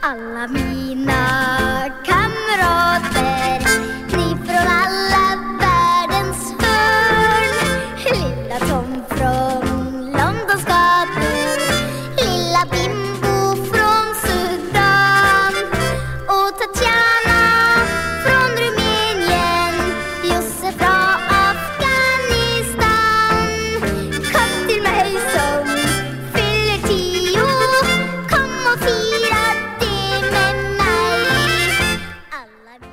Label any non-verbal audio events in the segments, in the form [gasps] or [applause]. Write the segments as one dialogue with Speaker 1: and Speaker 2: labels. Speaker 1: alla mina kamrater Ni från alla världens hörn Lilla Tom från Londons gator Lilla Bimbo från Sudan Och Tatjana från Rumänien Josef från Afghanistan Kom till mig som fyller tio Kom och fira det med mig Alla mina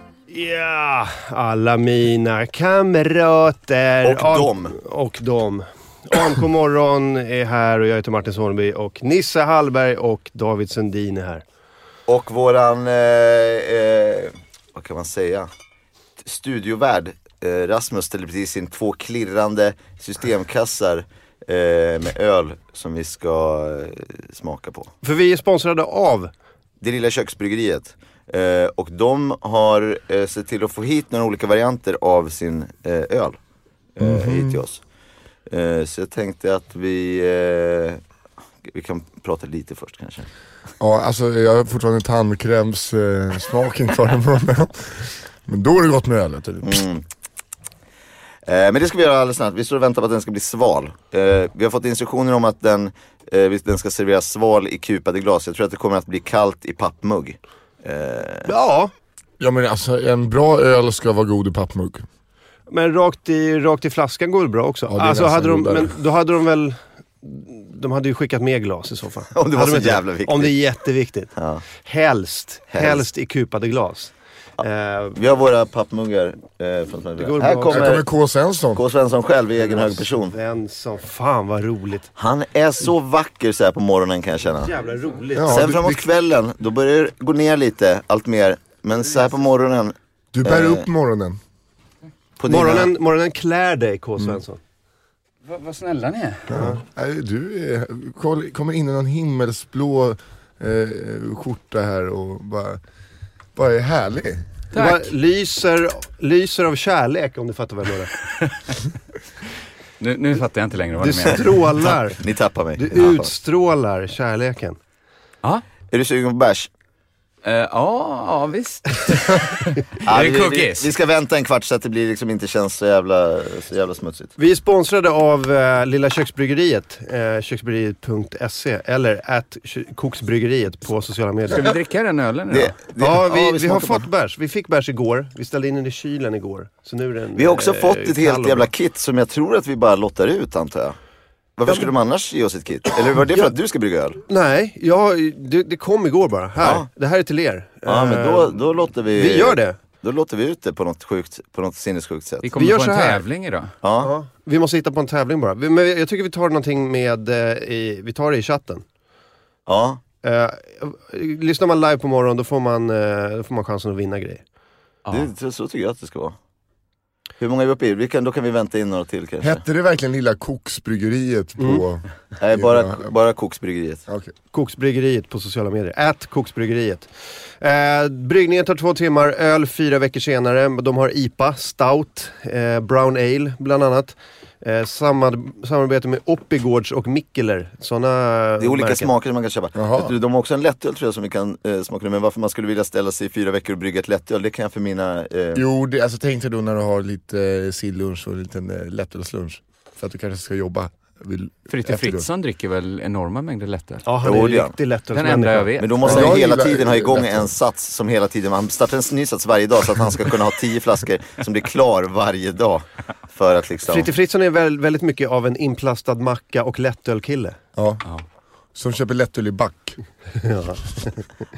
Speaker 2: Ja, alla mina kamrater.
Speaker 3: Och dem.
Speaker 2: Och dem. AMK morgon är här och jag heter Martin Sonneby och Nisse Hallberg och David Sundin är här.
Speaker 3: Och våran, eh, eh, vad kan man säga, studiovärd eh, Rasmus ställde precis in två klirrande systemkassar eh, med öl som vi ska eh, smaka på.
Speaker 2: För vi är sponsrade av
Speaker 3: Det lilla köksbryggeriet. Eh, och de har eh, sett till att få hit några olika varianter av sin eh, öl eh, hit till oss. Eh, så jag tänkte att vi, eh, vi kan prata lite först kanske.
Speaker 4: Ja, alltså jag har fortfarande tandkrämssmaken eh, smaken kvar i munnen. Men då är det gott med ölet. Mm.
Speaker 3: Eh, men det ska vi göra alldeles snabbt. Vi står och väntar på att den ska bli sval. Eh, vi har fått instruktioner om att den, eh, visst, den ska serveras sval i kupade glas. Jag tror att det kommer att bli kallt i pappmugg. Eh,
Speaker 2: Ja,
Speaker 4: Ja men alltså en bra öl ska vara god i pappmugg.
Speaker 2: men rakt i, rakt i flaskan går det bra också.
Speaker 4: Ja, det är
Speaker 2: alltså
Speaker 4: nästan
Speaker 2: hade de,
Speaker 4: godare.
Speaker 2: men då hade de väl... De hade ju skickat med glas i så fall.
Speaker 3: Om det var
Speaker 2: Hade
Speaker 3: så
Speaker 2: de inte
Speaker 3: jävla viktigt.
Speaker 2: Om det är jätteviktigt.
Speaker 3: Ja.
Speaker 2: Helst, helst,
Speaker 3: Helst.
Speaker 2: i kupade glas. Eh,
Speaker 3: Vi har våra pappmuggar. Eh, från
Speaker 2: går
Speaker 3: här
Speaker 2: bra.
Speaker 4: Här kommer
Speaker 3: kommer
Speaker 4: K. Svensson.
Speaker 3: K. Svensson själv i egen hög person.
Speaker 2: Den som... Fan vad roligt.
Speaker 3: Han är så vacker så här på morgonen kan jag känna.
Speaker 2: Jävla roligt.
Speaker 4: Ja,
Speaker 3: Sen
Speaker 4: du,
Speaker 3: framåt kvällen, då börjar det gå ner lite allt mer. Men så här på morgonen.
Speaker 4: du bär
Speaker 3: eh,
Speaker 4: upp morgonen.
Speaker 3: På dina-
Speaker 2: Morgonen, morgonen klär dig K.
Speaker 3: Mm.
Speaker 2: Svensson.
Speaker 5: Vad, vad snälla ni är.
Speaker 4: Nej, du är, koll- kommer in i någon himmelsblå eh, skjorta här och bara, bara är härlig.
Speaker 2: Det bara lyser, lyser av kärlek om du fattar vad jag menar.
Speaker 5: Nu, nu fattar jag inte längre vad
Speaker 2: Du
Speaker 5: ni menar.
Speaker 2: strålar.
Speaker 3: Ni tappar mig.
Speaker 2: Du
Speaker 3: Ni tappar mig.
Speaker 2: utstrålar kärleken.
Speaker 5: Ja,
Speaker 3: Är du sugen på bärs?
Speaker 5: eh, ja, ja visst.
Speaker 3: Ja,
Speaker 5: Är det
Speaker 3: vi-
Speaker 5: cookies?
Speaker 3: Vi, vi ska vänta en kvart så att det blir liksom inte känns så jävla, så jävla smutsigt.
Speaker 2: Vi är sponsrade av eh, Lilla Köksbryggeriet, eh, köksbryggeriet.se eller at kö- koksbryggeriet på sociala medier.
Speaker 5: Ska vi dricka den ölen nu då?
Speaker 2: Ja, vi, vi har
Speaker 3: smakar på
Speaker 2: fått bärs. Vi fick bärs igår. Vi ställde in den i kylen igår. Så nu är den,
Speaker 3: Vi har också
Speaker 2: eh,
Speaker 3: fått ett
Speaker 2: kall
Speaker 3: helt
Speaker 2: och-
Speaker 3: jävla kit som jag tror att vi bara lottar ut antar jag. Varför skulle de annars ge oss ett kit? Eller var det för att du ska brygga öl?
Speaker 2: Nej, ja, det, det kom igår bara. Här,
Speaker 3: Ja.
Speaker 2: det här är till er.
Speaker 3: Ja men
Speaker 2: Eh,
Speaker 3: då, då låter vi...
Speaker 2: Vi gör det.
Speaker 3: Då låter vi ut det på något sjukt, på något sinnessjukt sätt.
Speaker 5: Vi kommer
Speaker 2: gör
Speaker 5: på
Speaker 2: så
Speaker 5: en
Speaker 2: här.
Speaker 5: tävling idag.
Speaker 3: Ja.
Speaker 2: Vi måste hitta på en tävling bara. Vi- Men jag tycker vi tar någonting med, eh, i, vi tar det i chatten.
Speaker 3: ja.
Speaker 2: Eh, lyssnar man live på morgonen då får man, eh, då får man chansen att vinna grejer.
Speaker 3: Det, så, så tycker jag att det ska vara. Hur många är vi uppe i? Vi kan, då kan vi vänta in några till kanske.
Speaker 4: Hette det verkligen lilla koksbryggeriet på...
Speaker 3: Nej, bara,
Speaker 4: Ja.
Speaker 3: bara koksbryggeriet.
Speaker 4: Okej.
Speaker 2: Koksbryggeriet på sociala medier. Ät Koksbryggeriet. Eh, bryggningen tar två timmar, öl fyra veckor senare. De har IPA, Stout, eh, Brown Ale bland annat. Eh, samar- samarbete med Oppigårds och Mikkeler. Såna
Speaker 3: Det är olika smaker som man kan köpa.
Speaker 4: Jaha.
Speaker 3: Vet du, De har också en lättöl tror jag som vi kan eh, smaka nu. Men varför man skulle vilja ställa sig i fyra veckor och brygga ett lättöl, det kan jag för mina... Eh,
Speaker 4: Jo, det, alltså tänk dig då när du har lite eh, sillunch och en liten eh, lättölslunch. För att du kanske ska jobba. Vill,
Speaker 5: Fritte Fritzson dricker väl enorma mängder lättöl?
Speaker 2: Ja, han
Speaker 3: Jo,
Speaker 2: är
Speaker 3: det gör
Speaker 2: ju
Speaker 3: han.
Speaker 2: riktigt lätt
Speaker 5: Den enda jag vet.
Speaker 3: Men då måste
Speaker 4: Ja,
Speaker 3: han
Speaker 4: jag
Speaker 3: ju hela
Speaker 4: gillar
Speaker 3: tiden ha igång
Speaker 4: lättöl.
Speaker 3: en sats som hela tiden, han startar en ny sats varje dag så att han ska kunna ha
Speaker 4: [laughs]
Speaker 3: tio flaskor som blir klar varje dag. För att liksom...
Speaker 2: Fritte Fritzson är väl, väldigt mycket av en inplastad macka och lättölkille.
Speaker 4: Ja. Som köper lättöl i back.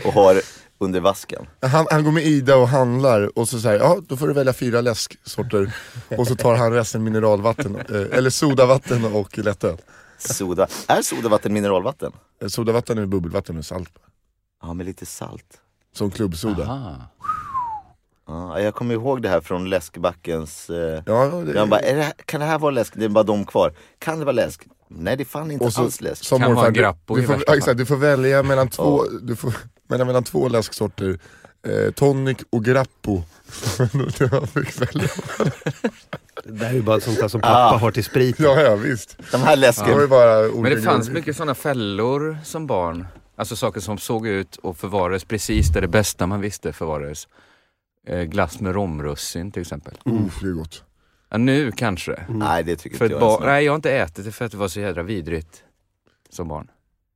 Speaker 3: och har under vasken.
Speaker 4: Han, han går med Ida och handlar och så säger ja då får du välja fyra läsksorter. Och så tar han resten mineralvatten, eh, eller sodavatten och lättöl.
Speaker 3: Soda. Är sodavatten mineralvatten?
Speaker 4: Eh, Sodavatten är bubbelvatten med salt.
Speaker 3: Ja, med lite salt.
Speaker 4: Som klubbsoda.
Speaker 5: Ah.
Speaker 3: Ja, jag kommer ihåg det här från läskbackens... Eh,
Speaker 4: Ja, det,
Speaker 3: jag bara, är det här, kan det här vara läsk? Det är bara de kvar. Kan det vara läsk? Nej, det är fan inte
Speaker 4: och så,
Speaker 3: alls läsk.
Speaker 4: som
Speaker 5: Kan vara
Speaker 4: morfar, du-
Speaker 5: Grappo i
Speaker 4: du,
Speaker 5: värsta
Speaker 4: får,
Speaker 5: fall.
Speaker 4: exakt, du får välja mellan två, du får, mellan, mellan två läsksorter. Eh, tonic och Grappo. [laughs] Jag fick välja.
Speaker 2: Det där är ju bara sånt där som pappa har till sprit.
Speaker 4: Ja, ja visst.
Speaker 3: De här
Speaker 4: Det var ju
Speaker 3: läsken.
Speaker 4: bara
Speaker 5: Men det
Speaker 4: olika-
Speaker 5: fanns mycket sådana fällor som barn. Alltså saker som såg ut och förvarades precis där det bästa man visste förvarades. Eh, glass med romrussin till exempel.
Speaker 4: Uff, det är gott.
Speaker 5: Ja, nu kanske.
Speaker 3: Nej det tycker
Speaker 5: För
Speaker 3: inte jag.
Speaker 5: ett
Speaker 3: är
Speaker 5: barn.
Speaker 3: snyggt.
Speaker 5: Nej, jag har inte ätit det för att det var så jädra vidrigt som barn.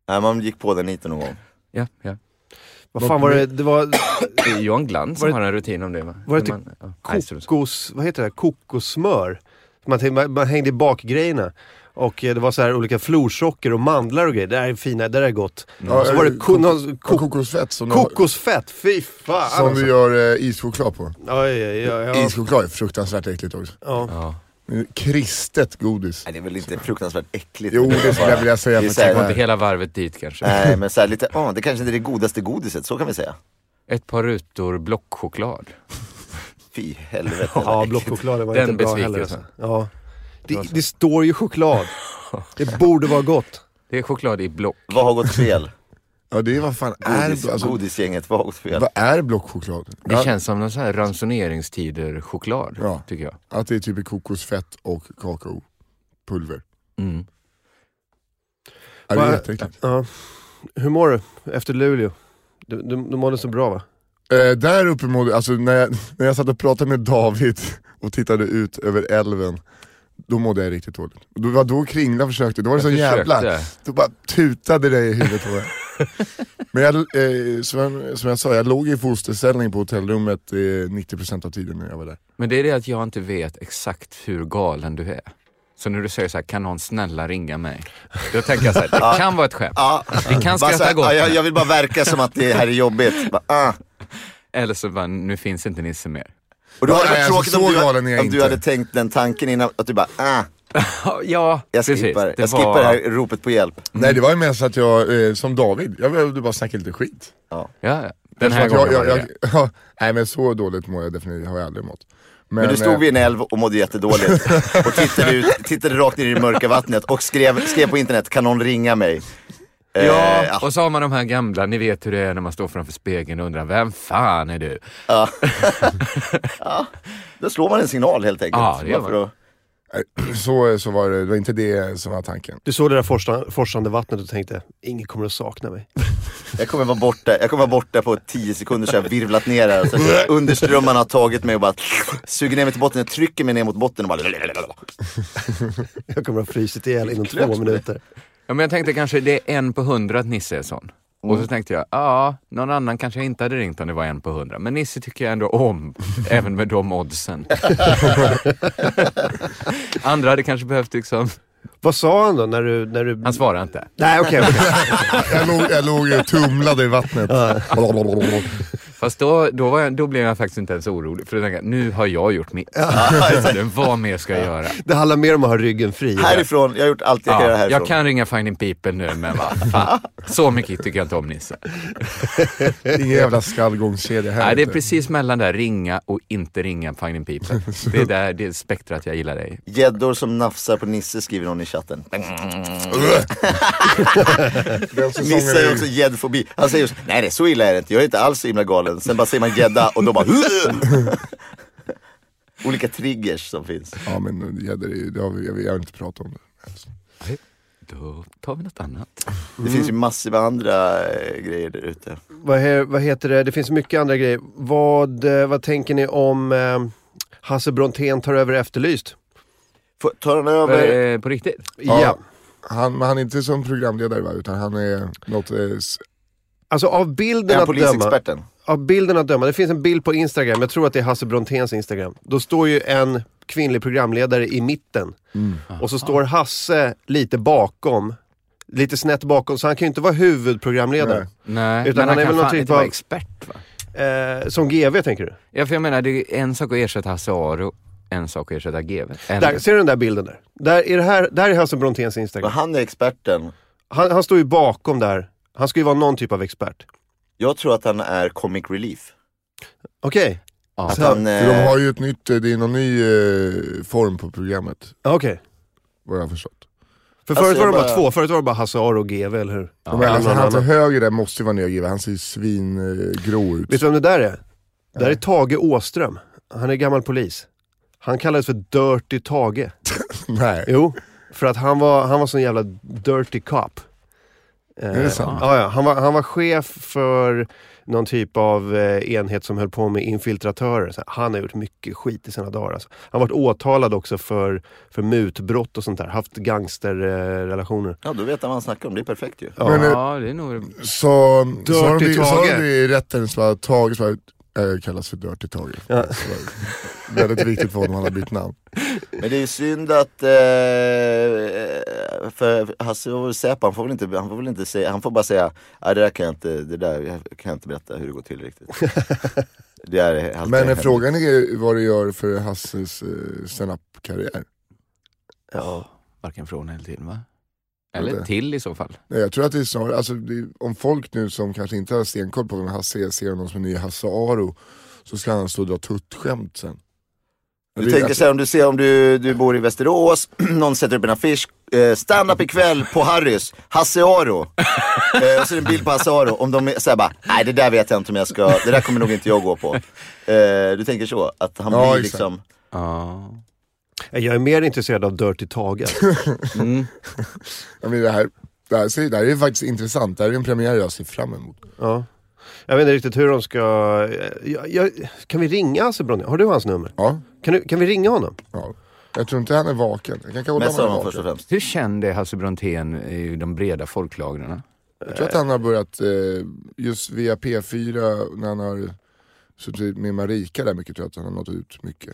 Speaker 3: Nej man gick på den lite någon gång.
Speaker 5: Ja, ja.
Speaker 2: Vad fan var det? Det var
Speaker 5: Det är Johan Glans som
Speaker 2: Var det-
Speaker 5: har en rutin om det typ va?
Speaker 2: var det
Speaker 5: När man, ja, nej, strunt samma.
Speaker 2: kokos... Vad heter det? Kokossmör. Man, tänkte- man, man hängde i bakgrejerna. Och eh, det var så här olika florsocker och mandlar och grejer. Det där är fina, det där är gott.
Speaker 4: Ja, eh,
Speaker 2: Och så var det ko-
Speaker 4: kok-
Speaker 2: någon,
Speaker 4: ja,
Speaker 2: ko-
Speaker 4: kokosfett som,
Speaker 2: kokosfett, fy fan!
Speaker 4: som
Speaker 2: alltså.
Speaker 4: vi gör eh, ischoklad på.
Speaker 2: Oj, oj, oj, oj.
Speaker 4: Ischoklad är fruktansvärt äckligt också.
Speaker 2: Ja.
Speaker 5: Ja.
Speaker 4: Kristet godis.
Speaker 3: Nej det är väl inte fruktansvärt äckligt.
Speaker 4: Jo, det skulle jag vilja säga.
Speaker 3: Det är
Speaker 4: men
Speaker 3: så här-
Speaker 4: typ
Speaker 5: Inte
Speaker 4: nej.
Speaker 5: hela varvet dit kanske.
Speaker 3: Nej men såhär lite, ja det kanske inte är det godaste godiset, så kan vi säga.
Speaker 5: Ett par rutor blockchoklad.
Speaker 3: Fy helvete.
Speaker 2: Ja, blockchokladen var
Speaker 5: Den
Speaker 2: inte bra heller.
Speaker 5: besvikelsen.
Speaker 2: Alltså. Ja. Det, det står ju choklad. Det borde vara gott.
Speaker 5: Det är choklad i block.
Speaker 3: Vad har gått
Speaker 4: [laughs]
Speaker 3: fel?
Speaker 4: Ja, det är vad fan
Speaker 3: Godis,
Speaker 4: är, alltså,
Speaker 3: Godisgänget, vad har gått fel?
Speaker 4: vad är blockchoklad?
Speaker 5: Det
Speaker 4: Ja,
Speaker 5: känns som någon sån här ransoneringstider-choklad,
Speaker 4: Ja.
Speaker 5: tycker jag.
Speaker 4: Att det är typ kokosfett och kakaopulver.
Speaker 5: Mm.
Speaker 4: Ja, det är
Speaker 2: Va-
Speaker 4: jätteäckligt.
Speaker 2: Ja. Hur mår du efter Luleå? Du, du, du mådde så bra va?
Speaker 4: Eh, där uppe mådde, alltså när jag, [laughs] när jag satt och pratade med David och tittade ut över älven, då mådde jag riktigt dåligt. Det var då Kringla försökte, då var det så
Speaker 5: Jag
Speaker 4: jävla...
Speaker 5: försökte.
Speaker 4: Då bara tutade det i huvudet på mig.
Speaker 5: [laughs]
Speaker 4: Men jag, eh, som, jag, som jag sa, jag låg i fosterställning på hotellrummet eh, 90% av tiden när jag var där.
Speaker 5: Men det är det att jag inte vet exakt hur galen du är. Så när du säger så här, kan någon snälla ringa mig? Då tänker jag så här, det kan vara ett skämt.
Speaker 3: Ja.
Speaker 5: Vi kan
Speaker 3: Bara så
Speaker 5: skratta
Speaker 3: här,
Speaker 5: gott.
Speaker 3: ja, jag, jag vill bara verka som att det här är jobbigt. Bara, ah.
Speaker 5: Eller så bara, nu finns inte Nisse mer.
Speaker 3: Och då
Speaker 4: Ja,
Speaker 3: hade det varit
Speaker 4: nej, alltså,
Speaker 3: tråkigt
Speaker 4: så
Speaker 3: om, du,
Speaker 4: galen är jag
Speaker 3: om du
Speaker 4: inte.
Speaker 3: hade tänkt den tanken innan, att du bara ah,
Speaker 5: Ja,
Speaker 3: jag
Speaker 5: precis.
Speaker 3: skippar,
Speaker 5: Det
Speaker 3: jag skippar
Speaker 5: var-
Speaker 3: det här ropet på hjälp.
Speaker 5: Mm.
Speaker 4: Nej det var ju mest att jag, eh, som David, jag behövde bara snacka lite skit.
Speaker 3: Ja.
Speaker 5: Ja, ja. den
Speaker 4: Så
Speaker 5: här
Speaker 4: att jag,
Speaker 5: gången
Speaker 4: jag,
Speaker 5: var det
Speaker 4: jag, [laughs]
Speaker 5: det.
Speaker 4: ja, Nej men så dåligt mår jag definitivt, har jag aldrig mått.
Speaker 3: Men du
Speaker 4: eh,
Speaker 3: stod vid en älv och mådde
Speaker 5: [laughs]
Speaker 3: jättedåligt och tittade, ut, tittade rakt ner i det mörka vattnet och skrev, skrev på internet, kan någon ringa mig? Eh,
Speaker 5: Ja, och så har man de här gamla, ni vet hur det är när man står framför spegeln och undrar, vem fan är du?
Speaker 3: ja. ja. Då slår man en signal helt enkelt.
Speaker 5: Ja, det gör
Speaker 3: Bara
Speaker 5: man.
Speaker 3: för att-
Speaker 4: eh, [clears throat] Så, så var det, det var inte det som var tanken.
Speaker 2: Du såg det där forsa- forsande vattnet och tänkte, ingen kommer att sakna mig. [laughs]
Speaker 3: Jag kommer vara borta, jag kommer vara borta på 10 sekunder så jag har virvlat ner här. Så att underströmmarna har tagit mig och bara suger ner mig till botten. Jag trycker mig ner mot botten och bara...
Speaker 2: Jag kommer att ha frysit ihjäl inom två minuter.
Speaker 5: Ja, men jag tänkte kanske det är en på hundra att Nisse är sån. Och
Speaker 3: Mm.
Speaker 5: så tänkte jag, ja, någon annan kanske jag inte hade ringt om det var en på hundra. Men Nisse tycker jag ändå om,
Speaker 3: [laughs]
Speaker 5: även med de oddsen. Andra hade kanske behövt liksom,
Speaker 2: Vad sa han då när du... När du...
Speaker 5: han svarar inte.
Speaker 2: Nej okej, okej.
Speaker 4: Jag låg, jag låg och tumlade i vattnet.
Speaker 5: Fast då, då, var jag, då blev jag faktiskt inte ens orolig. För då tänkte jag, nu har jag
Speaker 3: [laughs]
Speaker 5: gjort mitt. Men Vad mer ska jag göra?
Speaker 2: Det handlar mer om att ha ryggen fri.
Speaker 3: Härifrån, jag har gjort allt jag kan göra
Speaker 5: Ja,
Speaker 3: härifrån.
Speaker 5: jag kan ringa Finding People nu, men
Speaker 3: [laughs]
Speaker 5: vad fan. Så mycket tycker jag inte om Nisse.
Speaker 4: Ingen jävla skallgångskedja här
Speaker 5: Nej, det är
Speaker 4: inte.
Speaker 5: precis mellan där ringa och inte ringa
Speaker 2: [laughs]
Speaker 5: Finding People. Det är där det är spektrat jag gillar dig.
Speaker 3: Gäddor som nafsar på Nisse skriver någon i chatten.
Speaker 4: Den säsongen
Speaker 3: Nisse
Speaker 4: är-
Speaker 3: är också gäddfobi. Han säger just, nej det är så illa är det inte, jag är inte alls så himla galen. Sen bara säger man gädda och då bara... [laughs] Olika triggers som finns.
Speaker 4: Ja men gäddor är ju, det har vi- jag vill, jag vill inte prata om det.
Speaker 5: Då tar vi något annat.
Speaker 3: Det finns ju massiva andra eh, grejer där ute.
Speaker 2: Vad, he- vad heter det? Det finns mycket andra grejer. Vad, eh, vad tänker ni om eh, Hasse Brontén tar över Efterlyst?
Speaker 3: Får- Tar han över?
Speaker 5: Eh, på riktigt?
Speaker 2: Ja.
Speaker 4: Han, men han är inte som programledare va, utan han är något... Eh, s-
Speaker 2: Alltså av
Speaker 3: Är
Speaker 2: bilden,
Speaker 3: han
Speaker 2: att döma,
Speaker 3: polisexperten?
Speaker 2: av bilden att döma. Det finns en bild på Instagram, jag tror att det är Hasse Bronténs Instagram. Då står ju en kvinnlig programledare i mitten. Och så står Hasse lite bakom. Lite snett bakom, så han kan ju inte vara huvudprogramledare.
Speaker 5: Nej,
Speaker 2: Utan han är väl
Speaker 5: kan
Speaker 2: någon
Speaker 5: fan
Speaker 2: typ
Speaker 5: inte vara
Speaker 2: av-
Speaker 5: expert va?
Speaker 2: Eh, som GV tänker du?
Speaker 5: Ja, för jag menar, det är en sak att ersätta Hasse Aro, en sak att ersätta GW.
Speaker 2: Där, ser du den där bilden där? Där är, det här, där är Hasse Bronténs
Speaker 3: Men
Speaker 2: Instagram.
Speaker 3: han är experten.
Speaker 2: Han, han står ju bakom där. Han ska ju vara någon typ av expert.
Speaker 3: Jag tror att han är comic relief.
Speaker 2: Okej.
Speaker 3: Att han,
Speaker 4: För de
Speaker 3: eh,
Speaker 4: har ju ett nytt, eh, det är någon ny eh, form på programmet,
Speaker 2: Ja, Okej.
Speaker 4: vad jag har förstått.
Speaker 2: För
Speaker 3: Alltså,
Speaker 2: förut var det
Speaker 3: jag
Speaker 2: bara
Speaker 3: bara-
Speaker 2: två, förut var det bara Hasse Aro och GV eller hur?
Speaker 4: De är, alltså,
Speaker 2: Någon
Speaker 4: han till
Speaker 2: annan.
Speaker 4: höger där måste ju vara nygiven, han ser ju svingrå ut.
Speaker 2: Vet du vem det där är? Det där är Tage Åström. Han är gammal polis. Han kallades för Dirty Tage.
Speaker 4: [laughs] Nej.
Speaker 2: Jo, för att han var, han var sån jävla dirty cop. Eh,
Speaker 4: Är det sant?
Speaker 2: Ja, ja. Han, var, han var chef för någon typ av eh, enhet som höll på med infiltratörer. Så han har gjort mycket skit i sina dagar. Alltså. Han har varit åtalad också för, för mutbrott och sånt där. Haft gangsterrelationer.
Speaker 3: Ja, då vet han vad han snackar om. Det är perfekt ju.
Speaker 4: Men, eh,
Speaker 5: Ja, det är nog...
Speaker 4: Så, så har
Speaker 2: Dirty
Speaker 4: de så har
Speaker 2: Tage.
Speaker 4: de i rätten så var Tage, så var, äh, kallas för Dirty Tage.
Speaker 2: Ja.
Speaker 4: Så var det väldigt viktigt för honom, han har bytt namn.
Speaker 3: Men det är ju synd att, eh, för Hasse var väl Säpo, han får väl inte, han får väl inte säga, han får bara säga, "Ah, det där kan jag inte, det där kan jag inte berätta hur det går till
Speaker 4: [laughs]
Speaker 3: riktigt. det är helt
Speaker 4: Men eh,
Speaker 3: hemligt.
Speaker 4: frågan är vad det gör för Hasses eh, standup-karriär.
Speaker 5: Ja. Varken från eller till va?
Speaker 4: Inte.
Speaker 5: Eller till i så fall.
Speaker 4: Nej, Jag tror att det är snarare, alltså, det, är- om folk nu som kanske inte har stenkoll på vem Hasse är, ser honom som en ny Hasse Aro, så ska han stå och dra tuttskämt sen.
Speaker 3: Du
Speaker 4: Det är-
Speaker 3: tänker
Speaker 4: alltså-
Speaker 3: så här, om du ser om du, du bor i Västerås, [clears throat] någon sätter upp en affisch, eh, stand up ikväll på Harrys, Hasse
Speaker 4: [laughs]
Speaker 3: Aro. eh, och så är det en bild på Hasse Aro, om de säger bara, nej det där vet jag inte om jag ska, det där kommer nog inte jag gå på. Eh, du tänker så, att han
Speaker 4: Ja,
Speaker 3: blir
Speaker 4: exakt.
Speaker 3: liksom,
Speaker 5: Ja.
Speaker 2: Eh, Jag är mer intresserad av Dirty Tage. alltså.
Speaker 5: Mm.
Speaker 4: Jag menar, det, här, det, här, ser- det här är faktiskt intressant, det här är en premiär jag ser fram emot.
Speaker 2: ja. Jag vet inte riktigt hur de ska... eh, Jag, jag, kan vi ringa Hasse Brontén? Har du hans nummer?
Speaker 4: Ja,
Speaker 2: Kan, du, kan vi ringa honom?
Speaker 4: ja. Jag tror inte han är vaken. Jag kan kolla om
Speaker 3: mest av
Speaker 4: han är
Speaker 3: honom
Speaker 4: vaken.
Speaker 3: först och främst.
Speaker 5: Hur känd är Hasse Brontén i de breda folklagren?
Speaker 4: Jag tror att han har börjat, eh, just via P4, när han har suttit med Marika där mycket, tror jag att han har nått ut mycket.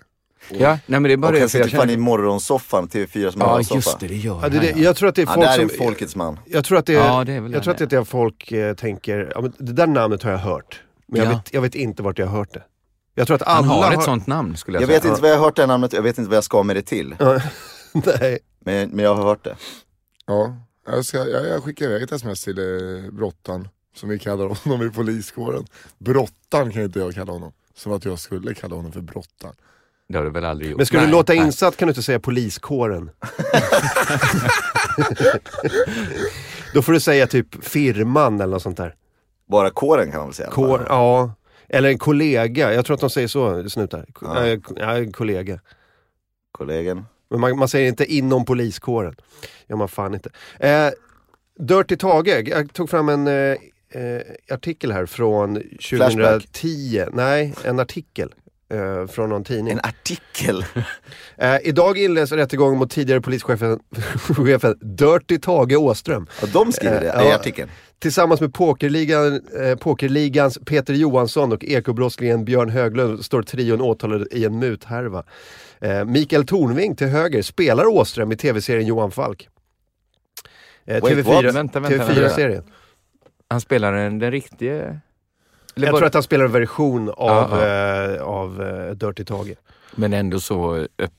Speaker 5: Ja, nej men det är bara
Speaker 3: Och
Speaker 5: det
Speaker 3: han
Speaker 5: jag
Speaker 3: sitter fan
Speaker 5: känner-
Speaker 3: i morgonsoffan, TV4s
Speaker 5: Ja,
Speaker 3: morgonsoffa.
Speaker 5: just det, det gör
Speaker 2: Ja, det, det,
Speaker 5: han. ja.
Speaker 2: jag tror att det är
Speaker 3: Han där är
Speaker 2: folk
Speaker 3: en
Speaker 2: som...
Speaker 3: folkets man.
Speaker 2: Jag tror att det är,
Speaker 5: Ja, det är väl
Speaker 2: jag
Speaker 5: det
Speaker 2: tror att det är att folk eh, tänker, ja, men det där namnet har jag hört. Men jag,
Speaker 5: Ja.
Speaker 2: vet, jag vet inte vart jag har hört det. Jag tror att alla
Speaker 5: Han har ett sånt namn skulle jag,
Speaker 3: Jag
Speaker 5: säga.
Speaker 3: vet inte vad jag har hört det här namnet, jag vet inte vad jag ska med det till.
Speaker 2: [laughs] Nej.
Speaker 3: Men, men jag har hört det.
Speaker 4: Ja, jag, ska, jag, jag skickar iväg ett sms till eh, Brottan, som vi kallar honom i poliskåren. Brottan kan inte jag kalla honom. Som att jag skulle kalla honom för Brottan.
Speaker 5: Det har du väl aldrig gjort?
Speaker 2: Men ska du
Speaker 5: Nej,
Speaker 2: låta
Speaker 5: nej.
Speaker 2: insatt kan du inte säga poliskåren.
Speaker 5: [laughs]
Speaker 2: [laughs] Då får du säga typ firman eller något sånt där.
Speaker 3: Bara kåren kan man väl säga.
Speaker 2: Kår, ja. Eller en kollega. Jag tror att de säger så, snutar.
Speaker 3: Ja.
Speaker 2: Ja. Ja, en kollega.
Speaker 3: Kollegen.
Speaker 2: Men man, man säger inte inom poliskåren. Ja, man fan inte. Eh, Dirty Tage, jag tog fram en eh, eh, artikel här från 2010.
Speaker 3: Flashback.
Speaker 2: Nej, en artikel eh, från någon tidning.
Speaker 3: En artikel.
Speaker 2: Eh, idag inleds rättegången mot tidigare polischefen [laughs] chefen Dirty Tage Åström.
Speaker 3: Ja, de skriver det
Speaker 2: Eh,
Speaker 3: i
Speaker 2: ja.
Speaker 3: artikeln.
Speaker 2: Tillsammans med pokerligan, eh, pokerligans Peter Johansson och ekobrottslingen Björn Höglund står trion åtalade i en muthärva. Eh, Mikael Tornving till höger spelar Åström i tv-serien Johan Falk. Eh,
Speaker 3: Wait, what?
Speaker 2: TV4,
Speaker 5: Vänta, vänta, vänta.
Speaker 2: TV4-serien.
Speaker 5: Han spelar den, den riktige... Eller
Speaker 2: Jag
Speaker 5: bara-
Speaker 2: tror att han spelar en version av,
Speaker 5: Ja,
Speaker 2: Eh, av eh, Dirty Tage.
Speaker 5: Men ändå så öpp,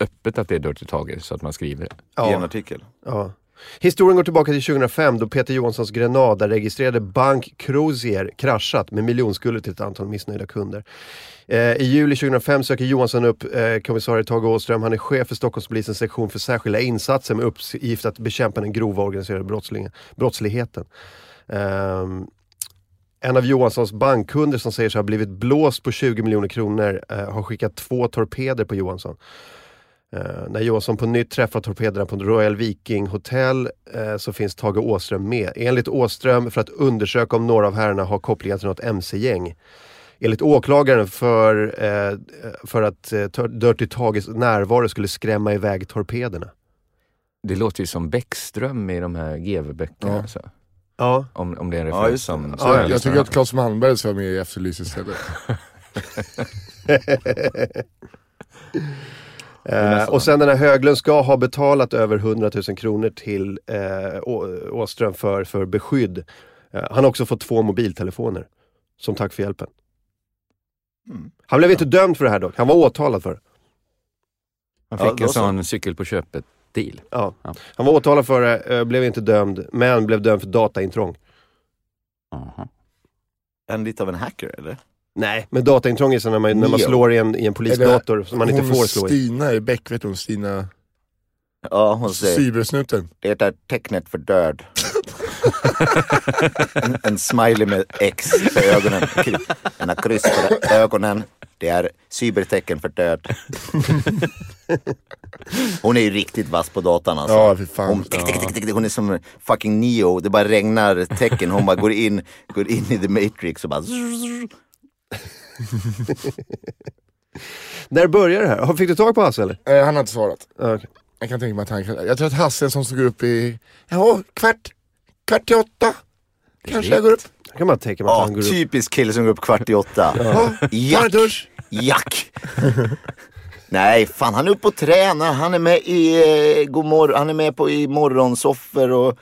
Speaker 5: öppet att det är Dirty Tage så att man skriver det.
Speaker 3: I
Speaker 2: Ja.
Speaker 3: en artikel.
Speaker 2: Ja. Historien går tillbaka till 2005 då Peter Johanssons Grenada-registrerade bank Crozier kraschat med miljonskulder till ett antal missnöjda kunder. Eh, I juli 2005 söker Johansson upp eh, kommissarie Tage Åström. Han är chef för Stockholmspolisens sektion för särskilda insatser med uppgift att bekämpa den grova organiserade brottsling- brottsligheten. Ehm, en av Johanssons bankkunder som säger sig ha blivit blåst på 20 miljoner kronor eh, har skickat två torpeder på Johansson. Eh, när Johansson på nytt träffar torpederna på Royal Viking Hotel eh, så finns Tage Åström med. Enligt Åström för att undersöka om några av herrarna har kopplingar till något mc-gäng. Enligt åklagaren för, eh, för att eh, Tor- Dirty Tages närvaro skulle skrämma iväg torpederna.
Speaker 5: Det låter ju som Bäckström i de här GV-böckerna.
Speaker 4: Ja.
Speaker 5: Alltså.
Speaker 2: Ja,
Speaker 5: Om, om det är en
Speaker 3: Ja,
Speaker 5: referens
Speaker 3: just det.
Speaker 5: som...
Speaker 2: Ja,
Speaker 5: som
Speaker 2: ja.
Speaker 4: Jag tycker att Claes Malmberg ska vara med i Efterlyst istället.
Speaker 2: [laughs] Eh, och sen den här Höglund ska ha betalat över 100 000 kronor till eh, Å- Åström för, för beskydd. Eh, han har också fått två mobiltelefoner som tack för hjälpen.
Speaker 3: Mm.
Speaker 2: Han blev inte dömd för det här dock, han var åtalad för det.
Speaker 5: Man
Speaker 3: Ja,
Speaker 5: fick
Speaker 3: då
Speaker 5: en
Speaker 3: så.
Speaker 5: sån cykel på köpet-deal.
Speaker 2: Ja.
Speaker 5: Ja.
Speaker 2: Han var åtalad för det, eh, blev inte dömd, men blev dömd för dataintrång.
Speaker 3: En lite av en hacker eller?
Speaker 2: Nej, men dataintrång är så när man, när man
Speaker 3: Neo.
Speaker 2: slår i en, i en polisdator som man inte
Speaker 4: hon
Speaker 2: får slå i.
Speaker 4: Stina i Beck, vet hon Stina?
Speaker 3: Ja, hon säger
Speaker 4: Cybersnuten.
Speaker 3: det är tecknet för död. en, en smiley med X för ögonen. Kry- En kryss för ögonen. Det är cybertecken för död. Hon är ju riktigt vass på datan alltså.
Speaker 4: Ja, fy fan.
Speaker 3: Hon, tick, tick, tick, tick, tick, hon är som fucking Neo, det bara regnar tecken. Hon bara går in, går in i the matrix och bara...
Speaker 2: När börjar det här? Har- Fick du tag på Hasse eller?
Speaker 4: Eh, han har inte svarat.
Speaker 2: Ja, okej.
Speaker 4: Jag kan tänka mig att han kan... Jag tror att Hasse som stod upp i... Ja, kvart. Kvart till åtta. Kanske jag går upp.
Speaker 2: Jag kan bara tänka mig att
Speaker 3: Ja,
Speaker 2: han går upp.
Speaker 3: typisk kille som går upp kvart i åtta.
Speaker 4: Ja, tar en
Speaker 3: Jack,
Speaker 4: dusch.
Speaker 3: jack. Nej, fan han är uppe och tränar. Han är med i eh, godmorgon, han är med på i morgonsoffer och...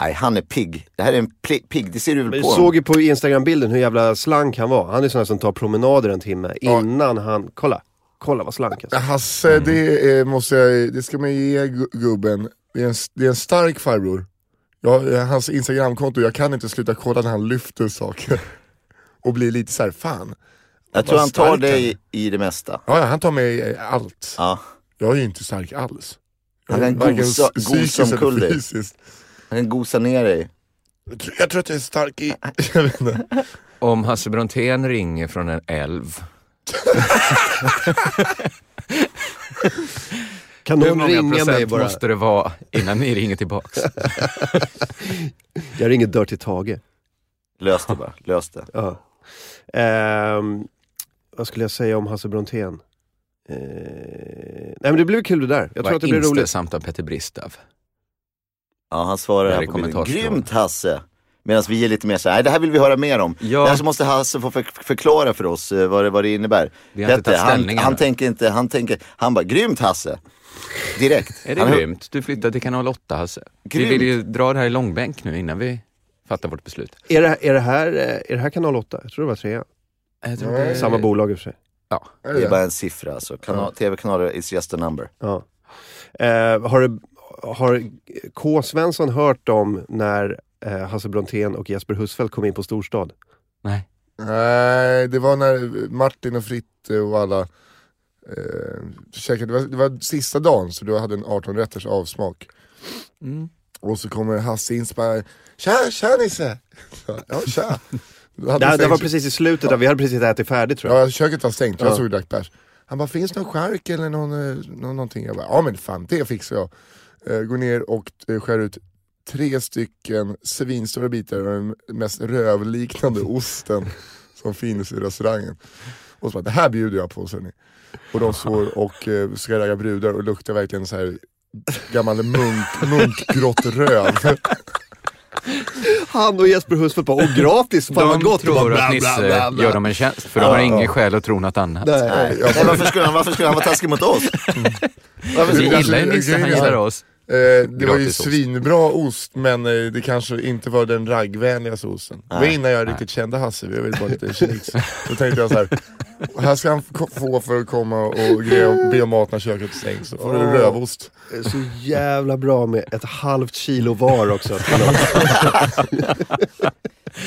Speaker 3: Nej, han är pigg. Det här är en pli- pigg, det ser du väl
Speaker 2: Vi
Speaker 3: på
Speaker 2: såg ju på Instagram-bilden hur jävla slank han var. Han är sån här som tar promenader en timme
Speaker 4: Ja.
Speaker 2: innan han... Kolla! Kolla vad slank alltså.
Speaker 4: Hasse, det, är, måste jag, det ska man ge gu- gubben. Det är en, det är en stark farbror. Jag, eh, hans instagramkonto, jag kan inte sluta kolla när han lyfter saker. [laughs] Och blir lite såhär, fan.
Speaker 3: Jag tror
Speaker 4: Vad
Speaker 3: han tar
Speaker 4: stark
Speaker 3: dig i det mesta.
Speaker 4: Ja, ja, han tar med eh, allt.
Speaker 3: Ja.
Speaker 4: Jag är ju inte stark alls.
Speaker 3: Han kan
Speaker 4: Varken
Speaker 3: gosa-
Speaker 4: s-
Speaker 3: gosa
Speaker 4: psykiskt eller
Speaker 3: omkull dig.
Speaker 4: fysiskt.
Speaker 3: Han gosar ner dig.
Speaker 4: Jag tror- Jag tror att jag är stark i... [laughs] Jag vet inte.
Speaker 5: Om Hasse Brontén ringer från en älv.
Speaker 2: Kan
Speaker 5: Hur
Speaker 2: någon
Speaker 5: många
Speaker 2: ringa mig
Speaker 5: procent
Speaker 2: bara?
Speaker 5: måste det vara innan ni
Speaker 2: [laughs]
Speaker 5: ringer tillbaks?
Speaker 2: Jag ringer Dirty Tage.
Speaker 3: Lös det bara, lös det.
Speaker 2: Ja. Ehm, vad skulle jag säga om Hasse Brontén? Ehm, nej men det blev kul det där. Jag tror att det blir roligt.
Speaker 5: samt av Peter Bristav.
Speaker 3: Ja, han svarar
Speaker 5: Där
Speaker 3: här
Speaker 5: är
Speaker 3: på bilden.
Speaker 5: kommentarsfrågan.
Speaker 3: Grymt Hasse! Medan vi är lite mer såhär, nej det här vill vi höra mer om.
Speaker 5: Ja.
Speaker 3: Det här så måste Hasse få för- förklara för oss eh, vad det, vad det innebär.
Speaker 5: Vi har inte
Speaker 3: Petter,
Speaker 5: tagit
Speaker 3: han,
Speaker 5: ställning
Speaker 3: han
Speaker 5: än.
Speaker 3: tänker inte, han tänker, han bara, grymt Hasse! Direkt.
Speaker 5: Är det
Speaker 3: han,
Speaker 5: grymt? Du flyttar till kanal 8 Hasse.
Speaker 3: Grymt.
Speaker 5: [laughs] Vi vill ju dra det här i långbänk nu innan vi fattar vårt beslut.
Speaker 2: Är det, är, det här, eh, är det här kanal 8? Jag tror det var trea.
Speaker 5: Jag tror
Speaker 4: Nej.
Speaker 5: det är-
Speaker 2: Samma bolag i och för sig.
Speaker 5: Ja.
Speaker 4: Är
Speaker 3: Det
Speaker 4: det
Speaker 3: är
Speaker 4: det?
Speaker 3: bara en siffra alltså. Kanal, TV-kanaler is just a number.
Speaker 2: Ja. Eh, har, det, har K. Svensson hört om när eh, Hasse Brontén och Jesper Husfeldt kom in på storstad?
Speaker 5: Nej.
Speaker 4: Nej, det var när Martin och Fritte och alla eh, käkade. Det var, det var sista dagen så du hade en 18-rätters avsmak.
Speaker 5: Mm.
Speaker 4: Och så kommer Hasse in och bara, tja, tja Nisse! Så, Ja, tja. Då hade
Speaker 2: Det, här-
Speaker 4: vi
Speaker 2: det var
Speaker 4: stängt-
Speaker 2: precis i slutet, där vi hade precis ätit färdigt tror jag.
Speaker 4: Ja, köket var stängt, jag
Speaker 2: Ja.
Speaker 4: såg och drack bärs. Han bara, finns det någon skärk eller någon, eh, någon, någonting? Jag bara, ja men fan det fixar jag. Eh, går ner och eh, skär ut tre stycken svinstora bitar av den mest rövliknande osten som finns i restaurangen. Och så bara, det här bjuder jag på ser ni. Och de står och eh, ska ragga brudar och luktar verkligen så här gammal munk, munkgrått röv.
Speaker 2: Han och Jesper Husfeldt bara, åh gratis, fan vad
Speaker 5: De
Speaker 2: gott! Och
Speaker 5: tror
Speaker 2: bara,
Speaker 5: att
Speaker 2: bla,
Speaker 5: Nisse
Speaker 2: bla, bla, bla.
Speaker 5: gör dem en tjänst, för de har
Speaker 2: Ja.
Speaker 5: ingen skäl att tro något annat.
Speaker 2: Nej.
Speaker 3: Nej, nej varför, skulle han, varför skulle han vara taskig mot
Speaker 5: [laughs]
Speaker 3: oss? Varför
Speaker 5: Vi
Speaker 3: skulle han-
Speaker 5: gillar ju Nisse, han gillar oss.
Speaker 4: Eh, det var ju
Speaker 5: Gratis ost.
Speaker 4: svinbra ost men eh, det kanske inte var den raggvänligaste osten. Det var innan jag riktigt kände Hasse, vi var väl bara lite kinix. Då tänkte jag så här, här ska han ko- få för att komma och gre- be om mat när köket stängs. Så får du
Speaker 2: Åh.
Speaker 4: rövost.
Speaker 2: Så jävla bra med ett halvt kilo var [laughs] också.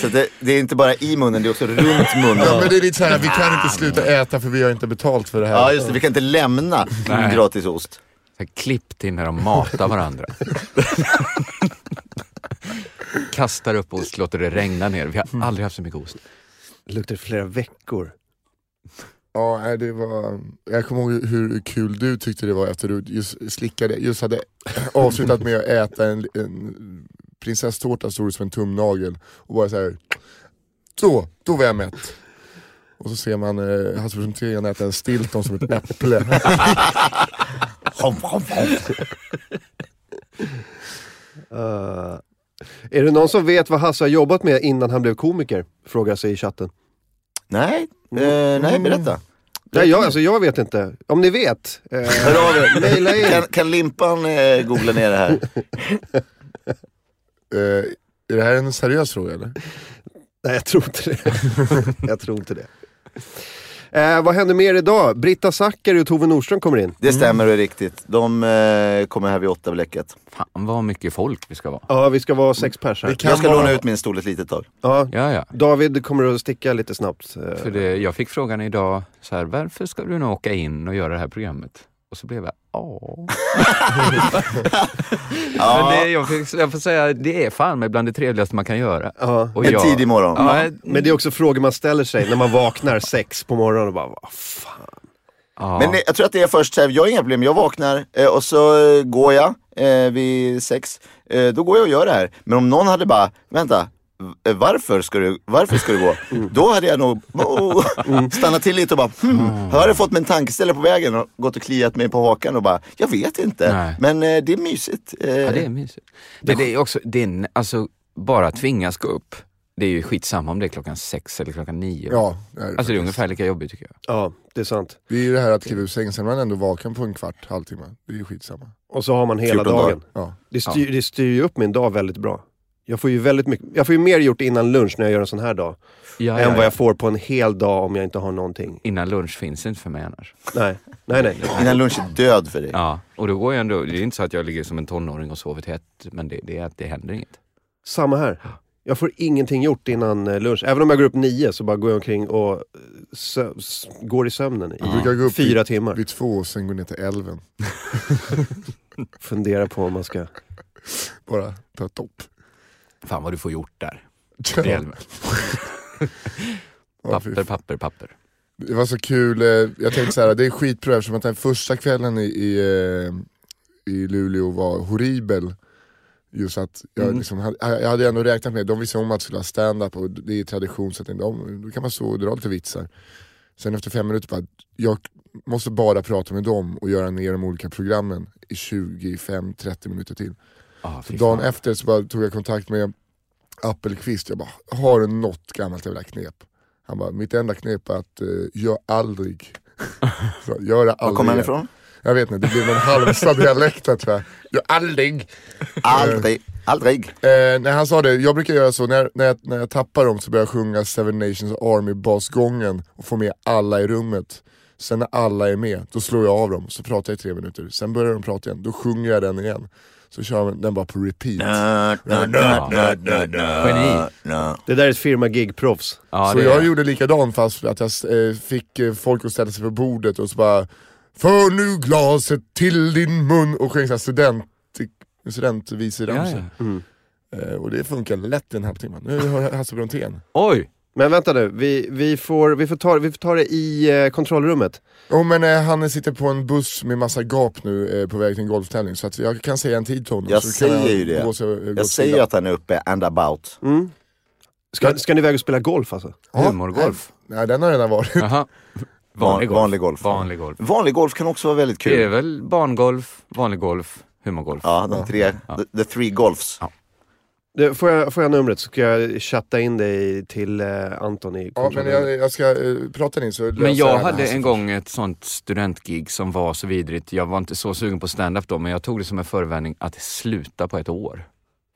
Speaker 3: Så det, det är inte bara i munnen, det är också runt munnen.
Speaker 4: Ja men det är lite så här, vi kan inte sluta äta för vi har inte betalt för det
Speaker 3: Ja
Speaker 4: här.
Speaker 3: just det, vi kan inte lämna
Speaker 5: Nej.
Speaker 3: gratis ost.
Speaker 5: Så här, klipp till när de
Speaker 2: [laughs]
Speaker 5: matar varandra. Kastar upp ost, låter det regna ner. Vi har aldrig haft så mycket ost.
Speaker 2: Luktar flera veckor.
Speaker 4: Ja, nej, det var... Jag kommer ihåg hur kul du tyckte det var efter du just slickade, just
Speaker 5: [laughs]
Speaker 4: hade avslutat med att äta en, en prinsesstårta stor som en tumnagel och bara såhär, så, då var jag mätt. Och så ser man eh, Hasse Brontén äta en Stilton som ett
Speaker 5: [laughs]
Speaker 4: äpple.
Speaker 2: Eh, är det någon som vet vad Hasse har jobbat med innan han blev komiker? Frågar sig i chatten.
Speaker 3: Nej,
Speaker 4: Mm.
Speaker 3: eh, nej berätta.
Speaker 2: Nej, jag, alltså, jag vet inte. Om ni vet, eh,
Speaker 3: Hör av er.
Speaker 2: mejla in.
Speaker 3: Kan, kan Limpan eh, googla ner det här?
Speaker 4: eh, är det här en seriös fråga eller?
Speaker 2: Nej, jag tror inte det. [laughs] jag tror inte det. Eh, vad händer mer idag? Britta Zackari och Tove Nordström kommer in.
Speaker 4: Mm.
Speaker 3: Det stämmer och är riktigt. De eh, kommer här vid åtta bläcket.
Speaker 5: Fan vad mycket folk vi ska vara.
Speaker 2: Ja, vi ska vara sex pers här.
Speaker 4: Det kan
Speaker 3: Jag ska
Speaker 4: vara-
Speaker 3: låna ut min stol ett litet tag.
Speaker 2: Ja,
Speaker 5: Ja, ja.
Speaker 2: David kommer att sticka lite snabbt. Eh,
Speaker 5: För det, jag fick frågan idag, så här, varför ska du nu åka in och göra det här programmet? Och så blev jag, ja. Men det, jag, fick, jag får säga, det är fan med bland det trevligaste man kan göra.
Speaker 2: Ja.
Speaker 5: Och
Speaker 3: En
Speaker 5: jag-
Speaker 3: tidig morgon.
Speaker 5: Ja,
Speaker 2: Men det är också frågor man ställer sig när man vaknar sex på morgonen och bara, vad fan.
Speaker 3: Men det- jag tror att det är först såhär, jag har inga problem, jag vaknar eh, och så eh, går jag eh, vid sex. Eh, då går jag och gör det här. Men om någon hade bara, vänta, v- eh, varför ska du, varför ska du gå?
Speaker 5: Mm.
Speaker 3: Då hade jag nog oh, stannat till lite och bara, hmm,
Speaker 5: Mm.
Speaker 3: har jag fått mig en tankeställare på vägen och gått och kliat mig på hakan och bara, jag vet inte.
Speaker 5: Nej.
Speaker 3: Men eh, det är mysigt. Eh,
Speaker 5: Ja, det är mysigt. Men det är också, det är, n- alltså, bara tvingas gå upp, det är ju skitsamma om det är klockan sex eller klockan nio.
Speaker 4: Ja, det är, det.
Speaker 5: Alltså det är ungefär lika jobbigt tycker jag.
Speaker 2: Ja, det är sant.
Speaker 4: det är ju det här att kliva ur sängen, sen är man ändå vaken på en kvart, halvtimme. Det är ju skitsamma.
Speaker 2: Och så har man hela
Speaker 3: 14
Speaker 2: dagen.
Speaker 3: dagar.
Speaker 4: Ja.
Speaker 2: Det, styr, det styr ju upp min dag väldigt bra. Jag får ju väldigt mycket, jag får ju mer gjort innan lunch när jag gör en sån här dag.
Speaker 5: Ja,
Speaker 2: än vad jag får på en hel dag om jag inte har någonting.
Speaker 5: Innan lunch finns inte för mig annars.
Speaker 2: Nej, nej, nej.
Speaker 3: Innan lunch är död för dig.
Speaker 5: Ja, och då går jag ändå, det är inte så att jag ligger som en tonåring och sover till ett, men det, det är att det händer inget.
Speaker 2: Samma här. Jag får ingenting gjort innan eh, lunch. Även om jag går upp nio så bara går jag omkring och eh, sö- s- går i sömnen
Speaker 4: Du
Speaker 2: i
Speaker 4: brukar gå upp
Speaker 2: fyra
Speaker 4: vid,
Speaker 2: timmar.
Speaker 4: vid två och sen gå ner till älven.
Speaker 2: Fundera på om man ska...
Speaker 4: Bara ta ett dopp.
Speaker 5: Fan vad du får gjort där. Det
Speaker 4: Ja,
Speaker 5: är-
Speaker 4: ja, fy
Speaker 5: Papper, papper, papper.
Speaker 4: Det var så kul, eh, jag tänkte så här, det är skitbra eftersom att den första kvällen i, i, eh, i Luleå var horribel. Just att jag, liksom, hade- jag hade ändå räknat med, de visste om att det skulle ha stand-up och det är tradition så att de, då kan man stå och dra lite vitsar. Sen efter fem minuter bara, jag måste bara prata med dem och göra ner de olika programmen i 25-30 minuter till.
Speaker 5: Ah, fy
Speaker 4: Typ Dagen
Speaker 5: fan.
Speaker 4: efter så bara tog jag kontakt med Appelqvist, jag bara, har du något gammalt jävla knep? Han bara, mitt enda knep är att eh, gör aldrig. [laughs] så, gör det aldrig.
Speaker 3: Var kommer han
Speaker 4: igen."
Speaker 3: ifrån?
Speaker 4: Jag vet inte, det blir någon Halmstad-dialekt där, tror jag. Gör aldrig.
Speaker 3: Aldrig, aldrig.
Speaker 4: Eh, när han sa det, jag brukar göra så, när, när, jag, när jag tappar dem så börjar jag sjunga Seven Nations Army-basgången och få med alla i rummet. Sen när alla är med, då slår jag av dem, så pratar jag i tre minuter. Sen börjar de prata igen, då sjunger jag den igen. Så kör man den bara på repeat.
Speaker 5: Geni.
Speaker 2: Det där är ett firma-gig-proffs.
Speaker 5: Ja,
Speaker 4: så
Speaker 5: det är-
Speaker 4: jag gjorde likadant fast att jag eh, fick eh, folk att ställa sig för bordet och så bara För nu glaset till din mun och sjöng såhär student,
Speaker 5: ja,
Speaker 4: studentviseramsor.
Speaker 5: ja.
Speaker 4: eh, och det funkar lätt i en halvtimme. Nu hör Hasse Brontén. [laughs]
Speaker 5: Oj!
Speaker 2: Men vänta nu, vi, vi, får, vi, får, ta, vi får ta det i eh, kontrollrummet.
Speaker 4: Jo men eh, han sitter på en buss med massa gap nu eh, på väg till en golftävling så att jag kan säga en tid till honom.
Speaker 3: Jag
Speaker 4: så kan
Speaker 3: säger ju
Speaker 4: han
Speaker 3: det.
Speaker 4: gå sig- eh, gå
Speaker 3: Jag
Speaker 4: åt
Speaker 3: säger
Speaker 4: sidan.
Speaker 3: att han är uppe and about.
Speaker 2: Mm. Ska, ska ni iväg och spela golf alltså?
Speaker 5: Humorgolf.
Speaker 4: Ja, nej den har redan varit.
Speaker 5: Jaha. Vanlig golf.
Speaker 3: vanlig golf.
Speaker 5: Vanlig golf.
Speaker 3: Vanlig golf kan också vara väldigt
Speaker 5: Det är
Speaker 3: kul.
Speaker 5: väl barngolf, vanlig golf, humorgolf.
Speaker 3: Ja, de tre, the, the three golfs.
Speaker 2: Du, får, jag, får jag numret så ska jag chatta in dig till eh, Anton i
Speaker 4: Ja, men
Speaker 2: kontrollrummet.
Speaker 4: jag, jag ska eh, prata in så alltså. löser
Speaker 5: Men
Speaker 4: det
Speaker 5: jag
Speaker 4: här med
Speaker 5: hade
Speaker 4: Hasse.
Speaker 5: en gång ett sånt studentgig som var så vidrigt. Jag var inte så sugen på stand-up då, men jag tog det som en förevändning att sluta på ett år.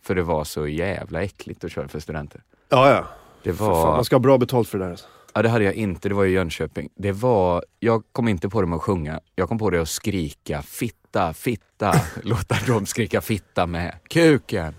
Speaker 5: För det var så jävla äckligt att köra för studenter.
Speaker 2: Ja, ja.
Speaker 5: Det
Speaker 2: För fan, man
Speaker 5: var...
Speaker 2: ska ha bra betalt för det där. alltså.
Speaker 5: Ja, det hade jag inte. Det var i Jönköping. Det var... Jag kom inte på det med att sjunga. Jag kom på det att skrika fitta, fitta. [laughs] Låta dem skrika fitta med. Kuken!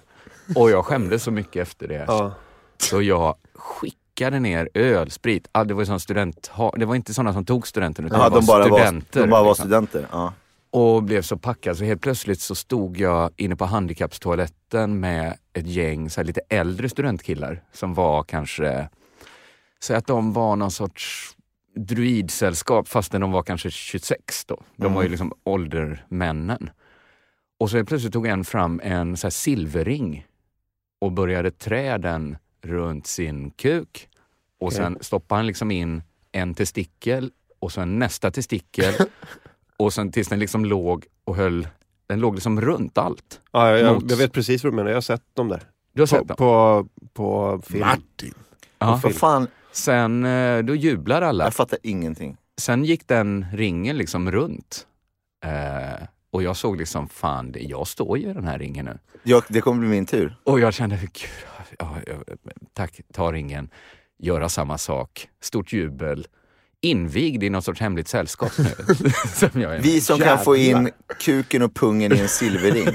Speaker 5: Och jag skämdes så mycket efter det.
Speaker 2: Ja.
Speaker 5: Så jag skickade ner öl, sprit. Ah, det var ju sån student... ha- Det var inte sådana som tog studenten utan
Speaker 3: Ja,
Speaker 5: det var
Speaker 3: de bara
Speaker 5: studenter.
Speaker 3: var, de bara var
Speaker 5: liksom.
Speaker 3: studenter. Ja.
Speaker 5: Och blev så packad så helt plötsligt så stod jag inne på handikappstoaletten med ett gäng så här, lite äldre studentkillar som var kanske, säg att de var någon sorts druidsällskap fastän de var kanske 26 då. De var ju liksom åldermännen. Och så helt plötsligt tog en fram en så här silverring och började trä den runt sin kuk. Och
Speaker 2: Okej.
Speaker 5: sen stoppade han liksom in en testikel och sen nästa testikel och sen tills den liksom låg och höll, den låg liksom runt allt.
Speaker 2: Ja, jag, jag,
Speaker 5: Mot-
Speaker 2: jag vet precis vad du menar, jag har sett dem där.
Speaker 5: Du har sett
Speaker 2: På,
Speaker 5: den?
Speaker 2: på, på film.
Speaker 4: Martin.
Speaker 5: Ja.
Speaker 3: Vad fan,
Speaker 5: Sen, eh, då jublar alla.
Speaker 3: jag fattar ingenting.
Speaker 5: Sen gick den ringen liksom runt. Eh, och jag såg liksom, fan, det- jag står ju i den här ringen nu.
Speaker 3: Jag, det kommer bli min tur.
Speaker 5: Och jag kände, gud, ja, ja, tack, ta ringen, göra samma sak, stort jubel. Invigd i något sorts hemligt sällskap nu. [laughs] som jag är.
Speaker 3: Vi som kan få in kuken och pungen i en
Speaker 5: [laughs]
Speaker 3: silverring.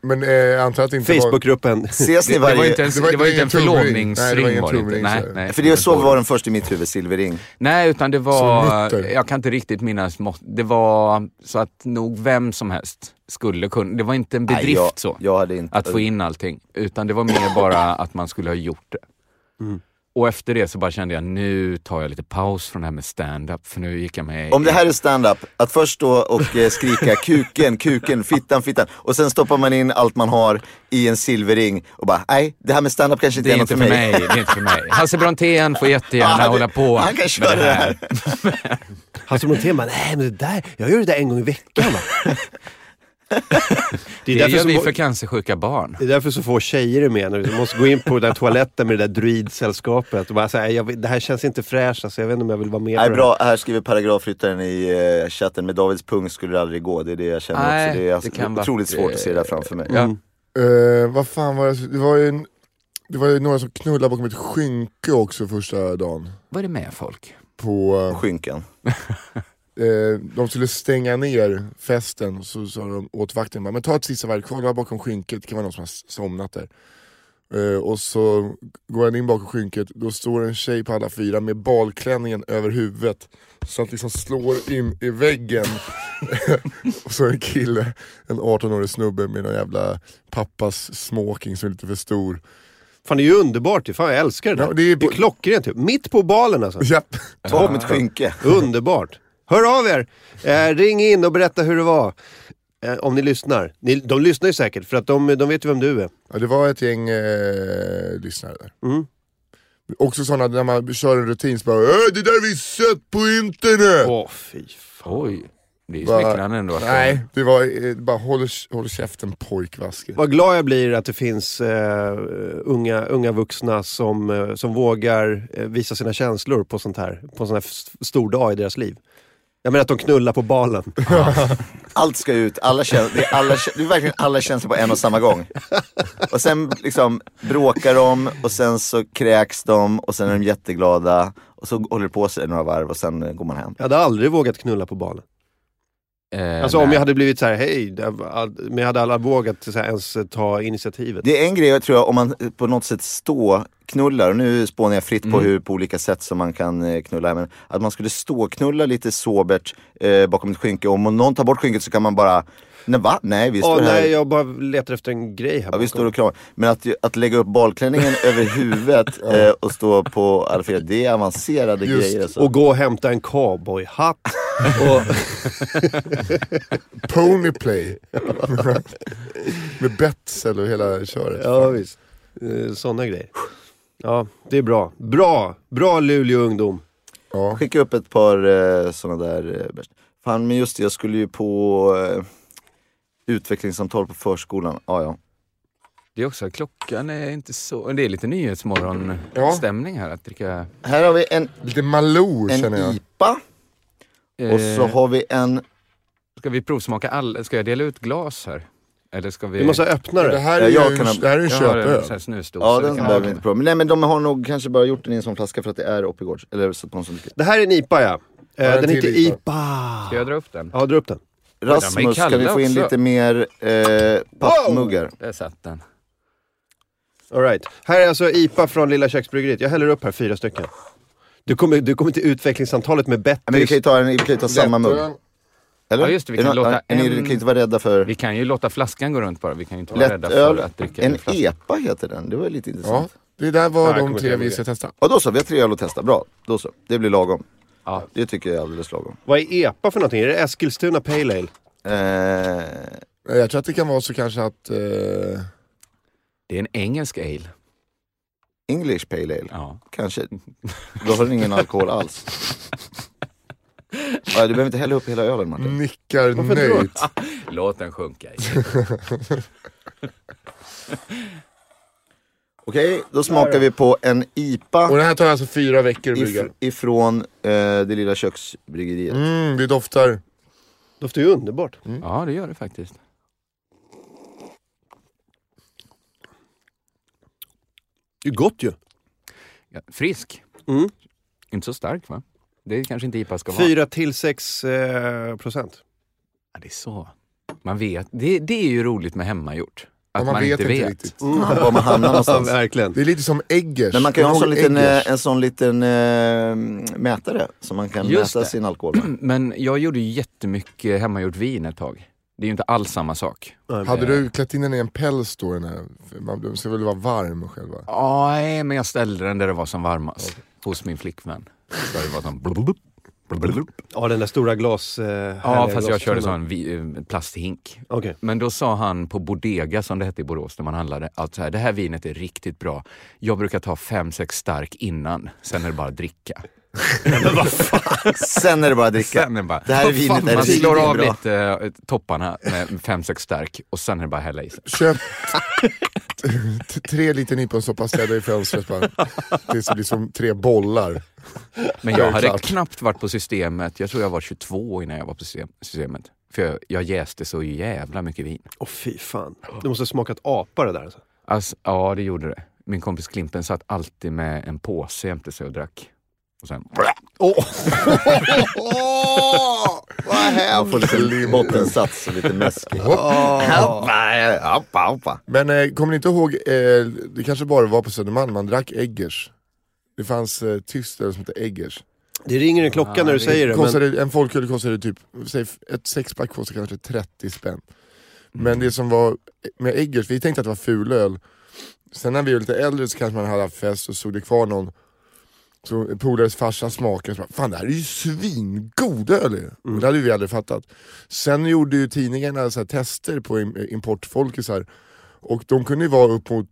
Speaker 4: Men eh, jag antar att det inte var...
Speaker 2: Facebookgruppen.
Speaker 3: Ses ni
Speaker 5: det, det var ju
Speaker 3: varje...
Speaker 5: inte ens,
Speaker 4: Det
Speaker 5: det
Speaker 4: var-
Speaker 5: var,
Speaker 4: det var
Speaker 5: ju inte en
Speaker 4: ingen tullring. Nej, det var
Speaker 5: förlovningsring.
Speaker 4: ingen
Speaker 5: var det inte.
Speaker 4: tullring,
Speaker 5: Nej,
Speaker 4: så-
Speaker 5: nej,
Speaker 3: För det så var den först i mitt huvud, silverring.
Speaker 5: Nej, utan det
Speaker 4: Som
Speaker 5: var...
Speaker 4: mutter.
Speaker 5: Jag kan inte riktigt minnas. må- Det var så att nog vem som helst skulle kunna... Det var inte en bedrift
Speaker 3: Nej, jag,
Speaker 5: så,
Speaker 3: Jag hade inte... [laughs] Mm.
Speaker 5: att få in allting. Utan det var mer bara att man skulle ha gjort det. Och efter det så bara kände jag, nu tar jag lite paus från det här med stand-up för nu gick jag med
Speaker 3: Om det
Speaker 5: i-
Speaker 3: här är stand-up, att först stå och eh,
Speaker 5: [laughs]
Speaker 3: skrika kuken, kuken, fittan, fittan och sen stoppar man in allt man har i en silverring och bara nej, det här med stand-up kanske inte
Speaker 5: Det är
Speaker 3: är något
Speaker 5: inte för mig. Det är inte för mig. Hasse Brontén får jättegärna
Speaker 3: Ja, han-
Speaker 5: hålla på
Speaker 3: han kan köra
Speaker 5: med det här.
Speaker 2: Hasse Brontén bara, nej men det där, jag gör det där en gång i veckan
Speaker 5: [laughs]
Speaker 2: va.
Speaker 5: Det,
Speaker 2: därför
Speaker 5: gör
Speaker 2: som-
Speaker 5: vi för cancersjuka barn.
Speaker 2: Det är därför så få tjejer är med nu. De måste gå in på den där toaletten med det där druidsällskapet och bara säga, jag vet- det här känns inte fräscht alltså, jag vet inte om jag vill vara med
Speaker 3: Nej
Speaker 2: på det här."
Speaker 3: bra, här skriver paragrafryttaren i eh, chatten, med Davids pung skulle det aldrig gå, det är det jag känner
Speaker 5: Nej,
Speaker 3: också. Det är
Speaker 5: det
Speaker 3: alltså,
Speaker 5: kan vara-
Speaker 3: otroligt svårt att se det där framför mig. Mm.
Speaker 5: Ja.
Speaker 4: Eh, vad fan var det, det var ju en, det var ju några som knullade bakom ett skynke också första dagen.
Speaker 5: Vad är det med folk?
Speaker 4: På,
Speaker 3: Skynken.
Speaker 4: eh, de skulle stänga ner festen, så sa de åt vakten, bara, men ta ett sista verk, kolla bakom skynket, det kan vara någon som har s- somnat där. Eh, och så går han in bakom skynket, då står en tjej på alla fyra med balklänningen över huvudet. Så att liksom slår in i väggen. [laughs] och så en kille, en 18-årig snubbe med någon jävla pappas smoking som är lite för stor.
Speaker 2: Fan det är ju underbart ju. fan jag älskar det där.
Speaker 4: Ja,
Speaker 2: det,
Speaker 4: det
Speaker 2: är
Speaker 4: är-
Speaker 2: klockrent ju. Mitt på balen alltså.
Speaker 4: Japp.
Speaker 3: Ta mitt skynke.
Speaker 2: Underbart. Hör av er! Eh, ring in och berätta hur det var. Eh, om ni lyssnar. Ni, de lyssnar ju säkert för att de, de vet ju vem du är.
Speaker 4: Ja, det var ett gäng eh, lyssnare där.
Speaker 2: Mm.
Speaker 4: Också sådana där man kör en rutin så bara "Äh, det där har vi sett på internet!
Speaker 2: Åh fy fan.
Speaker 5: Oj, det är ju
Speaker 4: Bara-
Speaker 5: smickrande ändå. att-
Speaker 4: Nej, det var eh, bara håll, håll käften pojkvasken.
Speaker 2: Vad glad jag blir att det finns eh, unga, unga vuxna som, eh, som vågar eh, visa sina känslor på sånt här. På en sån här f- stor dag i deras liv. Jag menar att de knullar på balen.
Speaker 3: Allt ska ut, alla känslor, det, är alla, kä- det är verkligen alla känslor på en och samma gång. Och sen liksom bråkar de och sen så kräks de och sen är de jätteglada och så håller det på sig några varv och sen eh, går man hem.
Speaker 2: Jag hade aldrig vågat knulla på balen.
Speaker 5: Eh,
Speaker 2: Alltså om
Speaker 5: nej.
Speaker 2: jag hade blivit så här, hej, det var- men jag hade aldrig vågat så här, ens eh, ta initiativet.
Speaker 3: Det är en grej jag tror jag, om man eh, på något sätt stå knullar och nu spånar jag fritt på
Speaker 2: Mm.
Speaker 3: hur på olika sätt som man kan eh, knulla. Men att man skulle stå knulla lite sobert eh, bakom ett skynke. Om någon tar bort skynket så kan man bara, nej va? Nej vi står
Speaker 2: Åh
Speaker 3: här.
Speaker 2: nej, jag bara letar efter en grej här
Speaker 3: Ja, vi
Speaker 2: bakom.
Speaker 3: står och kramar. Men att, ju- att lägga
Speaker 2: [laughs]
Speaker 3: upp balklänningen över huvudet eh, och stå på alla fyra, det är avancerade
Speaker 4: Just.
Speaker 3: grejer. alltså. Så.
Speaker 2: Och gå och hämta en cowboyhatt. och,
Speaker 4: Ponyplay. [laughs] Med betsel och hela köret.
Speaker 2: ja, visst. Eh, Sådana grejer. Ja, det är bra. Bra! Bra Luleå ungdom.
Speaker 4: Ja.
Speaker 3: Skicka upp ett par eh, sådana där eh, bärs. Fan, men just det, jag skulle ju på eh, utvecklingssamtal på förskolan. Ah, ja.
Speaker 5: Det är också att klockan är inte så... Det är lite
Speaker 4: Ja.
Speaker 5: nyhetsmorgonstämning här att dricka...
Speaker 3: Här har vi en,
Speaker 4: Lite Malou
Speaker 3: en
Speaker 4: känner jag.
Speaker 3: IPA
Speaker 5: Eh,
Speaker 3: och så har vi en...
Speaker 5: Ska vi provsmaka all... Ska jag dela ut glas här? Eller ska vi...
Speaker 2: Vi måste öppna
Speaker 4: Det
Speaker 2: det.
Speaker 4: här
Speaker 3: Ja,
Speaker 4: är ju
Speaker 3: jag
Speaker 4: en,
Speaker 3: kan ha-
Speaker 4: det här är en
Speaker 5: Jag har en
Speaker 4: köpöl.
Speaker 5: sån här snusdosa.
Speaker 3: Ja,
Speaker 5: vi
Speaker 3: den
Speaker 5: kan
Speaker 3: behöver
Speaker 5: ha.
Speaker 3: vi inte prova. Men Nej, men de har nog kanske bara gjort den i en sån flaska för att det är Oppigårds. Eller så på en sån liten-
Speaker 2: Det här är en IPA ja.
Speaker 4: Ja,
Speaker 2: Eh,
Speaker 4: en
Speaker 2: Den
Speaker 4: till
Speaker 2: heter
Speaker 4: IPA.
Speaker 2: IPA.
Speaker 5: Ska jag dra upp den?
Speaker 2: Ja, dra upp den.
Speaker 5: de är
Speaker 3: Rasmus,
Speaker 5: kalla
Speaker 3: kan vi få in
Speaker 5: också.
Speaker 3: lite mer eh, pappmuggar?
Speaker 5: Där satt den.
Speaker 2: All right. Här är alltså IPA från Lilla Köksbryggeriet. Jag häller upp här fyra stycken. Du kommer, du kommer till utvecklingssamtalet med
Speaker 3: Men vi
Speaker 2: Bettis.
Speaker 3: kan ju ta, en, vi kan ju ta samma mugg.
Speaker 4: Lättöl.
Speaker 3: Eller?
Speaker 5: Ja, just det, vi
Speaker 3: Är
Speaker 5: kan
Speaker 3: någon-
Speaker 5: låta
Speaker 3: är ni,
Speaker 5: en-
Speaker 3: ni kan inte vara rädda för
Speaker 5: Vi kan ju låta flaskan gå runt bara. Vi kan ju inte vara rädda för
Speaker 3: lättöl.
Speaker 5: att dricka
Speaker 3: En
Speaker 5: ur flaskan.
Speaker 3: EPA heter den, det var ju lite
Speaker 4: Ja,
Speaker 3: intressant. Ja.
Speaker 4: det där
Speaker 2: Ja,
Speaker 4: var
Speaker 2: jag
Speaker 4: de
Speaker 2: kommer
Speaker 4: tre
Speaker 2: inte
Speaker 4: vi
Speaker 2: ihåg
Speaker 4: ska testa.
Speaker 3: då så, vi har tre öl att testa. Bra, då så. Det blir lagom.
Speaker 5: Ja.
Speaker 3: Det tycker jag är alldeles lagom.
Speaker 2: Vad är EPA för någonting? Är det Eskilstuna Pale Ale?
Speaker 3: Eh,
Speaker 4: Eh, Jag tror att det kan vara så kanske att... Eh,
Speaker 5: Det är en engelsk ale.
Speaker 3: English Pale Ale,
Speaker 5: Ja.
Speaker 3: kanske. Då har den ingen alkohol
Speaker 4: [laughs]
Speaker 3: alls. Ja, du behöver inte hälla upp hela ölen
Speaker 4: Mm.
Speaker 3: Martin.
Speaker 4: nickar
Speaker 2: Varför då?
Speaker 4: nöjt.
Speaker 5: Låt den sjunka. i.
Speaker 3: Okej, då smakar vi på en
Speaker 4: Och
Speaker 3: IPA
Speaker 4: det här tar alltså fyra veckor att brygga.
Speaker 3: if, ifrån eh, det lilla köksbryggeriet.
Speaker 4: Mm, det doftar...
Speaker 2: Doftar ju underbart.
Speaker 5: Ja, det gör det faktiskt.
Speaker 2: Det är gott ju.
Speaker 5: Ja, frisk.
Speaker 2: Mm.
Speaker 5: Inte så stark va? Det är kanske inte IPA ska vara.
Speaker 2: 4 till 6 eh, procent.
Speaker 5: Ja, det är så. Man vet. Det, det är ju roligt med hemmagjort. Att
Speaker 4: Ja,
Speaker 5: man, inte vet. [clears throat]
Speaker 4: riktigt.
Speaker 3: Var man hamnar
Speaker 2: Ja,
Speaker 4: [laughs]
Speaker 3: någonstans.
Speaker 2: verkligen.
Speaker 4: Det är lite som Eggers.
Speaker 3: Men man kan ju ha en sån
Speaker 4: Kommer du ihåg
Speaker 3: liten,
Speaker 4: Eggers?
Speaker 3: eh, en sån liten eh, mätare som man kan
Speaker 5: Just
Speaker 3: mäta
Speaker 5: det.
Speaker 3: sin alkohol med.
Speaker 5: Men jag gjorde ju jättemycket hemmagjort vin ett tag. Det är ju inte alls samma sak.
Speaker 4: Hade du klätt in den i en päls då? Den här? För man- De ska väl vara varm själva?
Speaker 5: Nej, men jag ställde den där det var som varmast. Hos min flickvän. Där det var som blubblub, blubblub.
Speaker 2: Ja, den där stora glas... Eh, härliga
Speaker 5: Ja, fast jag körde
Speaker 2: glastunneln.
Speaker 5: sån vi- eh, plasthink.
Speaker 2: Okej.
Speaker 5: Men då sa han på Bodega, som det hette i Borås när man handlade, att så här, det här vinet är riktigt bra. Jag brukar ta fem, sex stark innan, sen är det bara att dricka.
Speaker 3: Sen är det bara att dricka.
Speaker 5: Sen är det bara,
Speaker 3: Det här är
Speaker 5: "Vad
Speaker 3: vinet,
Speaker 5: fan,
Speaker 3: är det
Speaker 5: Man slår av
Speaker 3: riktigt
Speaker 5: lite eh, topparna med fem, sex stark och sen är det bara att hälla i sig.
Speaker 4: Köp [laughs] t- tre liter nyponsoppa, städa i fönstret bara. Tills det blir som tre bollar.
Speaker 5: Men
Speaker 4: Det
Speaker 5: jag
Speaker 4: är
Speaker 5: hade
Speaker 4: klart.
Speaker 5: knappt varit på systemet. Jag tror jag var 22 innan jag var på system, systemet. För jag, jag jäste så jävla mycket vin.
Speaker 2: Åh fy fan. Du måste ha smakat apa det där alltså.
Speaker 5: Alltså, ja, det gjorde det. Min kompis Klimpen satt alltid med en påse jämte sig och drack. Och sen...
Speaker 3: Åh, vad
Speaker 4: Man får
Speaker 3: hemskt!
Speaker 4: lite lim.
Speaker 3: Bottensats och lite mäsk. Hoppa, hoppa, hoppa.
Speaker 4: Men eh, kommer ni inte ihåg, eh, det kanske bara var på Södermalm, man drack Eggers. Det fanns eh, tyst öl som hette Eggers.
Speaker 2: Det ringer en klocka
Speaker 5: Ja,
Speaker 2: när du
Speaker 5: det
Speaker 2: säger det. Men,
Speaker 4: Kostade, en folköl kostade typ, säg f- ett sexpack kostade kanske 30 spänn. Men det som var med Eggers, vi tänkte att det var fulöl. Sen när vi var lite äldre så kanske man hade haft fest och såg det kvar någon. Så polares farsa smakade och så bara, fan det här är ju svingod öl ju."
Speaker 2: Mm.
Speaker 4: Och Det hade vi aldrig fattat. Sen gjorde ju tidningarna så här, tester på im- importfolkisar. Och de kunde ju vara upp mot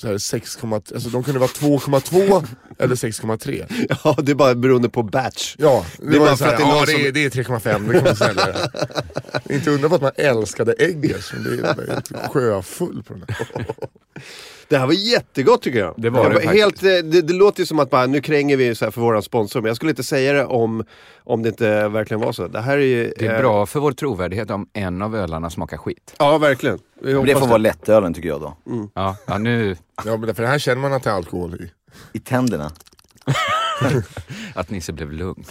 Speaker 4: så här 6, alltså de kunde vara 2,2 eller 6,3.
Speaker 2: [laughs] ja, det är bara beroende på batch.
Speaker 4: Ja, det,
Speaker 2: är
Speaker 4: var
Speaker 2: bara
Speaker 4: ju
Speaker 2: för
Speaker 4: så här,
Speaker 2: att det är någon
Speaker 4: ja, det,
Speaker 2: som-
Speaker 4: är, det är 3,5, det kan man sälja.
Speaker 2: [laughs]
Speaker 4: Det är inte undra på att man älskade Eggers, men det är man är helt sjöfull på den här.
Speaker 2: Det här var jättegott tycker jag.
Speaker 5: Det var
Speaker 2: jag
Speaker 5: det
Speaker 2: bara
Speaker 5: faktiskt.
Speaker 2: helt, eh, det, det låter ju som att bara, nu kränger vi så här för våran sponsor, men jag skulle inte säga det om, om det inte verkligen var så. Det här är ju...
Speaker 5: Det är
Speaker 2: eh,
Speaker 5: bra för vår trovärdighet om en av ölarna smakar skit.
Speaker 2: Ja, verkligen. Vi
Speaker 3: Men det
Speaker 2: hoppas
Speaker 3: får vara lättölen tycker jag då.
Speaker 5: Ja, ja nu
Speaker 4: Ja, men för det här känner man att det är alkohol i.
Speaker 3: I tänderna.
Speaker 5: att Nisse blev lugn.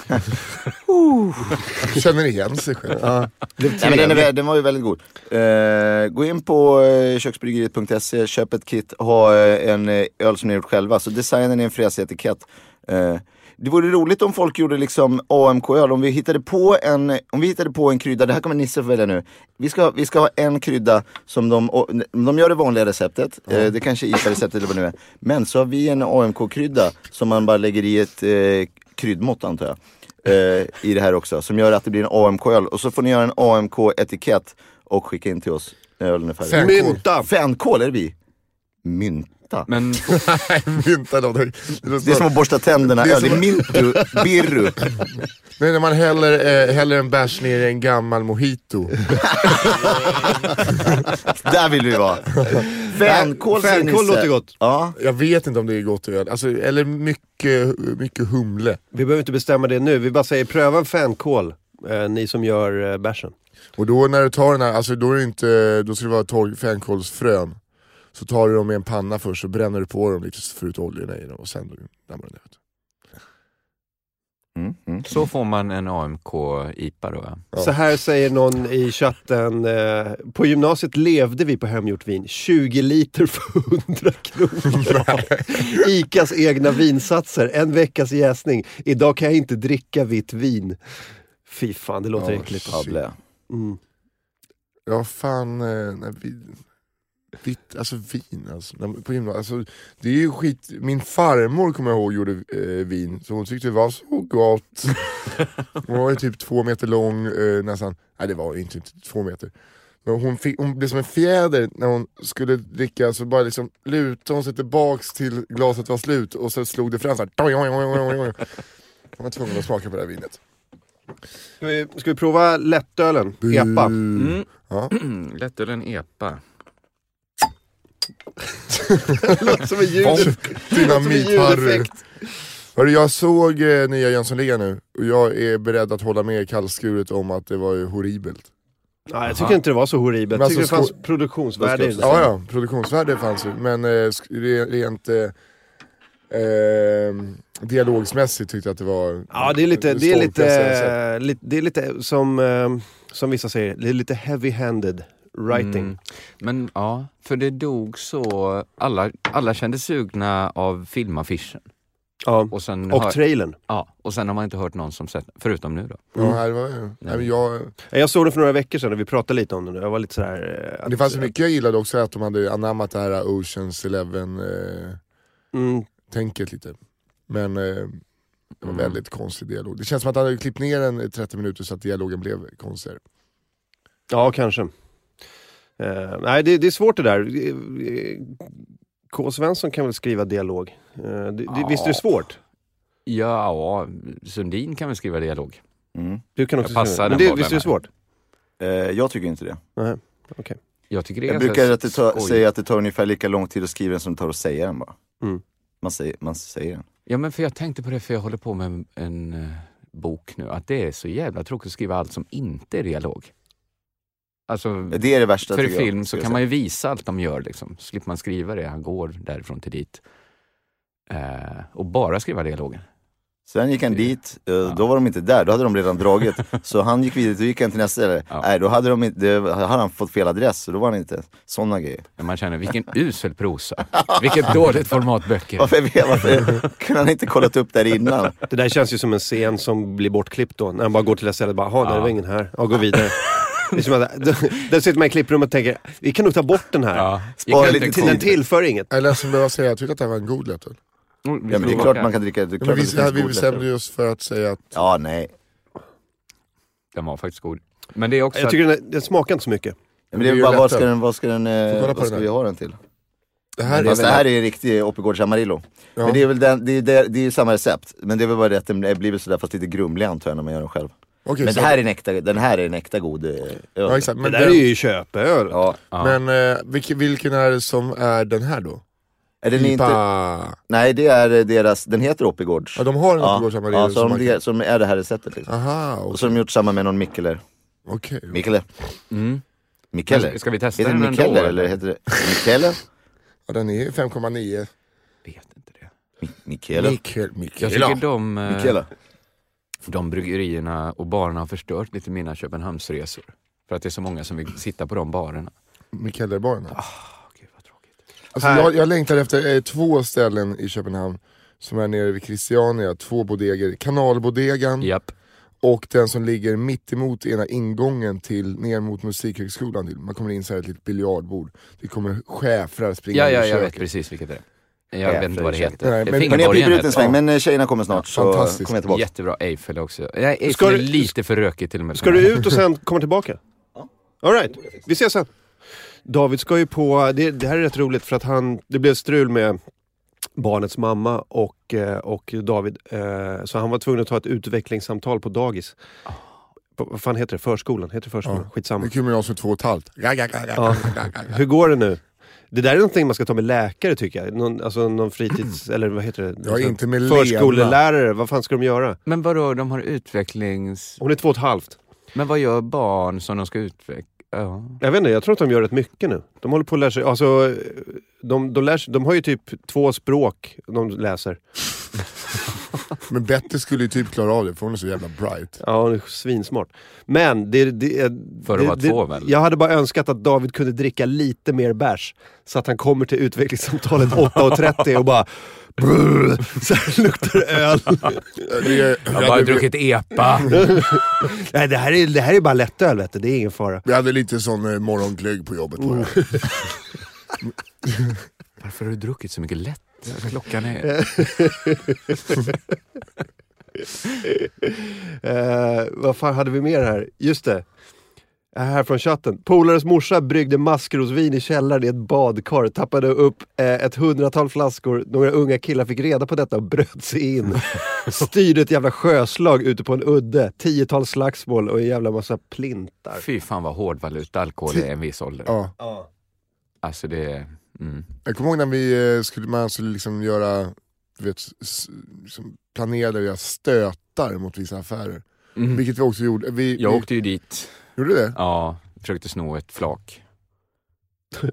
Speaker 4: Känner igen sig själv.
Speaker 3: Nej, men den, är, vä- den var ju väldigt god. Eh, gå in på eh, köksbryggeriet.se, köp ett kit, ha eh, en eh, öl som ni har gjort själva. Så designen är en fräsig etikett. Eh, det vore roligt om folk gjorde liksom AMK-öl, om vi hittade på en, om vi hittade på en krydda, det här kommer Nisse få välja nu. Vi ska, vi ska ha en krydda som de, och, de gör det vanliga receptet, eh, det kanske är IPA-receptet eller vad det nu är. Men så har vi en AMK-krydda som man bara lägger i ett eh, kryddmått antar jag eh, i det här också. Som gör att det blir en AMK-öl. Och så får ni göra en AMK-etikett och skicka in till oss när ölen är
Speaker 4: Fem.
Speaker 3: färdig.
Speaker 2: Mynta!
Speaker 3: Fänkål är det vi? Mynta?
Speaker 5: Men
Speaker 4: Mynta då. Det
Speaker 3: Det är som att borsta tänderna,
Speaker 4: Det är
Speaker 3: öl. Det
Speaker 4: som
Speaker 3: är mintu, birru.
Speaker 4: Nej, när man häller, eh, häller en bärs ner i en gammal mojito.
Speaker 3: Där vill vi vara. Fänkål säger
Speaker 2: Fänkål
Speaker 3: Nisse.
Speaker 2: låter gott.
Speaker 3: Ja.
Speaker 4: Jag vet inte om det är gott öl, alltså, eller mycket, mycket humle.
Speaker 2: Vi behöver inte bestämma det nu, vi bara säger pröva en fänkål, eh, ni som gör eh, bärsen.
Speaker 4: Och då när du tar den här, alltså, då, är det inte, då ska det vara torr fänkålsfrön. Så tar du dem i en panna först och bränner du på dem lite så får du ut oljorna i dem och sen dammar den ut.
Speaker 3: Mm, mm.
Speaker 5: så får man en AMK-IPA då ja.
Speaker 4: Ja.
Speaker 2: Så här säger någon i chatten, eh, på gymnasiet levde vi på hemgjort vin, 20 liter för 100
Speaker 4: [laughs]
Speaker 2: kronor. Icas egna vinsatser, en veckas jäsning. Idag kan jag inte dricka vitt vin. Fy fan, det låter
Speaker 4: Ja,
Speaker 2: äckligt.
Speaker 4: shit.
Speaker 3: Pavle.
Speaker 2: Mm.
Speaker 4: Ja fan, eh, när vi, vitt, alltså vin alltså, när, på gymnasiet, alltså, det är ju skit, min farmor kommer jag ihåg gjorde eh, vin, så hon tyckte det var så [laughs] gott. Hon var ju typ två meter lång eh, nästan, nej det var ju inte, inte två meter. Men hon, fick, hon blev som en fjäder när hon skulle dricka, så bara liksom lutade hon sig tillbaks till glaset var slut och så slog det fram [laughs] såhär. Hon var tvungen att smaka på det här vinet.
Speaker 2: Ska, vi, ska vi prova lättölen? Epa. [laughs]
Speaker 5: Mm. [clears throat] E
Speaker 4: Ja.
Speaker 5: Lättölen EPA.
Speaker 2: Det låter som en ljud.
Speaker 4: Dynamit-Harry.
Speaker 2: ljudeffekt.
Speaker 4: Hörru, jag såg eh, nya Jönssonligan nu och jag är beredd att hålla med kallskuret om att det var ju horribelt.
Speaker 2: Nej, jag tycker inte det var så horribelt.
Speaker 4: Men
Speaker 2: Jag tycker det
Speaker 4: alltså,
Speaker 2: fanns
Speaker 4: sko-
Speaker 2: produktionsvärde i det.
Speaker 4: Ja, ja, produktionsvärde fanns ju, men eh, sk- re- rent eh, ehm, dialogsmässigt tyckte jag att det var...
Speaker 2: Ja, det är lite, det är lite,
Speaker 4: stolpigast jag har sett.
Speaker 2: eh, lite, det är lite som, eh, som vissa säger, det är lite heavy-handed writing.
Speaker 5: Mm. Men ja, för det dog så... Alla, alla kände sugna av filmaffischen.
Speaker 2: Ja.
Speaker 5: Och sen,
Speaker 2: Och
Speaker 5: har,
Speaker 2: trailern.
Speaker 5: ja, och sen har man inte hört någon som sett förutom nu då.
Speaker 2: Mm.
Speaker 4: Ja, här var ju... Nej, men jag,
Speaker 2: Ja, Jag såg den för några veckor sedan och vi pratade lite om den. Jag var lite sådär... eh, att-
Speaker 4: det fanns ju mycket jag gillade också, att de hade anammat det här Oceans Eleven-tänket
Speaker 2: Mm,
Speaker 4: lite. Men eh, det var
Speaker 5: Mm.
Speaker 4: väldigt konstig dialog. Det känns som att han hade klippt ner den i 30 minuter så att dialogen blev konstigare.
Speaker 2: Ja, kanske. Eh, nej, det, det är svårt det där. Eh, K. Svensson kan väl skriva dialog? Eh, det, det,
Speaker 5: Ja.
Speaker 2: visst är det svårt?
Speaker 5: Mm. Ja, ja, Sundin kan väl skriva dialog.
Speaker 3: Mm.
Speaker 2: Du kan också
Speaker 5: Jag passar
Speaker 2: skriva. Men
Speaker 5: den
Speaker 2: det,
Speaker 5: bollen
Speaker 2: visst är det
Speaker 5: här.
Speaker 2: svårt?
Speaker 3: Eh, jag tycker inte det.
Speaker 2: Nej.
Speaker 5: Jag tycker det är
Speaker 3: Jag
Speaker 5: ganska
Speaker 3: brukar att det tar,
Speaker 5: skoj.
Speaker 3: säga att det tar ungefär lika lång tid att skriva den som det tar att säga den bara.
Speaker 2: Mm.
Speaker 3: Man, säger, man säger den.
Speaker 5: Ja, men för jag tänkte på det, för jag håller på med en, en eh, bok nu, att det är så jävla tråkigt att skriva allt som inte är dialog. Alltså,
Speaker 3: Det är det värsta
Speaker 5: för i
Speaker 3: tycker jag,
Speaker 5: film så
Speaker 3: skulle jag
Speaker 5: kan
Speaker 3: säga.
Speaker 5: man ju visa allt de gör, liksom. så slipper man skriva det, han går därifrån till dit. Eh, och bara skriva dialogen.
Speaker 3: Sen gick han dit, eh, då var de inte där, då hade de redan dragit.
Speaker 5: [laughs]
Speaker 3: så han gick vidare, då gick han till nästa ställe.
Speaker 5: Ja.
Speaker 3: Nej, då hade, de inte, det- hade han fått fel adress, så då var han inte. Sådana grejer.
Speaker 5: Men man
Speaker 3: [laughs]
Speaker 5: känner, vilken usel prosa. Vilket dåligt format böcker.
Speaker 3: Varför, vet- varför kunde han inte kollat upp
Speaker 5: [laughs]
Speaker 3: där innan?
Speaker 2: Det där känns ju som en scen som blir bortklippt då. När man bara går till det stället och bara, jaha, där
Speaker 5: Ja.
Speaker 2: var ingen här. Ja, gå vidare. Det är som att, [laughs] då, där sitter man i klipprummet och tänker, vi kan nog ta bort den här.
Speaker 5: Ja,
Speaker 3: Spara
Speaker 5: vi kan-
Speaker 3: lite
Speaker 5: vi
Speaker 2: Till,
Speaker 5: kan-
Speaker 2: den tillför inget.
Speaker 4: Jag är ledsen att behöva säga, jag tyckte att det här var en god lättöl.
Speaker 5: Mm, vi
Speaker 3: Ja, men det är
Speaker 5: provar.
Speaker 3: klart man kan dricka, det är
Speaker 4: Ja,
Speaker 3: klart
Speaker 4: Men
Speaker 3: att det
Speaker 4: vi, här,
Speaker 3: finns
Speaker 4: vi
Speaker 3: god lättöl.
Speaker 4: bestämde oss för att säga att
Speaker 3: Ja, nej.
Speaker 5: Den var faktiskt god. Men det är också
Speaker 2: Jag tycker den, den smakar inte så mycket.
Speaker 3: Men det är
Speaker 4: Det är
Speaker 3: bara,
Speaker 4: ju
Speaker 3: vad ska
Speaker 4: lättöl.
Speaker 3: den, vad ska den, eh,
Speaker 4: Får kolla på
Speaker 3: vad
Speaker 4: den
Speaker 3: ska
Speaker 4: här.
Speaker 3: vi ha den till?
Speaker 4: det här
Speaker 3: Fast det
Speaker 4: är...
Speaker 3: här är en riktig Oppigårds Amarillo. Men det är väl den, det är, det, är, det är ju samma recept. Men det är väl bara det att den blir väl sådär fast lite grumlig antar jag när man gör den själv.
Speaker 4: Okej,
Speaker 3: Men
Speaker 4: så-
Speaker 3: det här är en äkta, den här är en äkta god eh, öl.
Speaker 4: Ja, exakt, men
Speaker 2: det där
Speaker 4: den-
Speaker 2: är ju köpöl.
Speaker 3: Ja.
Speaker 4: Men eh, vilken, vilken är det som är den här då?
Speaker 3: Är den
Speaker 4: IPA?
Speaker 3: inte, nej det är eh, deras, den heter Oppigårds.
Speaker 4: Ja, de har en
Speaker 3: Ja,
Speaker 4: Oppigårds Amarillo
Speaker 3: ja, så
Speaker 4: som man
Speaker 3: de,
Speaker 4: kan-
Speaker 3: det- som är det här receptet liksom.
Speaker 4: Aha,
Speaker 3: Och
Speaker 4: o-
Speaker 3: som gjort samma med någon Mikkeler.
Speaker 4: okej.
Speaker 3: Mikkeler?
Speaker 5: Mm.
Speaker 3: Mikkeler?
Speaker 5: Ska vi testa
Speaker 3: Heter
Speaker 5: den
Speaker 3: det
Speaker 5: ändå?
Speaker 3: Mikkeller eller heter det Mikkeller?
Speaker 4: Ja, den är 5,9.
Speaker 5: vet inte det.
Speaker 3: Mikkeller?
Speaker 4: Mikkel, Mikkel.
Speaker 5: Jag tycker de, eh,
Speaker 3: Mikkeller?
Speaker 5: de bryggerierna och barerna har förstört lite mina Köpenhamnsresor. För att det är så många som vill sitta på de barerna.
Speaker 4: Mikkellerbarn.
Speaker 3: Ah,
Speaker 5: Åh, Gud, vad tråkigt.
Speaker 4: Alltså,
Speaker 2: Här.
Speaker 4: jag, jag längtar efter eh, två ställen i Köpenhamn som är nere vid Christiania, två bodeger. Kanalbodegan
Speaker 3: Mm.
Speaker 5: Japp.
Speaker 4: och den som ligger mitt emot ena ingången till ner mot Musikhögskolan. till. Man kommer in så här ett litet biljardbord. Det kommer schäfrar
Speaker 5: Ja,
Speaker 4: springande i
Speaker 5: ja, jag
Speaker 4: köket.
Speaker 5: vet precis vilket det är. Jag
Speaker 3: Ja,
Speaker 5: vet inte vad det
Speaker 3: försök.
Speaker 5: heter.
Speaker 4: Nej,
Speaker 5: Det är
Speaker 4: men-
Speaker 3: Hörni jag
Speaker 5: Fingerborgen
Speaker 3: piper ut en
Speaker 5: heter
Speaker 3: sväng men eh, tjejerna kommer snart så
Speaker 4: fantastiskt.
Speaker 3: kom jag
Speaker 5: det.
Speaker 3: tillbaka.
Speaker 5: Jättebra. Eiffel också. Nej, Eiffel
Speaker 2: Ska
Speaker 5: är
Speaker 2: du-
Speaker 5: lite för rökig till och med.
Speaker 2: Ska du ut och sen komma tillbaka? All right. vi ses sen. David ska ju på, det, det här är rätt roligt för att han, det blev strul med barnets mamma och, eh, och David. Eh, Så han var tvungen att ta ett utvecklingssamtal på dagis. På, vad fan heter det? Förskolan? Heter det förskolan?
Speaker 4: Ja. Det
Speaker 2: Skitsamma.
Speaker 4: är kul med jag som är två och ett halvt. Ja, ja, ja, ja, ja, ja.
Speaker 2: Hur går det nu? Det där är någonting man ska ta med läkare tycker jag. Någon, alltså någon fritids... Eller vad heter det?
Speaker 4: Ja, inte med Lena.
Speaker 2: Förskolelärare. Vad fan ska de göra?
Speaker 5: Men vadå, de har utvecklings...
Speaker 2: Hon är två och ett halvt.
Speaker 5: Men vad gör barn som de ska utveckla? Ja.
Speaker 2: Jag vet inte, jag tror att de gör rätt mycket nu. De håller på att lära sig, alltså, de, de, lär sig, de har ju typ två språk de läser.
Speaker 4: Men Betty skulle ju typ klara av det för hon är så jävla bright.
Speaker 2: Ja, hon är svinsmart. Men det... det är-
Speaker 5: För att
Speaker 2: det,
Speaker 5: vara
Speaker 2: det,
Speaker 5: två, väl?
Speaker 2: Jag hade bara önskat att David kunde dricka lite mer bärs. Så att han kommer till utvecklingssamtalet
Speaker 5: [laughs]
Speaker 2: 8.30 och bara... Brr, så här luktar det öl.
Speaker 4: Det är-
Speaker 5: Jag har bara druckit EPA.
Speaker 2: Nej, det här är, det här är bara lättöl vet du. Det är ingen fara.
Speaker 4: Vi hade lite sån eh, morgonglögg på jobbet bara.
Speaker 5: Varför har du druckit så mycket lätt? Klockan är...
Speaker 2: [laughs] Eh, vad fan hade vi mer här? Just det. Eh, Här från chatten. Polares morsa bryggde maskrosvin i källaren i ett badkar, tappade upp eh, ett hundratal flaskor. Några unga killar fick reda på detta och bröt sig in. Styrde ett jävla sjöslag ute på en udde, tiotal slagsmål och en jävla massa plintar.
Speaker 5: [laughs] Fy fan vad hårdvaluta alkohol är i en viss ålder.
Speaker 4: Ja.
Speaker 5: Alltså det är... Mm.
Speaker 4: Jag kommer ihåg när vi eh, skulle, man skulle liksom göra, du vet, s- liksom planerade att göra stötar mot vissa affärer. Vilket vi också gjorde. Vi,
Speaker 5: Mhm. Jag
Speaker 4: vi,
Speaker 5: åkte ju dit,
Speaker 4: Gjorde du det?
Speaker 5: ja, försökte sno ett flak.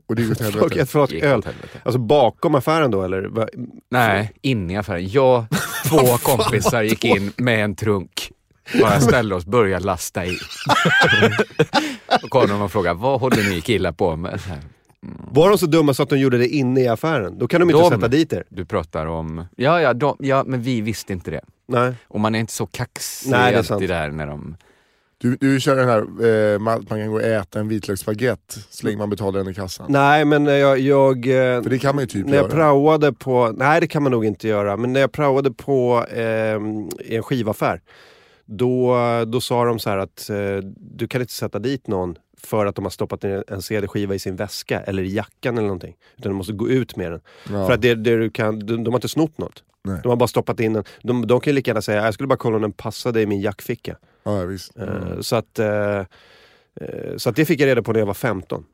Speaker 4: Och
Speaker 5: [laughs]
Speaker 4: det gick åt
Speaker 2: Fuck,
Speaker 4: helvete.
Speaker 2: ett fat
Speaker 5: Gick
Speaker 2: öl.
Speaker 5: åt helvete.
Speaker 2: Alltså bakom affären då eller? Va-
Speaker 5: Nej, inne i
Speaker 2: [laughs]
Speaker 5: affären. Jag, två kompisar gick in med en trunk. Bara ställde oss, började
Speaker 2: [laughs]
Speaker 5: lasta i. Då kom de och frågade, vad håller ni killar på med? Så här,
Speaker 2: Var de så dumma så att de gjorde det inne i affären? Då kan de inte
Speaker 5: De?
Speaker 2: sätta dit er.
Speaker 5: Du pratar om... Ja, ja, de, ja, men vi visste inte det.
Speaker 2: Nej.
Speaker 5: Och man är inte så kaxig
Speaker 2: Nej, det är sant.
Speaker 5: alltid där när de...
Speaker 4: Du, du kör den här, eh, man man kan gå och äta en vitlöksspagetti så länge man betalar den i kassan.
Speaker 2: Nej, men eh, jag... jag eh,
Speaker 4: För det kan man ju typ
Speaker 2: när jag
Speaker 4: göra.
Speaker 2: praoade på, nej det kan man nog inte göra, men när jag praoade på ehm, i en skivaffär. Då, då sa de så här att eh, du kan inte sätta dit någon för att de har stoppat ner en CD-skiva i sin väska eller i jackan eller någonting. Utan du måste gå ut med den.
Speaker 4: Ja.
Speaker 2: För att det, det du kan, de, de har inte snott något.
Speaker 4: Nej.
Speaker 2: De har bara stoppat in den. De, de kan ju lika gärna säga, jag skulle bara kolla om den passade i min jackficka.
Speaker 4: Ja, ja, visst.
Speaker 2: Eh, Så, att, eh, eh, så att det fick jag reda på när jag var 15.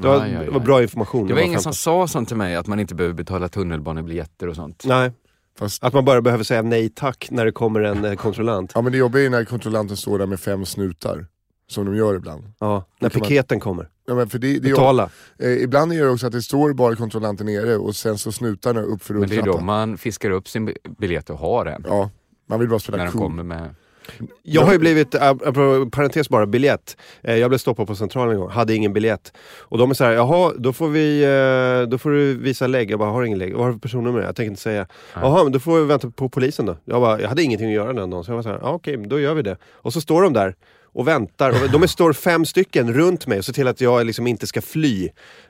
Speaker 2: Det var,
Speaker 5: Ja, ja, ja.
Speaker 2: Det var bra information.
Speaker 5: Det
Speaker 2: när
Speaker 5: var
Speaker 2: jag
Speaker 5: ingen
Speaker 2: 15.
Speaker 5: som sa sånt till mig, att man inte behöver betala tunnelbanebiljetter och sånt.
Speaker 2: Nej,
Speaker 4: Fast,
Speaker 2: att man bara behöver säga nej tack när det kommer en eh, kontrollant.
Speaker 4: ja, men det jobbiga är när kontrollanten står där med fem snutar. Som de gör ibland.
Speaker 2: Ja, när
Speaker 4: kan man-
Speaker 2: piketen kommer.
Speaker 4: Ja, men för det, det är,
Speaker 2: Betala.
Speaker 4: eh, ibland är det också att det står bara kontrollanten nere och sen så snutarna upp för
Speaker 5: Men det är ju då
Speaker 4: rulltrappan.
Speaker 5: man fiskar upp sin bi- biljett och har den.
Speaker 4: Ja, man vill bara
Speaker 5: När
Speaker 4: spela
Speaker 5: de
Speaker 4: cool.
Speaker 5: kommer med...
Speaker 2: Jag har ju blivit, äh, apropå- parentes bara, biljett. Eh, Jag blev stoppad på centralen en gång, hade ingen biljett. Och de är så här, jaha, då får, vi, eh, då får du visa lägg. Jag bara, har ingen lägg. Vad har du för personnummer? Jag tänker inte säga. Jaha, men då får vi vänta på polisen då. Jag bara, jag hade ingenting att göra den dagen. Så jag var så här, ja okej, men då gör vi det. Och så står de där och väntar. Och de är, står fem stycken runt mig och ser till att jag liksom inte ska fly.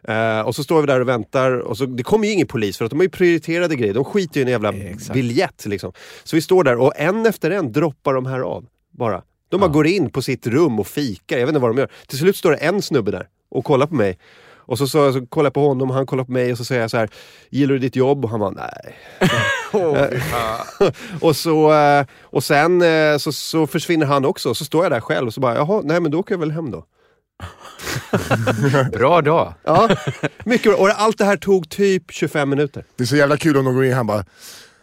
Speaker 2: Eh, och så står vi där och väntar. Och så, det kommer ju ingen polis för att de har ju prioriterade grejer. De skiter ju i en jävla biljett. Liksom. Så vi står där och en efter en droppar de här av. Bara. De bara går in på sitt rum och fikar. Jag vet inte vad de gör. Till slut står det en snubbe där och kollar på mig. Och så, så, så kollar jag på honom och han kollar på mig och så säger jag så här, gillar du ditt jobb? Och han bara, nej. och, så, eh, och sen eh, så, så försvinner han också. Så står jag där själv och så bara, jaha, nej men då åker jag väl hem då.
Speaker 5: Bra dag!
Speaker 2: Ja, [laughs] mycket bra. Och allt det här tog typ 25 minuter.
Speaker 4: Det är så jävla kul om de går in han bara,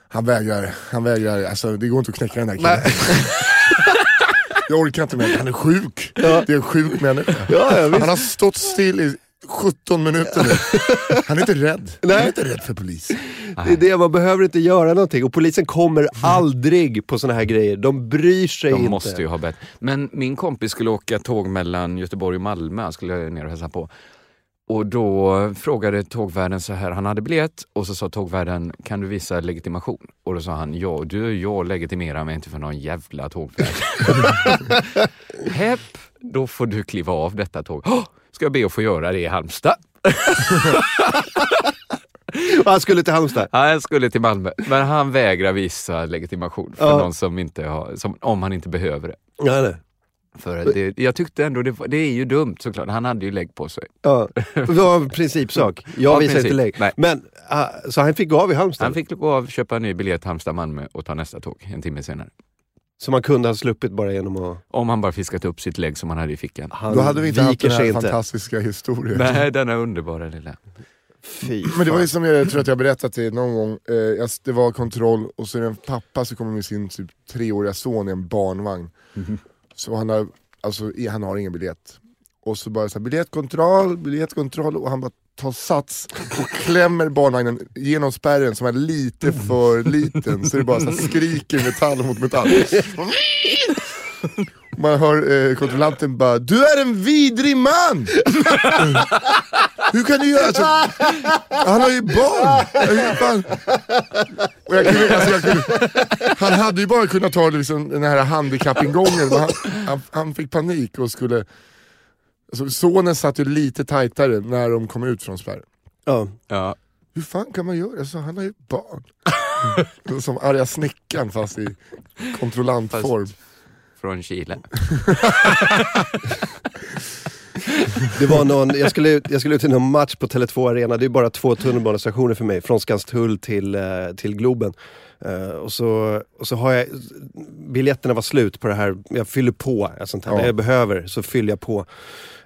Speaker 4: han vägrar, han vägrar, alltså det går inte att knäcka den här killen. [laughs] Jag orkar inte mer, han är sjuk. Det är en sjuk människa.
Speaker 2: Ja, ja, visst.
Speaker 4: han har stått still i 17
Speaker 2: [laughs]
Speaker 4: minuter nu. Han är inte rädd. Han är inte rädd för polisen.
Speaker 2: Det är det, man behöver inte göra någonting. Och polisen kommer aldrig på såna här grejer. De bryr sig
Speaker 5: De
Speaker 2: inte.
Speaker 5: måste ju ha bett. Men min kompis skulle åka tåg mellan Göteborg och Malmö, Han skulle ner och hälsa på. Och då frågade tågvärden så här, han hade biljett och så sa tågvärden, kan du visa legitimation? Och då sa han, ja och du, jag legitimerar mig inte för någon jävla tågvärd. [laughs] Hepp, då får du kliva av detta tåg. "Åh, Ska jag be att få göra det i Halmstad?
Speaker 2: Han skulle till Halmstad.
Speaker 5: Han skulle till Malmö, men han vägrar visa legitimation för
Speaker 2: Ja.
Speaker 5: någon som inte har, som, om han inte behöver det.
Speaker 2: Ja, nej.
Speaker 5: För att det, jag tyckte ändå, det, var- det är ju dumt såklart, han hade ju lägg på sig.
Speaker 2: Ja, det var en [laughs] principsak. Jag
Speaker 5: Ja,
Speaker 2: visar
Speaker 5: princip.
Speaker 2: inte lägg.
Speaker 5: Nej.
Speaker 2: Men, ah, så han fick gå av i Halmstad?
Speaker 5: Han fick gå av, köpa en ny biljett Halmstad-Malmö och ta nästa tåg en timme senare.
Speaker 2: Som han kunde ha sluppit bara genom att...
Speaker 5: Om han bara fiskat upp sitt lägg som han hade i fickan.
Speaker 2: Han
Speaker 4: Då hade vi inte haft
Speaker 2: viker
Speaker 4: den här
Speaker 2: sig inte.
Speaker 4: fantastiska historien.
Speaker 5: Nej, denna underbara lilla.
Speaker 2: Fy
Speaker 4: Men det var
Speaker 2: fan.
Speaker 4: ju som jag tror att jag har berättat det någon gång, eh, jag- det var kontroll och så är det en pappa som kommer med sin typ treåriga son i en barnvagn. Så han har, alltså, i- han har ingen biljett. Och så bara så här, biljettkontroll, biljettkontroll och han bara tar sats och klämmer barnvagnen genom spärren som är lite för liten så det bara så här, skriker metall mot metall. Man hör eh, kontrollanten bara Du är en vidrig man! Hur kan du göra så? Han har ju barn! Hur fan? Och jag kunde, alltså jag kunde, han hade ju bara kunnat ta liksom, den här handikappingången, men han, han, han fick panik och skulle... Alltså, sonen satt ju lite tajtare när de kom ut från spärren.
Speaker 2: Ja.
Speaker 5: Ja.
Speaker 4: Hur fan kan man göra? Alltså, han har ju barn. Mm. Som arga snickaren fast i kontrollantform.
Speaker 5: Från Chile.
Speaker 2: Det var någon, jag, skulle, ut- jag skulle ut till någon match på Tele2 Arena. Det är bara två tunnelbanestationer för mig. Från Skanstull till, eh, till Globen. Eh, och, så, och så har jag... Biljetterna var slut på det här. Jag fyller på ett sånt här.
Speaker 4: Ja.
Speaker 2: När jag behöver så fyller jag på.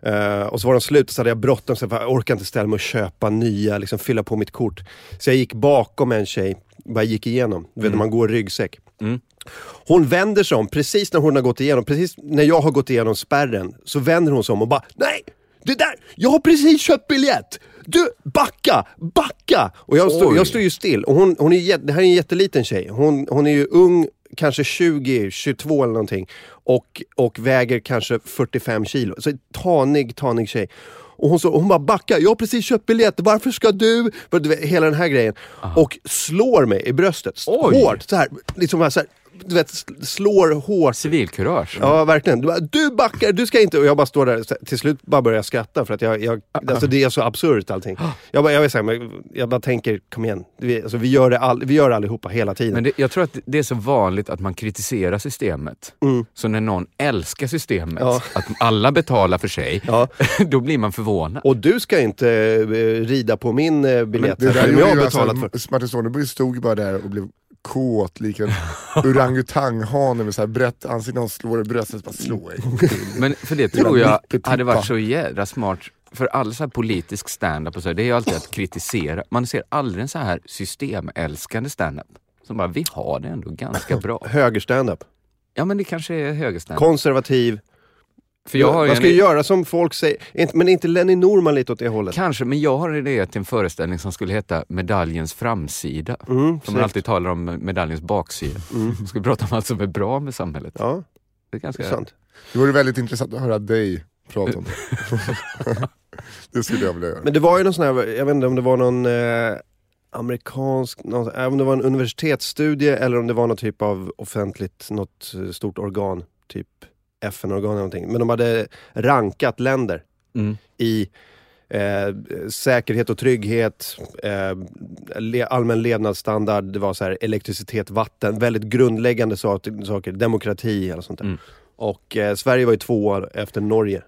Speaker 2: Eh, och så var de slut så hade jag bråttom. Så jag bara, jag orkar inte ställa mig och köpa nya, liksom fylla på mitt kort. Så jag gick bakom en tjej. Bara gick igenom. Du vet när man går ryggsäck. Hon vänder sig om precis när hon har gått igenom, precis när jag har gått igenom spärren, så vänder hon sig om och bara Nej! Det där! Jag har precis köpt biljett! Du, backa! Backa! Och jag, står-
Speaker 5: Oj.
Speaker 2: jag står ju still. Och hon, hon är, jät- det här är en jätteliten tjej. Hon, hon är ju ung, kanske 20, 22 eller någonting. Och, och väger kanske 45 kilo. Så en tanig, tanig tjej. Och hon, så, och hon bara backar, jag har precis köpt biljett, varför ska du? För du vet, hela den här grejen. Och slår mig i bröstet, st-
Speaker 5: Oj.
Speaker 2: hårt. Så här, liksom här, så här, du vet, sl- slår hårt.
Speaker 5: Civilkurage.
Speaker 2: Ja, verkligen. Du, bara, du backar, du ska inte... Och jag bara står där, så- till slut bara börjar jag skratta för att jag... jag alltså det är så absurt allting. Jag bara, jag, vill säga, men jag bara tänker, kom igen. Vi, alltså, vi, gör det all, vi gör det allihopa hela tiden.
Speaker 5: Men det, jag tror att det är så vanligt att man kritiserar systemet. Så när någon älskar systemet,
Speaker 2: Ja.
Speaker 5: att alla betalar för sig,
Speaker 2: Ja.
Speaker 5: [laughs] då blir man förvånad.
Speaker 2: Och du ska inte eh, rida på min eh, biljett
Speaker 4: Det
Speaker 2: här,
Speaker 4: där
Speaker 2: som
Speaker 4: gjorde
Speaker 2: jag har
Speaker 4: ju
Speaker 2: betalat för.
Speaker 4: alltså, Martin Sonneberg stod ju bara där och blev kåt, lik en orangutanghane med så här brett ansikte, han slår i bröstet, bara slå en gång till.
Speaker 5: Men för det tror jag
Speaker 4: Nippetippa.
Speaker 5: hade varit så jädra smart. För all så här politisk stand-up och så, det är ju alltid att kritisera. Man ser aldrig en så här systemälskande stand-up. Som bara, vi har det ändå ganska bra.
Speaker 2: Höger stand-up.
Speaker 5: Ja men det kanske är högerstand-up.
Speaker 2: Konservativ.
Speaker 5: För jag har ju
Speaker 2: Man ska ju
Speaker 5: en,
Speaker 2: göra som folk säger. Inte- Men är inte Lenny Norman lite åt det hållet?
Speaker 5: kanske, men jag har en idé till en föreställning som skulle heta Medaljens framsida.
Speaker 2: Mm,
Speaker 5: Som
Speaker 2: säkert.
Speaker 5: man alltid talar om medaljens baksida. Mm. Ska vi prata om allt som är bra med samhället?
Speaker 2: Ja,
Speaker 5: Det är ganska...
Speaker 2: sant.
Speaker 4: Det vore väldigt intressant att höra dig prata om det. [laughs] det skulle jag vilja göra.
Speaker 2: Men det var ju någon sån här, jag vet inte om det var någon eh, amerikansk, någon, äh, om det var en universitetsstudie eller om det var någon typ av offentligt, något eh, stort organ, typ FN-organ eller någonting. Men de hade rankat länder
Speaker 5: Mm.
Speaker 2: i eh, säkerhet och trygghet, eh, le, allmän levnadsstandard, det var så här elektricitet, vatten, väldigt grundläggande sa- saker, demokrati eller sånt där.
Speaker 5: Mm.
Speaker 2: Och eh, Sverige var ju tvåa efter Norge.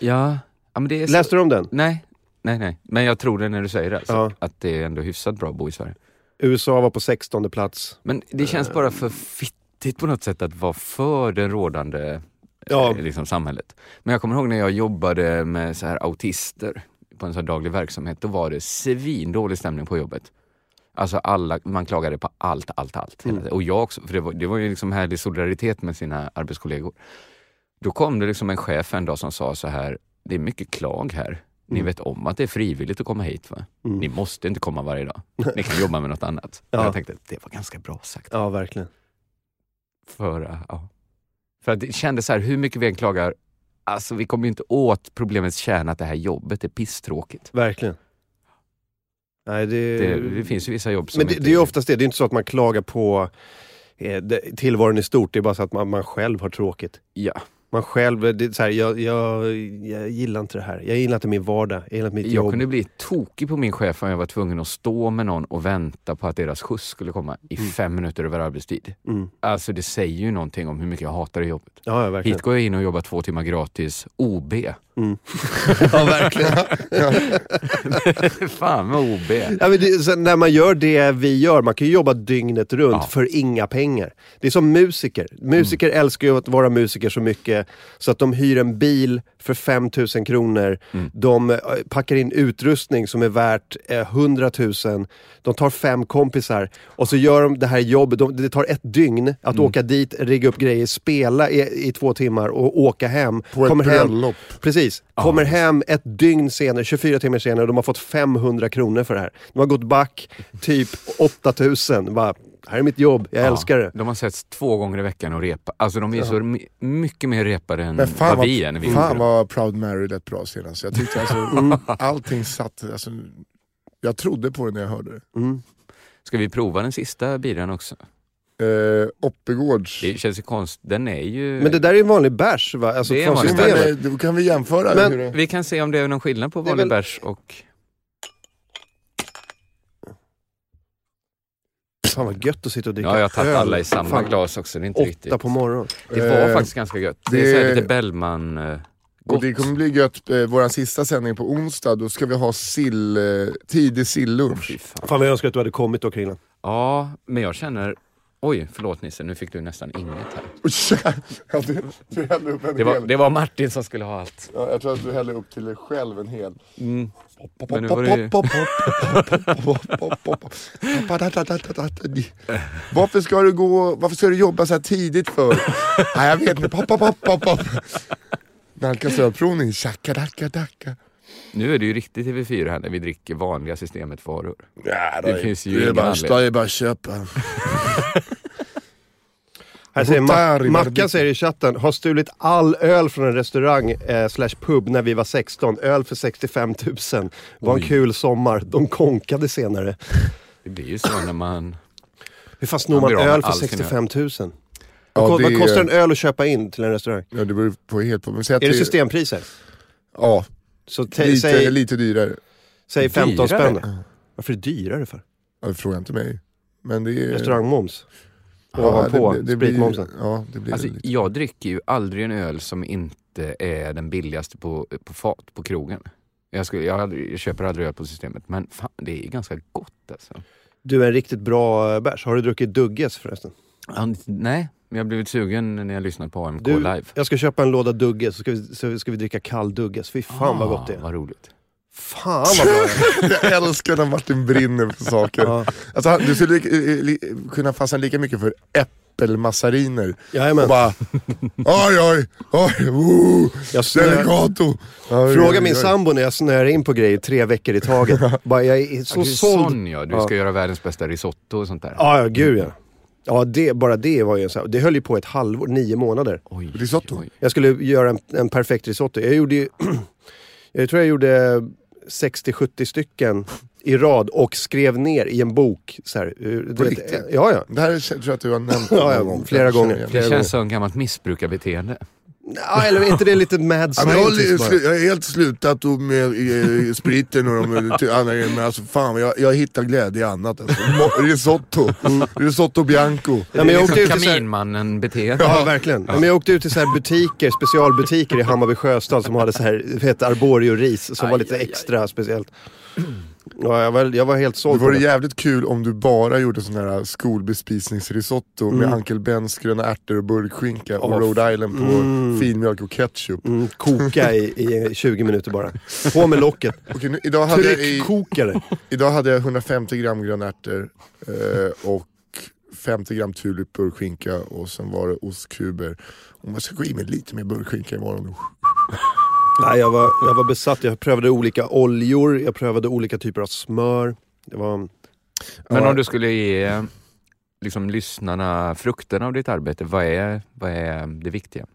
Speaker 5: Ja. ja, men det är så...
Speaker 2: Läste du om den?
Speaker 5: Nej, nej, nej. Men jag tror det när du säger det. Alltså,
Speaker 2: Ja.
Speaker 5: Att det är ändå hyfsat bra att bo i Sverige.
Speaker 2: USA var på 16 plats.
Speaker 5: Men det känns bara för fittigt på något sätt att vara för det rådande eh,
Speaker 2: Ja.
Speaker 5: liksom, samhället. Men jag kommer ihåg när jag jobbade med så här autister på en så här daglig verksamhet. Då var det svindålig stämning på jobbet. Alltså alla, man klagade på allt, allt, allt. hela tiden. Och jag också, för det var, det var ju liksom härlig solidaritet med sina arbetskollegor. Då kom det liksom en chef en dag som sa så här, det är mycket klag här. Ni vet om att det är frivilligt att komma hit va? Ni måste inte komma varje dag. Ni kan jobba med något annat.
Speaker 2: Ja.
Speaker 5: Och Jag tänkte, det var ganska bra
Speaker 2: [laughs]
Speaker 5: sagt.
Speaker 2: Ja, verkligen.
Speaker 5: För, eh, ja. för att det kändes så här, hur mycket vi än klagar, alltså vi kommer ju inte åt problemets kärna att det här jobbet är pisstråkigt.
Speaker 2: Verkligen. Nej, det,
Speaker 5: Det, det finns ju vissa jobb
Speaker 2: Eh,
Speaker 5: som
Speaker 2: men det,
Speaker 5: inte
Speaker 2: det är ju oftast det. Det är inte så att man klagar på eh, det, tillvaron i stort. Det är bara så att man, man själv har tråkigt.
Speaker 5: Ja.
Speaker 2: Man själv, eh, det är så här, jag, jag, jag gillar inte det här. Jag gillar inte min vardag. Jag gillar inte mitt
Speaker 5: Jag
Speaker 2: jobb.
Speaker 5: kunde bli tokig på min chef om jag var tvungen att stå med någon och vänta på att deras skjuts skulle komma i fem minuter över arbetstid.
Speaker 2: Mm.
Speaker 5: Alltså det säger ju någonting om hur mycket jag hatar det jobbet.
Speaker 2: Ja, ja, verkligen.
Speaker 5: Hit går jag in och jobbar två timmar gratis, OB.
Speaker 2: Mm.
Speaker 5: [laughs]
Speaker 2: ja, verkligen.
Speaker 5: Fan vad OB.
Speaker 2: Ja, men det, sen när man gör det vi gör, man kan ju jobba dygnet runt
Speaker 5: Ja.
Speaker 2: för inga pengar. Det är som musiker. Musiker
Speaker 4: Mm.
Speaker 2: älskar ju att vara musiker så mycket så att de hyr en bil för 5000 kronor.
Speaker 4: Mm.
Speaker 2: De eh, packar in utrustning som är värt eh, 100 000. De tar fem kompisar och så gör de det här jobbet. De, det tar ett dygn att
Speaker 4: Mm.
Speaker 2: åka dit, rigga upp grejer, spela i, i två timmar och åka hem.
Speaker 4: På ett
Speaker 2: Kommer hem,
Speaker 4: bröllop.
Speaker 2: Precis. Kommer hem ett dygn senare, 24 timmar senare och de har fått 500 kronor för det här. De har gått back typ 8000. Bara, här är mitt jobb, jag älskar det.
Speaker 5: De har setts två gånger i veckan och repa. Alltså de är så my- mycket mer repade än
Speaker 4: Men fan
Speaker 5: vad
Speaker 4: vad,
Speaker 5: vi är när vi
Speaker 4: fan
Speaker 5: var...
Speaker 4: vad Proud Mary lät bra senast. Jag tyckte [laughs] alltså, allting satt, alltså, jag trodde på det när jag hörde det.
Speaker 2: Mm.
Speaker 5: Ska vi prova den sista biran också?
Speaker 4: Eh, Oppegårds.
Speaker 5: Det känns ju konstigt. Den är ju...
Speaker 2: Men det där är en vanlig bärs va? Alltså
Speaker 5: Det är
Speaker 2: från
Speaker 5: en vanlig
Speaker 4: Jo, men,
Speaker 2: systemet.
Speaker 4: eh, då kan vi jämföra.
Speaker 2: Men-
Speaker 4: hur det...
Speaker 5: Vi kan se om det är någon skillnad på
Speaker 2: Det är
Speaker 5: vanlig
Speaker 2: väl-
Speaker 5: bärs och...
Speaker 2: Fan vad gött att sitta och dricka
Speaker 5: Ja, jag har tagit
Speaker 2: öl.
Speaker 5: alla i samma
Speaker 2: Fan,
Speaker 5: glas också. Det är inte riktigt...
Speaker 2: Åtta på morgonen.
Speaker 5: Det var
Speaker 4: Eh,
Speaker 5: faktiskt ganska gött. Det, är så här
Speaker 4: det-
Speaker 5: lite Bellman... eh,
Speaker 4: Och
Speaker 5: Gott.
Speaker 4: det kommer bli gött, eh, vår sista sändning på onsdag, då ska vi ha sill, eh, tidig sillunch.
Speaker 5: Fy fan.
Speaker 2: Fan vad jag önskar att du hade kommit då Kringlan.
Speaker 5: Ja, men jag känner... Oj, förlåt Nisse, nu fick du nästan inget här.
Speaker 4: Och tja- [laughs] ja, du, du hällde upp en
Speaker 5: Det var,
Speaker 4: hel.
Speaker 5: det var Martin som skulle ha allt. Mm.
Speaker 4: Ja, jag tror att du hällde upp till dig själv en hel. Pop, pop,
Speaker 5: Men nu
Speaker 4: pop,
Speaker 5: var det ju-
Speaker 4: pop, pop, pop, pop, pop, pop, pop. Papadatatatatati. Varför ska du gå, varför ska du jobba så här tidigt för? Nej jag vet inte, pop, pop, pop, pop, pop. Nalkas ölprovning, tjackadackadacka.
Speaker 5: Nu är det ju riktigt TV4 här när vi dricker vanliga systemet varor.
Speaker 4: Ja,
Speaker 5: Det finns ju
Speaker 4: det är
Speaker 5: ingen
Speaker 4: bara,
Speaker 5: anledning.
Speaker 4: det är bara att köpa.
Speaker 2: Här säger
Speaker 4: Rotari,
Speaker 2: Ma- Mackan
Speaker 4: Vardita.
Speaker 2: säger i chatten, har stulit all öl från en restaurang eh, slash pub när vi var 16. Öl för 65 000. Var en
Speaker 5: Oj.
Speaker 2: kul sommar. De konkade senare.
Speaker 5: Det blir ju så när man...
Speaker 2: Hur fan snor
Speaker 5: Man
Speaker 2: man
Speaker 5: blir av med
Speaker 2: öl för
Speaker 5: all sin
Speaker 2: 65 000? Vad
Speaker 4: Ja,
Speaker 2: ko-
Speaker 4: det
Speaker 2: Vad
Speaker 4: är-
Speaker 2: kostar en öl att köpa in till en restaurang?
Speaker 4: Ja, det beror på helt på. Men säg att
Speaker 2: Är det systempriser?
Speaker 4: Ja,
Speaker 2: Så te-
Speaker 4: lite,
Speaker 2: säg,
Speaker 4: lite dyrare.
Speaker 2: säg 15
Speaker 5: Dyrare?
Speaker 2: spänn då. Varför är det dyrare för?
Speaker 4: Ja, fråga inte mig. Men det är...
Speaker 2: Restaurangmoms?
Speaker 4: Ja,
Speaker 2: Ovanpå
Speaker 4: blir,
Speaker 2: spritmomsen.
Speaker 4: ja, det blir
Speaker 5: Alltså,
Speaker 4: lite.
Speaker 5: jag dricker ju aldrig en öl som inte är den billigaste på, på fat på krogen. Jag, skulle, jag, aldrig, jag köper aldrig öl på systemet, men fan, det är ganska gott alltså.
Speaker 2: Du är en riktigt bra eh, bärs. Har du druckit Dugges förresten?
Speaker 5: Ja, nej, men jag har blivit sugen när jag lyssnat på AMK
Speaker 2: Du,
Speaker 5: live.
Speaker 2: Jag ska köpa en låda Dugges, så ska vi, så ska vi dricka kall Dugges. Fy fan vad gott det
Speaker 4: Ah,
Speaker 2: är.
Speaker 5: Vad roligt.
Speaker 2: Fan vad
Speaker 4: [laughs]
Speaker 2: bra det är.
Speaker 4: Jag älskar när Martin brinner för saker.
Speaker 2: Ja.
Speaker 4: Alltså, han- du skulle li- eh, li- kunna fastna lika mycket för äppelmassariner.
Speaker 2: Jajamän.
Speaker 4: Och bara, oj oj, oj, woo,
Speaker 2: Jag snör-
Speaker 4: delicato. Oj,
Speaker 2: Fråga
Speaker 4: oj,
Speaker 2: min
Speaker 4: oj.
Speaker 2: sambo när jag snöar in på grejer tre veckor i
Speaker 4: [laughs]
Speaker 2: taget. Bara, jag är så
Speaker 5: Så du är
Speaker 2: såld.
Speaker 5: sån ja, du ska göra världens bästa risotto och sånt där.
Speaker 2: Ja, ja, gud ja. Ja, det, bara det var ju en sån här, Det höll ju på ett halvår, nio månader.
Speaker 5: Oj,
Speaker 4: Risotto.
Speaker 5: oj.
Speaker 2: Jag skulle göra en, en perfekt risotto. Jag gjorde ju, [clears throat] jag tror jag gjorde 60-70 stycken i rad och skrev ner i en bok. Så här, eh, du vet,
Speaker 4: riktigt?
Speaker 2: Ja, ja.
Speaker 4: Det här tror jag att du har nämnt
Speaker 2: Ja, ja,
Speaker 4: någon gång.
Speaker 2: flera
Speaker 4: Jag känner
Speaker 2: gånger.
Speaker 4: igen
Speaker 5: Det
Speaker 4: det.
Speaker 5: känns som gammalt missbrukarbeteende.
Speaker 2: Ja, eller är inte det lite mad
Speaker 4: Ja, men jag, har li-
Speaker 2: scientist bara?
Speaker 4: slu- jag har helt slutat och med eh, spriten och de ty- andra grejerna. Men alltså fan, jag, jag hittar glädje i annat. Alltså.
Speaker 2: [laughs]
Speaker 4: Mo- Risotto. Risotto bianco.
Speaker 2: Nej, Mm. men jag
Speaker 5: Liksom
Speaker 2: åkte ut i så här,
Speaker 5: Kaminmannen-beteende.
Speaker 2: Ja, verkligen. Men jag åkte ut till så här butiker, specialbutiker i Hammarby sjöstad som hade så här, vad heter arborio-ris som var lite extra speciellt. Ja, jag, var, jag var helt
Speaker 4: Det
Speaker 2: såld på
Speaker 4: vore
Speaker 2: det.
Speaker 4: jävligt kul om du bara gjorde sån här skolbespisningsrisotto med Uncle Bens gröna ärtor och burkskinka och
Speaker 2: Mm. Åh,
Speaker 4: Rhode Island på filmjölk och ketchup.
Speaker 2: Mm, koka i, i 20 minuter bara. På med locket.
Speaker 4: Okej, nu, idag, hade jag i,
Speaker 2: Tryckkokare.
Speaker 4: idag hade jag 150 gram gröna ärtor eh, och 50 gram tulip burkskinka och sen var det ostkuber. Om jag ska gå i med lite mer burkskinka imorgon.
Speaker 2: Nej, jag var, jag var besatt. Jag prövade olika oljor, jag prövade olika typer av smör. Det var...
Speaker 5: Men
Speaker 4: Ja.
Speaker 5: om du skulle ge liksom, lyssnarna frukten av ditt arbete, vad är, vad är det viktiga?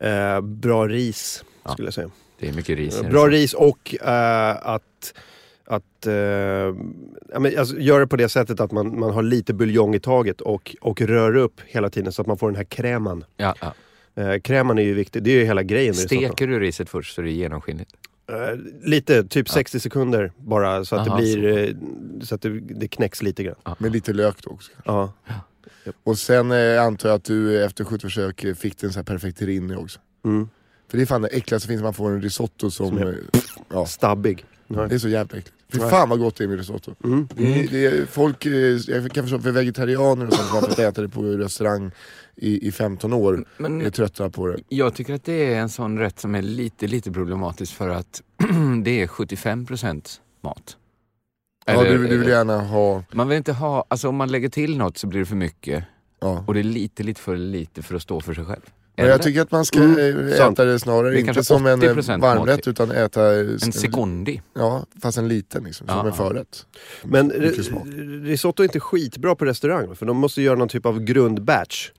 Speaker 2: Eh, bra ris,
Speaker 5: Ja.
Speaker 2: skulle jag säga.
Speaker 5: Det är mycket ris. i det.
Speaker 2: Bra ris och eh, att, att eh, ja, men, alltså, göra på det sättet att man, man har lite buljong i taget och, och rör upp hela tiden så att man får den här kräman.
Speaker 5: Ja, ja.
Speaker 2: Eh, kräman är ju viktig, det är ju hela grejen. med risotto.
Speaker 5: Steker du riset först så det är genomskinligt?
Speaker 2: Eh, lite, typ 60 sekunder bara så att
Speaker 5: Aha,
Speaker 2: det blir eh, så att det, det knäcks lite grann.
Speaker 4: Med lite lök då också.
Speaker 2: Ja.
Speaker 4: Och sen eh, antar jag att du eh, efter sju försök eh, fick den så här perfekt rinne också.
Speaker 2: Mm.
Speaker 4: För det är fan det äckligaste som finns, man får en risotto som...
Speaker 2: Som jag-
Speaker 4: eh, ja,
Speaker 2: Stabbig. Ja.
Speaker 4: det är så jävla äckligt. Fy
Speaker 2: Nej.
Speaker 4: fan vad gott det är med risotto.
Speaker 2: Mm.
Speaker 4: Det är, det är, folk, eh, jag kan förstå för vegetarianer och sånt som har fått äta det på restaurang i, i 15 år, är
Speaker 5: Men
Speaker 4: trötta på det.
Speaker 5: jag tycker att det är en sån rätt som är lite, lite problematisk för att [clears throat] det är 75% mat.
Speaker 4: Ja, du, du vill gärna ha...
Speaker 5: Man vill inte ha, alltså om man lägger till något så blir det för mycket
Speaker 2: Mm.
Speaker 4: Ja.
Speaker 5: och det är lite, lite för lite för att stå för sig själv.
Speaker 4: Men
Speaker 5: Eller?
Speaker 4: jag tycker att man ska
Speaker 2: Mm,
Speaker 4: eh,
Speaker 2: sant.
Speaker 4: äta det snarare,
Speaker 5: Det är
Speaker 4: inte
Speaker 5: kanske
Speaker 4: som en eh,
Speaker 5: 80%
Speaker 4: varmrätt
Speaker 5: mat.
Speaker 4: utan äta... eh,
Speaker 5: en sekondi.
Speaker 4: Ja, fast en liten liksom, som
Speaker 5: Ja,
Speaker 4: en
Speaker 5: ja.
Speaker 4: förrätt.
Speaker 2: Men
Speaker 4: Mycket smak.
Speaker 2: r- risotto är inte skitbra på restaurang för de måste göra någon typ av grundbatch.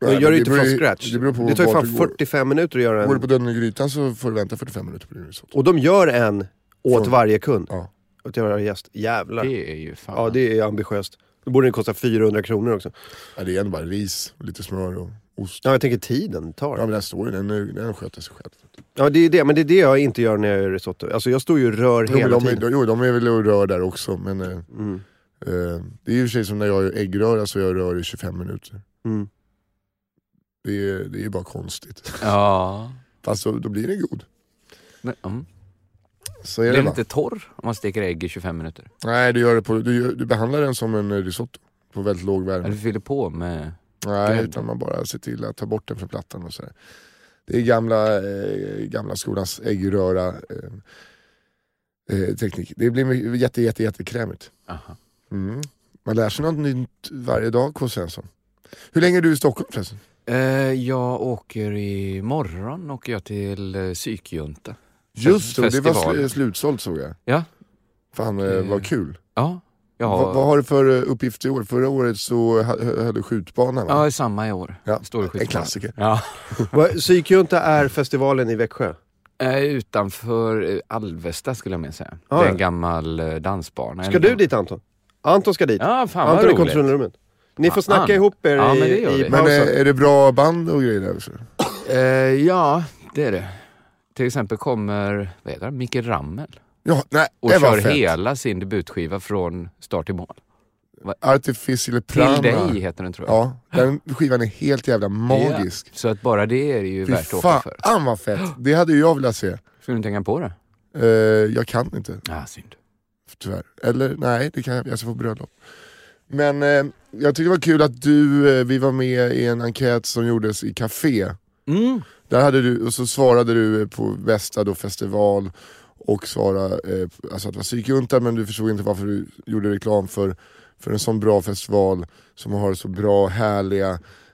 Speaker 2: De
Speaker 4: Nej,
Speaker 2: gör
Speaker 4: men
Speaker 2: det inte
Speaker 4: beror
Speaker 2: från
Speaker 4: ju-
Speaker 2: scratch.
Speaker 4: Det beror på
Speaker 2: Det tar ju
Speaker 4: vart
Speaker 2: fan
Speaker 4: du går.
Speaker 2: 45 minuter att göra
Speaker 4: Går du på
Speaker 2: en.
Speaker 4: Döden i grytan så får du vänta 45 minuter på din risotto.
Speaker 2: Och de gör en åt
Speaker 4: Från-
Speaker 2: varje kund.
Speaker 4: Ja.
Speaker 2: Åt varje gäst. Jävlar.
Speaker 5: Det är ju fan.
Speaker 2: Ja, det är ambitiöst. Då borde den kosta 400 kronor också.
Speaker 4: Ja, det är ändå bara ris, och lite smör och ost.
Speaker 2: Ja, jag tänker tiden
Speaker 4: Ja,
Speaker 2: tar.
Speaker 4: men den står ju, den, den sköter sig själv.
Speaker 2: Ja, det är det. Men det är det jag inte gör när jag gör risotto. Alltså jag står ju och rör
Speaker 4: Jo, men
Speaker 2: hela
Speaker 4: de, är-
Speaker 2: tiden.
Speaker 4: de, jo, de är väl och rör där också, men eh,
Speaker 2: Mm.
Speaker 4: eh, det är ju i och för sig som när jag gör äggröra så jag rör i 25 minuter.
Speaker 2: Mm.
Speaker 4: Det är, det är bara konstigt. [laughs]
Speaker 5: Ja.
Speaker 4: Fast då, då blir den god.
Speaker 5: Men, mm.
Speaker 4: Så är
Speaker 5: Blir
Speaker 4: det
Speaker 5: den
Speaker 4: va?
Speaker 5: inte torr om man steker ägg i 25 minuter?
Speaker 4: Nej, du, gör det på, du, gör- du behandlar den som en eh, risotto. På väldigt låg värme.
Speaker 5: Eller fyller på med...
Speaker 4: Nej,
Speaker 5: grädde?
Speaker 4: utan man bara ser till att ta bort den från plattan och sådär. Det är gamla, eh, gamla skolans äggröra eh, eh, teknik. Det blir my- jätte, jätte, jättekrämigt.
Speaker 5: Aha.
Speaker 4: Mm. Man lär sig något nytt varje dag, K. Svensson. Hur länge är du i Stockholm förresten?
Speaker 5: Eh, jag åker imorgon åker jag till eh, psykjunta.
Speaker 4: Just det, det var
Speaker 5: Festival.
Speaker 4: sl- slutsålt såg jag.
Speaker 5: Ja.
Speaker 4: Fan eh,
Speaker 5: Eh.
Speaker 4: vad kul.
Speaker 5: Ja. Jag
Speaker 4: Vad, vad har du för eh, uppgift i år? Förra året så ha- höll du skjutbanan va?
Speaker 5: Ja, samma i år.
Speaker 4: Ja,
Speaker 5: Stor
Speaker 4: en
Speaker 5: skjutbana.
Speaker 4: klassiker.
Speaker 5: Ja.
Speaker 2: Vad- Psykjunta är festivalen i Växjö.
Speaker 5: Eh, Utanför eh, Alvesta skulle jag mer säga.
Speaker 2: Ah,
Speaker 5: det är
Speaker 2: ja.
Speaker 5: en gammal eh, dansbana.
Speaker 2: Ska du dit Anton? Anton ska dit.
Speaker 5: Ja, fan vad
Speaker 2: Anton i
Speaker 5: roligt.
Speaker 2: kontrollrummet. Ni får
Speaker 5: Fan.
Speaker 2: snacka ihop er
Speaker 5: Ja, men det
Speaker 2: i,
Speaker 5: gör
Speaker 2: i
Speaker 5: vi.
Speaker 4: Men
Speaker 2: pausen.
Speaker 4: eh, är det bra band och grejer där? också?
Speaker 5: Eh, ja, det är det. Till exempel kommer, vad heter han, Micke Rammel
Speaker 4: Ja, nej,
Speaker 5: och
Speaker 4: det var
Speaker 5: kör
Speaker 4: fett.
Speaker 5: hela sin debutskiva från start till mål.
Speaker 4: Artificial
Speaker 5: Till
Speaker 4: Prana.
Speaker 5: dig heter den tror jag.
Speaker 4: Ja, den skivan är helt jävla magisk.
Speaker 5: Ja. Så att bara det är det ju värt att
Speaker 4: Fy
Speaker 5: åka för.
Speaker 4: fan vad fett. Det hade ju jag velat se.
Speaker 5: Skulle du inte hänga på det?
Speaker 4: Eh, jag kan inte,
Speaker 5: Ja, synd.
Speaker 4: tyvärr. Eller nej, det kan jag, jag ska få bröllop. Men eh, jag tycker det var kul att du, eh, vi var med i en enkät som gjordes i Café.
Speaker 5: Mm.
Speaker 4: Där hade du, och så svarade du eh, på bästa då festival och svara eh, alltså att det var psykjunta men du förstod inte varför du gjorde reklam för, för en sån bra festival som har så bra, härliga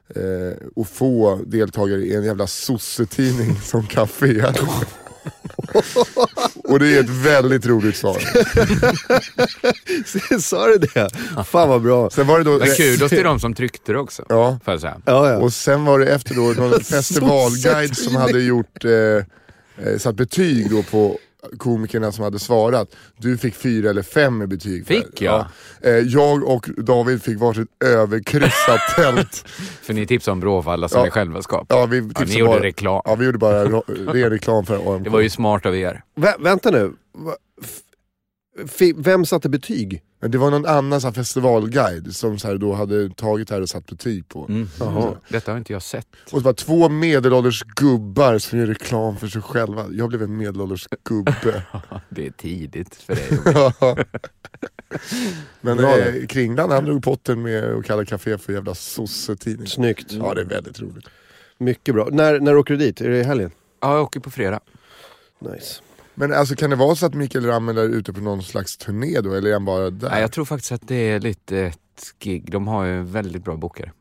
Speaker 4: eh, och få deltagare i en jävla sossetidning [laughs] som Café. och det är ett väldigt roligt svar.
Speaker 2: eh, [laughs] Sa du det? Fan vad bra.
Speaker 4: Sen var det då...
Speaker 5: Men kudos till de som tryckte det också.
Speaker 4: Ja,
Speaker 5: Får jag säga.
Speaker 2: Ja, ja.
Speaker 4: och sen var det efter då
Speaker 5: [laughs]
Speaker 4: någon [laughs] festivalguide som hade gjort, eh, eh, satt betyg då på komikerna som hade svarat. Du fick fyra eller fem i betyg. för-
Speaker 5: Fick jag?
Speaker 4: Ja. Eh, jag och David fick varsitt
Speaker 5: [laughs]
Speaker 4: överkryssat tält.
Speaker 5: För ni tipsade om Bråvalla som
Speaker 4: Ja.
Speaker 5: ni själva skapade.
Speaker 4: Ja, vi tipsade
Speaker 5: ni gjorde
Speaker 4: bara,
Speaker 5: reklam.
Speaker 4: Ja, vi gjorde bara ro-
Speaker 5: [laughs]
Speaker 4: ren reklam för AMK.
Speaker 5: Det var ju smart av er.
Speaker 2: Vä- vänta nu. Va- f- fi- Vem satte betyg?
Speaker 4: Men det var någon annan så här, festivalguide som så här, då hade tagit det här och satt betyg på.
Speaker 5: Mm.
Speaker 2: Jaha.
Speaker 5: Detta har inte jag sett.
Speaker 4: Och så bara två medelålders gubbar som gör reklam för sig själva. Jag blev en medelålders
Speaker 5: [laughs]
Speaker 4: gubbe.
Speaker 5: Det är tidigt för dig.
Speaker 4: Ja. [laughs] Men
Speaker 2: Bra
Speaker 4: eh, Kringlan han drog potten med att kalla Café för jävla sossetidning.
Speaker 2: Snyggt.
Speaker 5: Mm.
Speaker 4: Ja det är väldigt roligt.
Speaker 2: Mycket bra. När, när åker du dit? Är det i helgen?
Speaker 5: Ja, jag åker på fredag.
Speaker 2: Nice.
Speaker 4: Men alltså kan det vara så att Mikael Rammel är ute på någon slags turné då eller är han bara där?
Speaker 5: Nej, jag tror faktiskt att det är lite ett gig. De har ju väldigt bra bokare.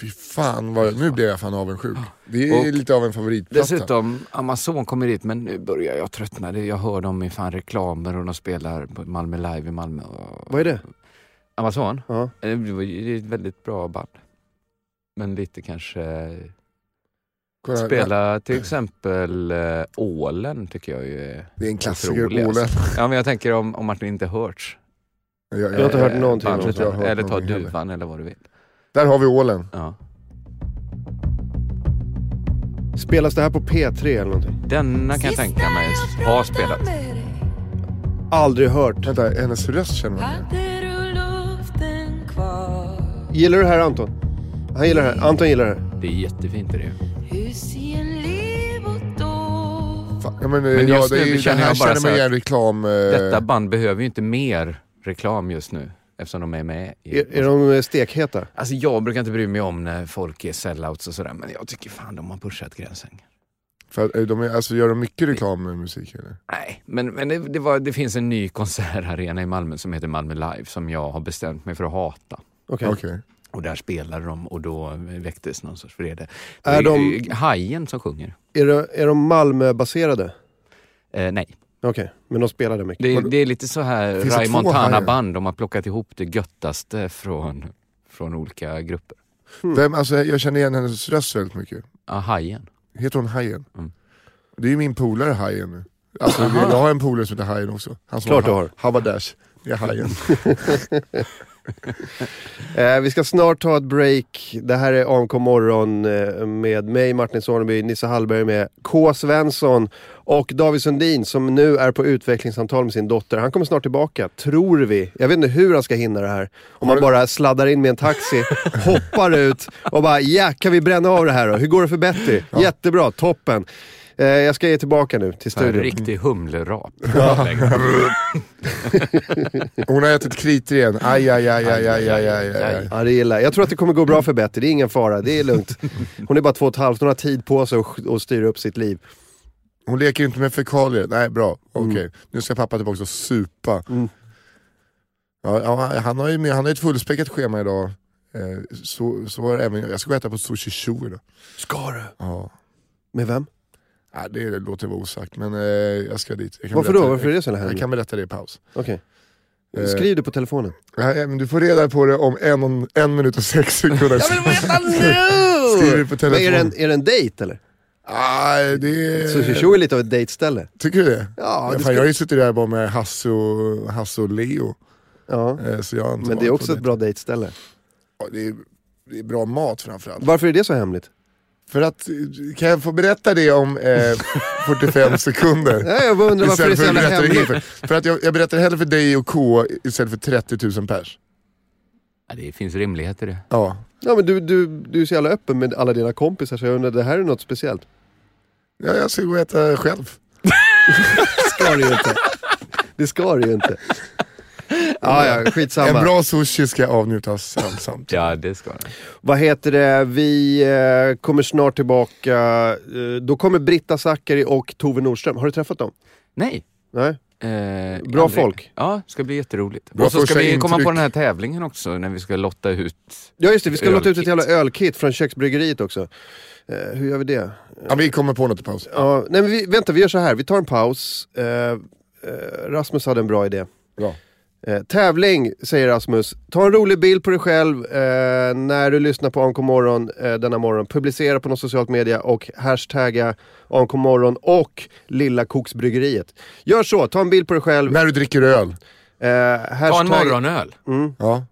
Speaker 4: Fy fan vad jag, nu blev jag fan avundsjuk. Det är
Speaker 5: Och-
Speaker 4: lite av en favoritplatta.
Speaker 5: Dessutom, Amazon kommer dit, men nu börjar jag tröttna. Det- Jag hör dem i fan reklamer och de spelar på Malmö Live i Malmö. Och-
Speaker 2: Vad är det?
Speaker 5: Amazon?
Speaker 2: Ja.
Speaker 5: Eh, Det var ju- det är ett väldigt bra band. Men lite kanske...
Speaker 4: Kolla,
Speaker 5: Spela till exempel eh, Ålen tycker jag ju är...
Speaker 4: Det är en klassiker,
Speaker 5: Otrolig, alltså.
Speaker 4: Ålen.
Speaker 5: Ja, men jag tänker om, om Martin inte hörts.
Speaker 4: Jag,
Speaker 2: Jag har inte
Speaker 5: Eh,
Speaker 2: hört någonting om
Speaker 5: bandet
Speaker 4: det. Jag har
Speaker 5: än.
Speaker 4: hört
Speaker 5: Eller ta
Speaker 4: någonting heller.
Speaker 5: Duvan eller vad du vill.
Speaker 4: Där har vi Ålen.
Speaker 5: Ja.
Speaker 2: Spelas det här på P3 eller någonting?
Speaker 5: Denna kan jag tänka mig ha spelat.
Speaker 2: Aldrig hört.
Speaker 4: Vänta, hennes röst känner man igen.
Speaker 2: Gillar du det här Anton? Han gillar det här. Anton gillar det här.
Speaker 5: Det är jättefint det
Speaker 2: Eh.
Speaker 5: är det ju.
Speaker 4: Fan, Ja, men, eh,
Speaker 5: Men
Speaker 4: ja,
Speaker 5: just
Speaker 4: det är,
Speaker 5: nu
Speaker 4: ju-
Speaker 5: känner
Speaker 4: det här
Speaker 5: jag bara
Speaker 4: känner
Speaker 5: så
Speaker 4: man
Speaker 5: här
Speaker 4: igen reklam... eh,
Speaker 5: Detta band behöver ju inte mer reklam just nu. Eftersom de är med i...
Speaker 2: Är, är de eh, stekheta?
Speaker 5: Alltså jag brukar inte bry mig om när folk är sellouts och sådär. Men jag tycker fan de har pushat gränsen.
Speaker 4: För att, eh, de är, alltså, gör de mycket reklam med musik eller?
Speaker 5: Nej, men, men det, det, var, det finns en ny konsertarena i Malmö som heter Malmö Live som jag har bestämt mig för att hata.
Speaker 2: Okej.
Speaker 4: Okej.
Speaker 5: Och där spelade de och då väcktes någon sorts vrede.
Speaker 2: Är
Speaker 5: Är
Speaker 2: de-
Speaker 5: de... Hajen som sjunger.
Speaker 2: Är, de- är de Malmö-baserade?
Speaker 5: Eh, nej,
Speaker 2: Okej, men de spelade mycket.
Speaker 5: det, är- det är lite så här
Speaker 4: Finns det
Speaker 5: Ray
Speaker 4: två hajar?
Speaker 5: Montana-band. De har plockat ihop det göttaste från, från olika grupper.
Speaker 2: Mm.
Speaker 4: Vem, alltså, jag känner igen hennes röst väldigt mycket.
Speaker 5: Ja, Hajen.
Speaker 4: Heter hon Hajen?
Speaker 5: Mm.
Speaker 4: Det är ju min polare Hajen nu. Alltså, det, jag har en polare som heter Hajen också. Han som
Speaker 2: Klart du
Speaker 4: ha-
Speaker 2: har.
Speaker 4: Habardash. Det
Speaker 2: [laughs]
Speaker 4: är Hajen.
Speaker 2: Eh, vi ska snart ta ett break. Det här är AMK morgon eh, med mig, Martin Soneby, Nisse Hallberg med K. Svensson och David Sundin som nu är på utvecklingssamtal med sin dotter. Han kommer snart tillbaka, tror vi. Jag vet inte hur han ska hinna det här. Om man bara sladdar in med en taxi, hoppar ut och bara ja, kan vi bränna av det här då? Hur går det för Betty? Jättebra, toppen. Eh, jag ska ge tillbaka nu till
Speaker 5: Så här,
Speaker 2: studion.
Speaker 5: riktig humlerap.
Speaker 4: Hon har ätit kritor igen. Aj, aj, aj, aj, aj, aj, aj, aj, aj.
Speaker 2: Ja, det gillar jag. Jag tror att det kommer gå bra för Betty, det är ingen fara, det är lugnt. Hon är bara två och ett halvt, hon har tid på sig att- att styra upp sitt liv.
Speaker 4: Hon leker inte med fekalier. Nej, bra. Okej. Nu ska pappa tillbaka och supa.
Speaker 2: Mm.
Speaker 4: Ja, ja, han har ju med, han har ett fullspäckat schema idag. Eh, så, så var det även jag. Jag ska gå och äta på Sushi Show idag.
Speaker 2: Ska du?
Speaker 4: Ja.
Speaker 2: Med vem?
Speaker 4: Nej, det låter vara osagt, men eh, jag ska dit. Jag kan
Speaker 2: Varför
Speaker 4: berätta-
Speaker 2: då? Varför är det så
Speaker 4: Jag
Speaker 2: här?
Speaker 4: kan berätta det i paus.
Speaker 2: Okej.
Speaker 4: Eh,
Speaker 2: Skriv det på telefonen.
Speaker 4: nej, men du får reda på det om en, om en minut och
Speaker 2: [laughs]
Speaker 4: sex sekunder. Jag vill veta nu! [laughs] Skriver du på
Speaker 2: Men är,
Speaker 4: telefonen.
Speaker 2: det en, är det en dejt eller?
Speaker 4: Ah, det...
Speaker 2: Sushi är lite av ett dejtställe.
Speaker 4: Tycker du det?
Speaker 2: Ja,
Speaker 4: Ja,
Speaker 2: det
Speaker 4: fan, jag har
Speaker 2: ska,
Speaker 4: ju suttit där bara med Hasse och, Hasse och Leo.
Speaker 2: ja.
Speaker 4: eh, Så jag har inte
Speaker 2: Men det är
Speaker 4: varit
Speaker 2: också ett
Speaker 4: på
Speaker 2: bra dejtställe.
Speaker 4: Ja, det, är, det är bra mat framförallt.
Speaker 2: Varför är det så hemligt?
Speaker 4: För att, eh, kan jag få berätta det
Speaker 2: [laughs]
Speaker 4: om eh, 45 sekunder?
Speaker 2: Nej, jag bara
Speaker 4: [laughs]
Speaker 2: undrar varför det är
Speaker 4: Istället
Speaker 2: så
Speaker 4: för att
Speaker 2: jävla
Speaker 4: berätta det
Speaker 2: hemligt.
Speaker 4: inför. För att jag, jag berättar hellre för dig och K istället för 30 000 pers.
Speaker 5: Ja, det finns rimlighet i det.
Speaker 4: Ja.
Speaker 2: Ja, men du, du, du är så jävla öppen med alla dina kompisar så jag undrar, det här är något speciellt.
Speaker 4: ja, jag ska gå och äta själv.
Speaker 2: Det ska det ju inte. Det ska det ju inte. Ja, ja,
Speaker 4: En
Speaker 2: skitsamma.
Speaker 4: bra sushi ska avnjutas ensamt.
Speaker 5: Ja, det ska det.
Speaker 2: Vad heter det, vi eh, kommer snart tillbaka. Eh, då kommer Britta Zackari och Tove Nordström. Har du träffat dem?
Speaker 5: Nej.
Speaker 2: Nej?
Speaker 5: Eh,
Speaker 2: Bra folk.
Speaker 5: Ja, ska bli jätteroligt.
Speaker 4: Bra
Speaker 5: och så ska
Speaker 4: första
Speaker 5: vi komma
Speaker 4: intryck.
Speaker 5: på den här tävlingen också när vi ska lotta ut.
Speaker 2: Ja just det, vi ska låta ut ett
Speaker 5: Ölkit.
Speaker 2: jävla ölkit från köksbryggeriet också. Eh, hur gör vi det?
Speaker 4: Ja, vi kommer på något i paus.
Speaker 2: Ja, nej men vi, vänta, vi gör så här. Vi tar en paus. Eh, eh, Rasmus hade en bra idé.
Speaker 4: Bra.
Speaker 2: Eh, tävling, säger Rasmus. Ta en rolig bild på dig själv eh, när du lyssnar på AMK morgon eh, denna morgon. Publicera på något socialt media och hashtagga AMK morgon och Lilla Koksbryggeriet. Gör så, ta en bild på dig själv.
Speaker 4: När du dricker öl.
Speaker 2: Eh,
Speaker 5: Ta en
Speaker 2: hashtag-
Speaker 5: morgonöl.
Speaker 4: Ja,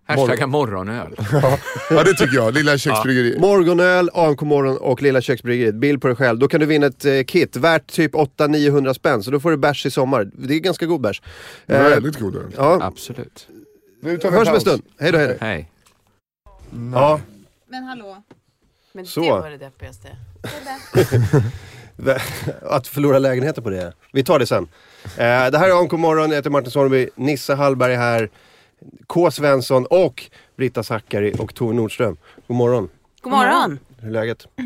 Speaker 4: [laughs]
Speaker 5: Hashtagga morgonöl.
Speaker 4: Ja. ja, det tycker jag. Lilla köksbryggeri.
Speaker 2: Morgonöl, AMK morgon och Lilla köksbryggeriet. Bild på dig själv. Då kan du vinna ett eh, kit värt typ 800-900 spänn. Så då får du bärs i sommar. Det är ganska god bärs.
Speaker 4: Det
Speaker 2: Eh,
Speaker 4: var väldigt god öl.
Speaker 2: ja.
Speaker 5: Absolut.
Speaker 4: Nu tar vi en
Speaker 2: Hörs om en
Speaker 4: paus.
Speaker 2: stund. Hej då, hej då.
Speaker 5: Hej.
Speaker 2: Ja.
Speaker 6: Men hallå. Men
Speaker 2: Så.
Speaker 6: det var det deppigaste.
Speaker 2: Att förlora lägenheten på det. Vi tar det sen. Eh, det här är AMK morgon. Jag heter Martin Sorneby. Nisse Hallberg är här. K. Svensson och Britta Zackari och Tove Nordström. God morgon.
Speaker 6: God morgon.
Speaker 2: Hur är läget?
Speaker 6: Hur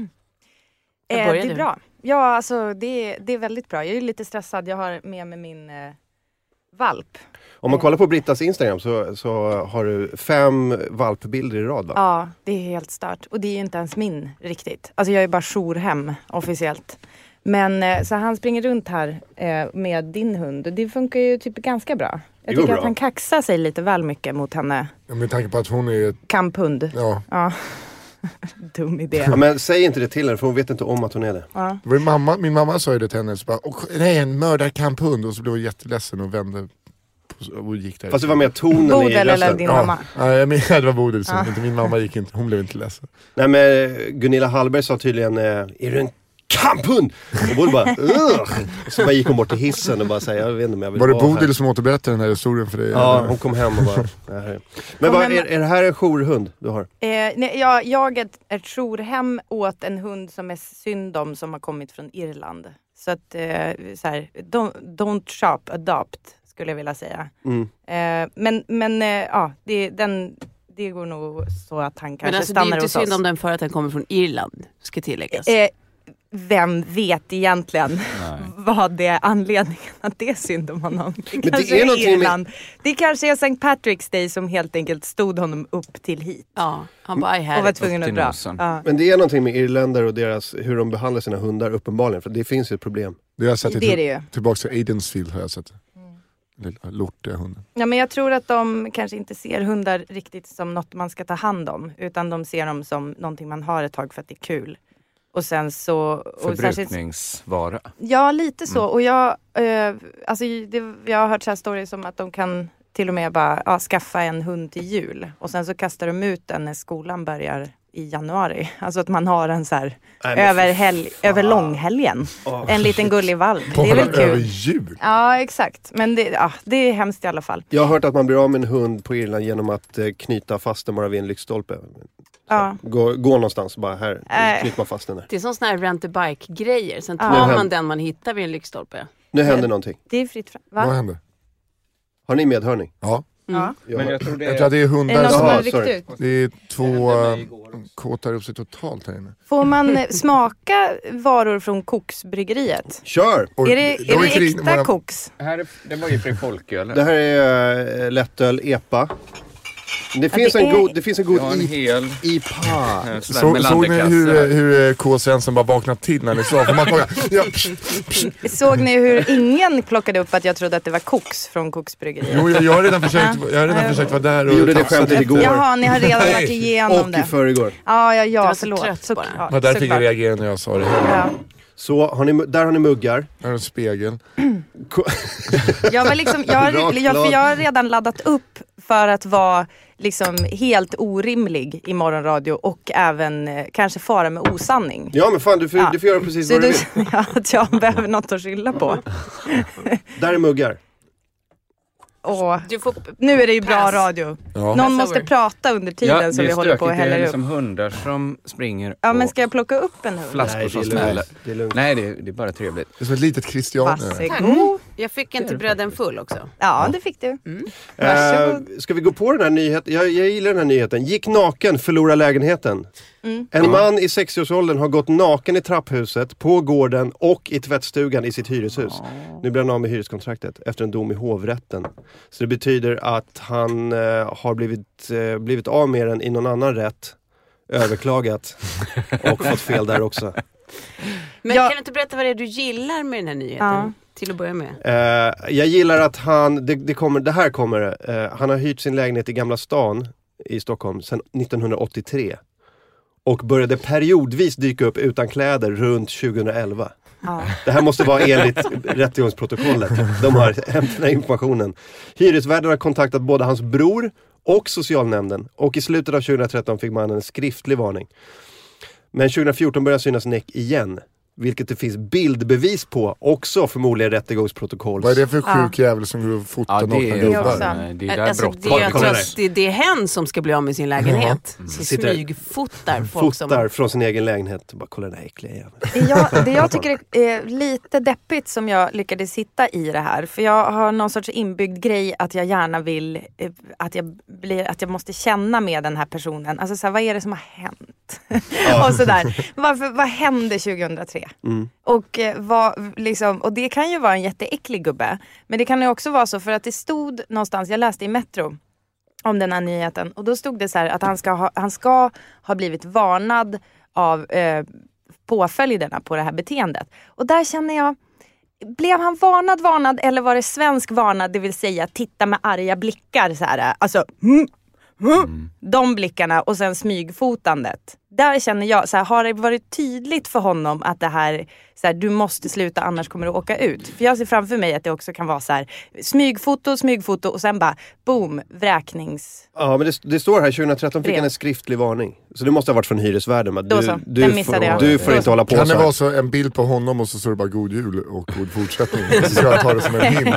Speaker 7: Eh,
Speaker 6: börjar
Speaker 7: det är
Speaker 6: du?
Speaker 7: bra. Ja, alltså det, är- det är väldigt bra. Jag är lite stressad. Jag har med mig min eh, valp.
Speaker 2: Om man kollar på Brittas Instagram så, så har du fem valpbilder i rad va?
Speaker 7: Ja, det är helt stört. Och det är ju inte ens min riktigt. Alltså jag är bara jourhem officiellt. Men eh, så han springer runt här eh, med din hund och det funkar ju typ ganska bra. Jag
Speaker 2: Det går
Speaker 7: tycker
Speaker 2: bra.
Speaker 7: att han kaxar sig lite väl mycket mot henne.
Speaker 4: Ja, med tanke på att hon är...
Speaker 7: Kamphund.
Speaker 4: Ja.
Speaker 7: Ja. Dum idé.
Speaker 2: Ja, men säg inte det till henne för hon vet inte om att hon är det.
Speaker 7: Ja.
Speaker 4: Det var ju mamma, min mamma sa ju det till henne, så bara, "Åh, nej en mördarkamphund och så blev hon jätteledsen och vände på, och gick där.
Speaker 2: Fast det var mer tonen i
Speaker 7: Bodil eller
Speaker 2: rösten.
Speaker 7: din
Speaker 4: ja.
Speaker 7: mamma.
Speaker 4: Ja, jag menar, det var Bodil som, inte min mamma gick inte, hon blev inte ledsen.
Speaker 2: Nej men eh, Gunilla Hallberg sa tydligen, eh, är du en kamphund? Och Bodil bara, "Ugh." Och så bara gick hon bort till hissen och bara säger, jag vet inte om jag vill
Speaker 4: Var det
Speaker 2: vara
Speaker 4: Bodil
Speaker 2: här.
Speaker 4: som återberättade den här historien för dig?
Speaker 2: Ja,
Speaker 4: Eller?
Speaker 2: hon kom hem och bara, "Det här är-" Men
Speaker 7: Kom
Speaker 2: vad,
Speaker 7: hem-
Speaker 2: är, är det här en jourhund du har?
Speaker 7: Eh, nej, jag, jag är ett, ett jourhem åt en hund som är synd om som har kommit från Irland. Så att, eh, så här, don't, don't shop, adopt skulle jag vilja säga.
Speaker 2: Mm.
Speaker 7: Eh, men men eh, ja, det, den, det går nog så att han kanske
Speaker 6: Men alltså, det är
Speaker 7: stannar
Speaker 6: inte
Speaker 7: hos
Speaker 6: synd
Speaker 7: oss.
Speaker 6: om den för att den kommer från Irland, ska tilläggas.
Speaker 7: Eh, vem vet egentligen
Speaker 5: Nej.
Speaker 7: vad det är anledningen att det är synd om honom? Det
Speaker 2: det
Speaker 7: kanske
Speaker 2: är
Speaker 7: är,
Speaker 2: någonting med-
Speaker 7: Irland. Det kanske är St. Patrick's Day som helt enkelt stod honom upp till hit
Speaker 6: Ja, han bara, I
Speaker 7: och var
Speaker 6: had it.
Speaker 7: tvungen
Speaker 5: till
Speaker 7: att dra.
Speaker 5: nosen.
Speaker 7: Ja.
Speaker 2: Men det är någonting med irländare och deras, hur de behandlar sina hundar uppenbarligen. För det finns ju ett problem.
Speaker 4: Det har jag sett i,
Speaker 7: Det Mm. är det ju.
Speaker 4: Tillbaka till Aidensfield har jag sett. Lilla lortiga hunden.
Speaker 7: Ja, men jag tror att de kanske inte ser hundar riktigt som något man ska ta hand om. Utan de ser dem som någonting man har ett tag för att det är kul. Och sen så... Och särskilt,
Speaker 5: Förbrukningsvara.
Speaker 7: ja, lite så. Och jag, eh, alltså, det, jag har hört så här stories som att de kan till och med bara ja, skaffa en hund till jul. Och sen så kastar de ut den när skolan börjar i januari. [laughs] Alltså att man har en så här
Speaker 2: Nej, men
Speaker 7: över,
Speaker 2: fy
Speaker 7: helg, över långhelgen. en liten gullig valp. Det är väl
Speaker 4: Bara över
Speaker 7: kul.
Speaker 4: jul.
Speaker 7: Ja, exakt. Men det, ja, det är hemskt i alla fall.
Speaker 2: Jag har hört att man blir av med en hund på Irland genom att eh, knyta fast den bara vid en lyktstolpe.
Speaker 7: Ja. Äh.
Speaker 2: Gå, gå någonstans bara här,
Speaker 7: Nej.
Speaker 2: knyter man fast den där.
Speaker 6: Det är som såna här rent-a-bike-grejer. Sen tar
Speaker 2: Nu hem-
Speaker 6: man den man hittar vid en lyktstolpe.
Speaker 2: Nu händer någonting.
Speaker 7: Det är fritt fram. Va?
Speaker 4: Vad hände?
Speaker 2: Har ni medhörning?
Speaker 4: Ja.
Speaker 7: Ja.
Speaker 2: Jag
Speaker 8: Men
Speaker 2: har-
Speaker 8: jag tror det
Speaker 4: Jag tror att det är
Speaker 7: Är det
Speaker 4: hundar
Speaker 7: någon som
Speaker 2: Jaha,
Speaker 7: har
Speaker 4: som...
Speaker 7: ryckt
Speaker 2: sorry.
Speaker 7: ut?
Speaker 4: Det är två
Speaker 8: hände
Speaker 4: eh,
Speaker 8: mig igår också.
Speaker 4: kåtar upp sig totalt här inne.
Speaker 7: Får man eh, smaka varor från koksbryggeriet?
Speaker 2: Kör!
Speaker 4: Oj,
Speaker 7: Är det,
Speaker 4: de
Speaker 7: är det
Speaker 4: kring-
Speaker 7: äkta
Speaker 4: våra-
Speaker 7: koks?
Speaker 8: Här är, det var ju för folköl.
Speaker 2: Det här är eh, lättöl EPA. E Det finns,
Speaker 7: det
Speaker 2: en
Speaker 7: är-
Speaker 2: god, det finns en god
Speaker 5: Jag har en
Speaker 2: i-
Speaker 5: hel
Speaker 2: IPA.
Speaker 5: eh, sån där
Speaker 4: Så, såg ni
Speaker 5: Melanderkasse
Speaker 4: hur,
Speaker 5: här.
Speaker 4: eh, hur eh, K. Svensson bara vaknade till när ni sa? För man bara, ja, pst, pst.
Speaker 7: Såg ni hur ingen plockade upp att jag trodde att det var koks från koksbryggeriet?
Speaker 4: Jo, jag, jag har redan försökt, jag har redan försökt vara där och
Speaker 2: Vi gjorde det
Speaker 4: tafsa
Speaker 2: skämtet
Speaker 4: lite.
Speaker 2: igår.
Speaker 7: Jaha, ni har redan
Speaker 4: Nej,
Speaker 7: varit igenom
Speaker 2: Och i
Speaker 7: det.
Speaker 2: förrgår.
Speaker 7: Ja, ja, ja,
Speaker 6: var så trött
Speaker 7: förlåt. Så,
Speaker 6: bara.
Speaker 7: ja,
Speaker 4: Det var därför jag
Speaker 7: såklart.
Speaker 4: reagerade när jag sa det. Här
Speaker 7: Ja.
Speaker 2: Så har ni, mu- där har ni muggar.
Speaker 4: har en spegel.
Speaker 2: Ko-
Speaker 7: Jag, var liksom, jag, har- jag, för jag har redan laddat upp för att vara liksom helt orimlig i morgonradio och även eh, kanske fara med osanning.
Speaker 2: Ja men fan du får,
Speaker 7: Ja.
Speaker 2: du får göra precis
Speaker 7: Så
Speaker 2: vad du
Speaker 7: du
Speaker 2: vill.
Speaker 7: [laughs] känner jag att jag behöver något att skylla på.
Speaker 2: Där är muggar.
Speaker 7: Och
Speaker 6: Du får...
Speaker 7: nu är det ju bra
Speaker 6: Pass.
Speaker 7: radio.
Speaker 4: Ja.
Speaker 7: Någon
Speaker 6: Pass
Speaker 7: måste
Speaker 6: over.
Speaker 7: prata under tiden som vi håller på och
Speaker 5: Det är
Speaker 7: häller
Speaker 5: liksom
Speaker 7: upp.
Speaker 5: hundar som springer
Speaker 7: Ja men
Speaker 5: och
Speaker 7: ska jag plocka upp en hund?
Speaker 5: flaskor som
Speaker 2: det är
Speaker 5: smäller.
Speaker 2: lugnt. Det är lugnt.
Speaker 5: Nej, det är, det är bara trevligt.
Speaker 4: Det är som ett litet Christiania.
Speaker 7: Varsågod.
Speaker 6: Jag fick inte bröden full också.
Speaker 7: Ja det fick du.
Speaker 2: Eh,
Speaker 7: Varsågod.
Speaker 2: ska vi gå på den här nyheten? Jag, jag gillar den här nyheten. Gick naken, förlorar lägenheten.
Speaker 7: Mm.
Speaker 2: En man i 60-årsåldern har gått naken i trapphuset, på gården och i tvättstugan i sitt hyreshus. Nu blir han av med hyreskontraktet efter en dom i hovrätten. Så det betyder att han eh, har blivit, eh, blivit av med den i någon annan rätt, överklagat och fått fel där också.
Speaker 6: Men
Speaker 7: Ja.
Speaker 6: kan du inte berätta vad det är du gillar med den här nyheten?
Speaker 7: Ja.
Speaker 6: Till att börja med.
Speaker 2: Eh, jag gillar att han, det, det, kommer, det här kommer det. Eh, han har hyrt sin lägenhet i Gamla stan i Stockholm sedan 1983. Och började periodvis dyka upp utan kläder runt 2011.
Speaker 7: Ja.
Speaker 2: Det här måste vara enligt rättegångsprotokollet. De har hämtat den här informationen. Hyresvärden har kontaktat både hans bror och socialnämnden. Och i slutet av 2013 fick mannen en skriftlig varning. Men 2014 började synas näck igen. Vilket det finns bildbevis på, också förmodligen rättegångsprotokolls.
Speaker 4: Vad är det för sjuk jävel som går och fotar
Speaker 5: Ja,
Speaker 4: nakna
Speaker 5: det är,
Speaker 7: gubbar.
Speaker 4: gubbar?
Speaker 7: också.
Speaker 5: nej, det är där
Speaker 6: Alltså,
Speaker 5: brottet
Speaker 6: det, jag tror
Speaker 2: Kolla Mm.
Speaker 6: att det, det är hen som ska bli av med sin lägenhet. Så
Speaker 2: Sitter-
Speaker 6: smygfotar folk
Speaker 2: Fotar
Speaker 6: som...
Speaker 2: från sin egen lägenhet. Bara kolla den här äckliga jäveln.
Speaker 7: Det jag, det jag tycker är lite deppigt som jag lyckades hitta i det här, för jag har någon sorts inbyggd grej att jag gärna vill eh, att jag, blir, att jag måste känna med den här personen. Alltså så här, vad är det som har hänt? [laughs] och sådär. Varför, vad hände 2003? Och, eh, vad, liksom, och det kan ju vara en jätteäcklig gubbe, men det kan ju också vara så för att det stod någonstans, jag läste i Metro, om den här nyheten. Och då stod det så här att han ska ha, han ska ha blivit varnad av eh, påföljderna på det här beteendet. Och där känner jag, blev han varnad varnad eller var det svensk varnad, det vill säga titta med arga blickar så här. Alltså, mm, mm, de blickarna och sen smygfotandet. Där känner jag, så här, har det varit tydligt för honom att det här, så här, du måste sluta annars kommer du åka ut. För jag ser framför mig att det också kan vara så här, smygfoto, smygfoto och sen bara boom, vräknings...
Speaker 2: Ja, men det, det står här 2013 fick
Speaker 7: Brev.
Speaker 2: han en skriftlig varning. Så det måste ha varit från hyresvärden. men
Speaker 7: Då
Speaker 2: Du,
Speaker 7: så.
Speaker 2: du,
Speaker 7: Den missade
Speaker 2: får,
Speaker 7: jag.
Speaker 2: du får
Speaker 7: Då
Speaker 2: inte
Speaker 7: så.
Speaker 2: hålla på
Speaker 4: Kan det
Speaker 2: så
Speaker 4: vara
Speaker 2: här.
Speaker 4: så en bild på honom och så står det bara god jul och god fortsättning. Så ska jag ta det som
Speaker 7: [laughs]
Speaker 4: en hint.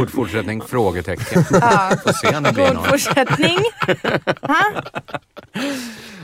Speaker 5: Ord fortsättning, frågetecken.
Speaker 7: [laughs] Ja.
Speaker 5: Får se om det blir
Speaker 7: God
Speaker 5: någon.
Speaker 7: fortsättning.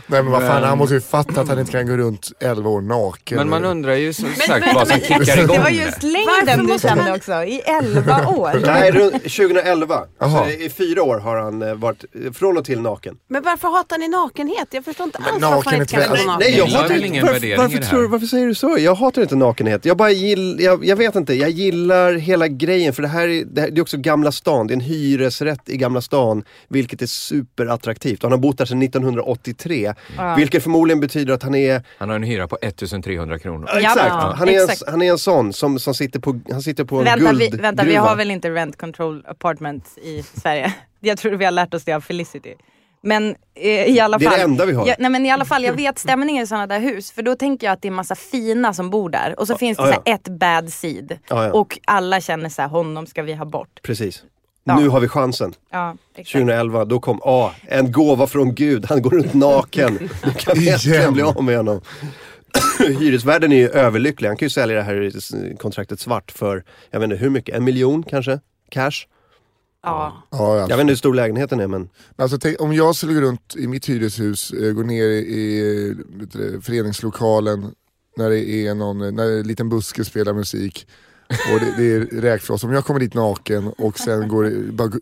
Speaker 4: Nej men vad fan, han måste ju fatta att han inte kan gå runt 11 år naken.
Speaker 5: Men man undrar ju som sagt
Speaker 6: men-
Speaker 5: vad som
Speaker 6: men-
Speaker 2: [laughs]
Speaker 5: kickar igång
Speaker 7: Det var
Speaker 5: det.
Speaker 7: just längden du
Speaker 6: måste
Speaker 7: kände
Speaker 6: man-
Speaker 7: också, i 11 år.
Speaker 2: Nej, runt 2011. Så
Speaker 4: Jaha.
Speaker 2: i fyra år har han eh, varit eh, från och till naken.
Speaker 6: Men varför hatar ni nakenhet? Jag förstår inte alls varför han
Speaker 4: nakenhet
Speaker 6: inte kan
Speaker 4: väl-
Speaker 6: gå naken.
Speaker 2: Alltså, Nej, jag
Speaker 5: Det är
Speaker 2: hatar
Speaker 5: väl
Speaker 2: inte,
Speaker 5: ingen värdering
Speaker 2: varför, varför,
Speaker 5: i det här.
Speaker 2: tror, du- varför säger du så? Jag hatar inte nakenhet. Jag bara gill, jag, jag vet inte, jag gillar hela grejen för det här, är, det här det är också Gamla stan. Det är en hyresrätt i Gamla stan, vilket är superattraktivt. Han har bott där sedan 1983, vilket förmodligen betyder att han är
Speaker 5: Han har en hyra på 1300 kronor.
Speaker 2: Ja,
Speaker 7: Ja,
Speaker 2: exakt.
Speaker 7: ja,
Speaker 2: han, är
Speaker 7: exakt.
Speaker 2: En, han är en sån som, som sitter på, han sitter på en
Speaker 7: Vänta, vi,
Speaker 2: guldgruva.
Speaker 7: vänta vi har väl inte rent control apartments i Sverige? [laughs] Jag tror vi har lärt oss det av Felicity. Men eh, i alla
Speaker 2: Det är
Speaker 7: fall.
Speaker 2: det enda vi har.
Speaker 7: Jag, nej men i alla fall, jag vet stämningen i sådana där hus. För då tänker jag att det är massa fina som bor där. Och så finns det
Speaker 2: ja,
Speaker 7: så här ett bad seed.
Speaker 2: Ja, ja.
Speaker 7: Och alla känner så här, honom ska vi ha bort.
Speaker 2: Precis.
Speaker 7: Ja.
Speaker 2: Nu har vi chansen.
Speaker 7: Ja, exakt.
Speaker 2: 2011, då kom A. En gåva från Gud. Han går runt naken. Nu kan vi äntligen
Speaker 4: Igen.
Speaker 2: bli av med honom. [clears throat] Hyresvärden är ju överlycklig. Han kan ju sälja det här kontraktet svart för, jag vet inte hur mycket, en miljon kanske? Cash?
Speaker 7: Ja.
Speaker 4: Ja, ja.
Speaker 2: Jag vet inte hur stor lägenheten är men...
Speaker 4: Alltså, tänk, om jag skulle gå runt i mitt hyreshus, eh, gå ner i eh, vet du det, föreningslokalen när det är någon, eh, när en liten buske spelar musik och det, det är räkfrost. Om jag kommer dit naken och sen går, i- bara, gå-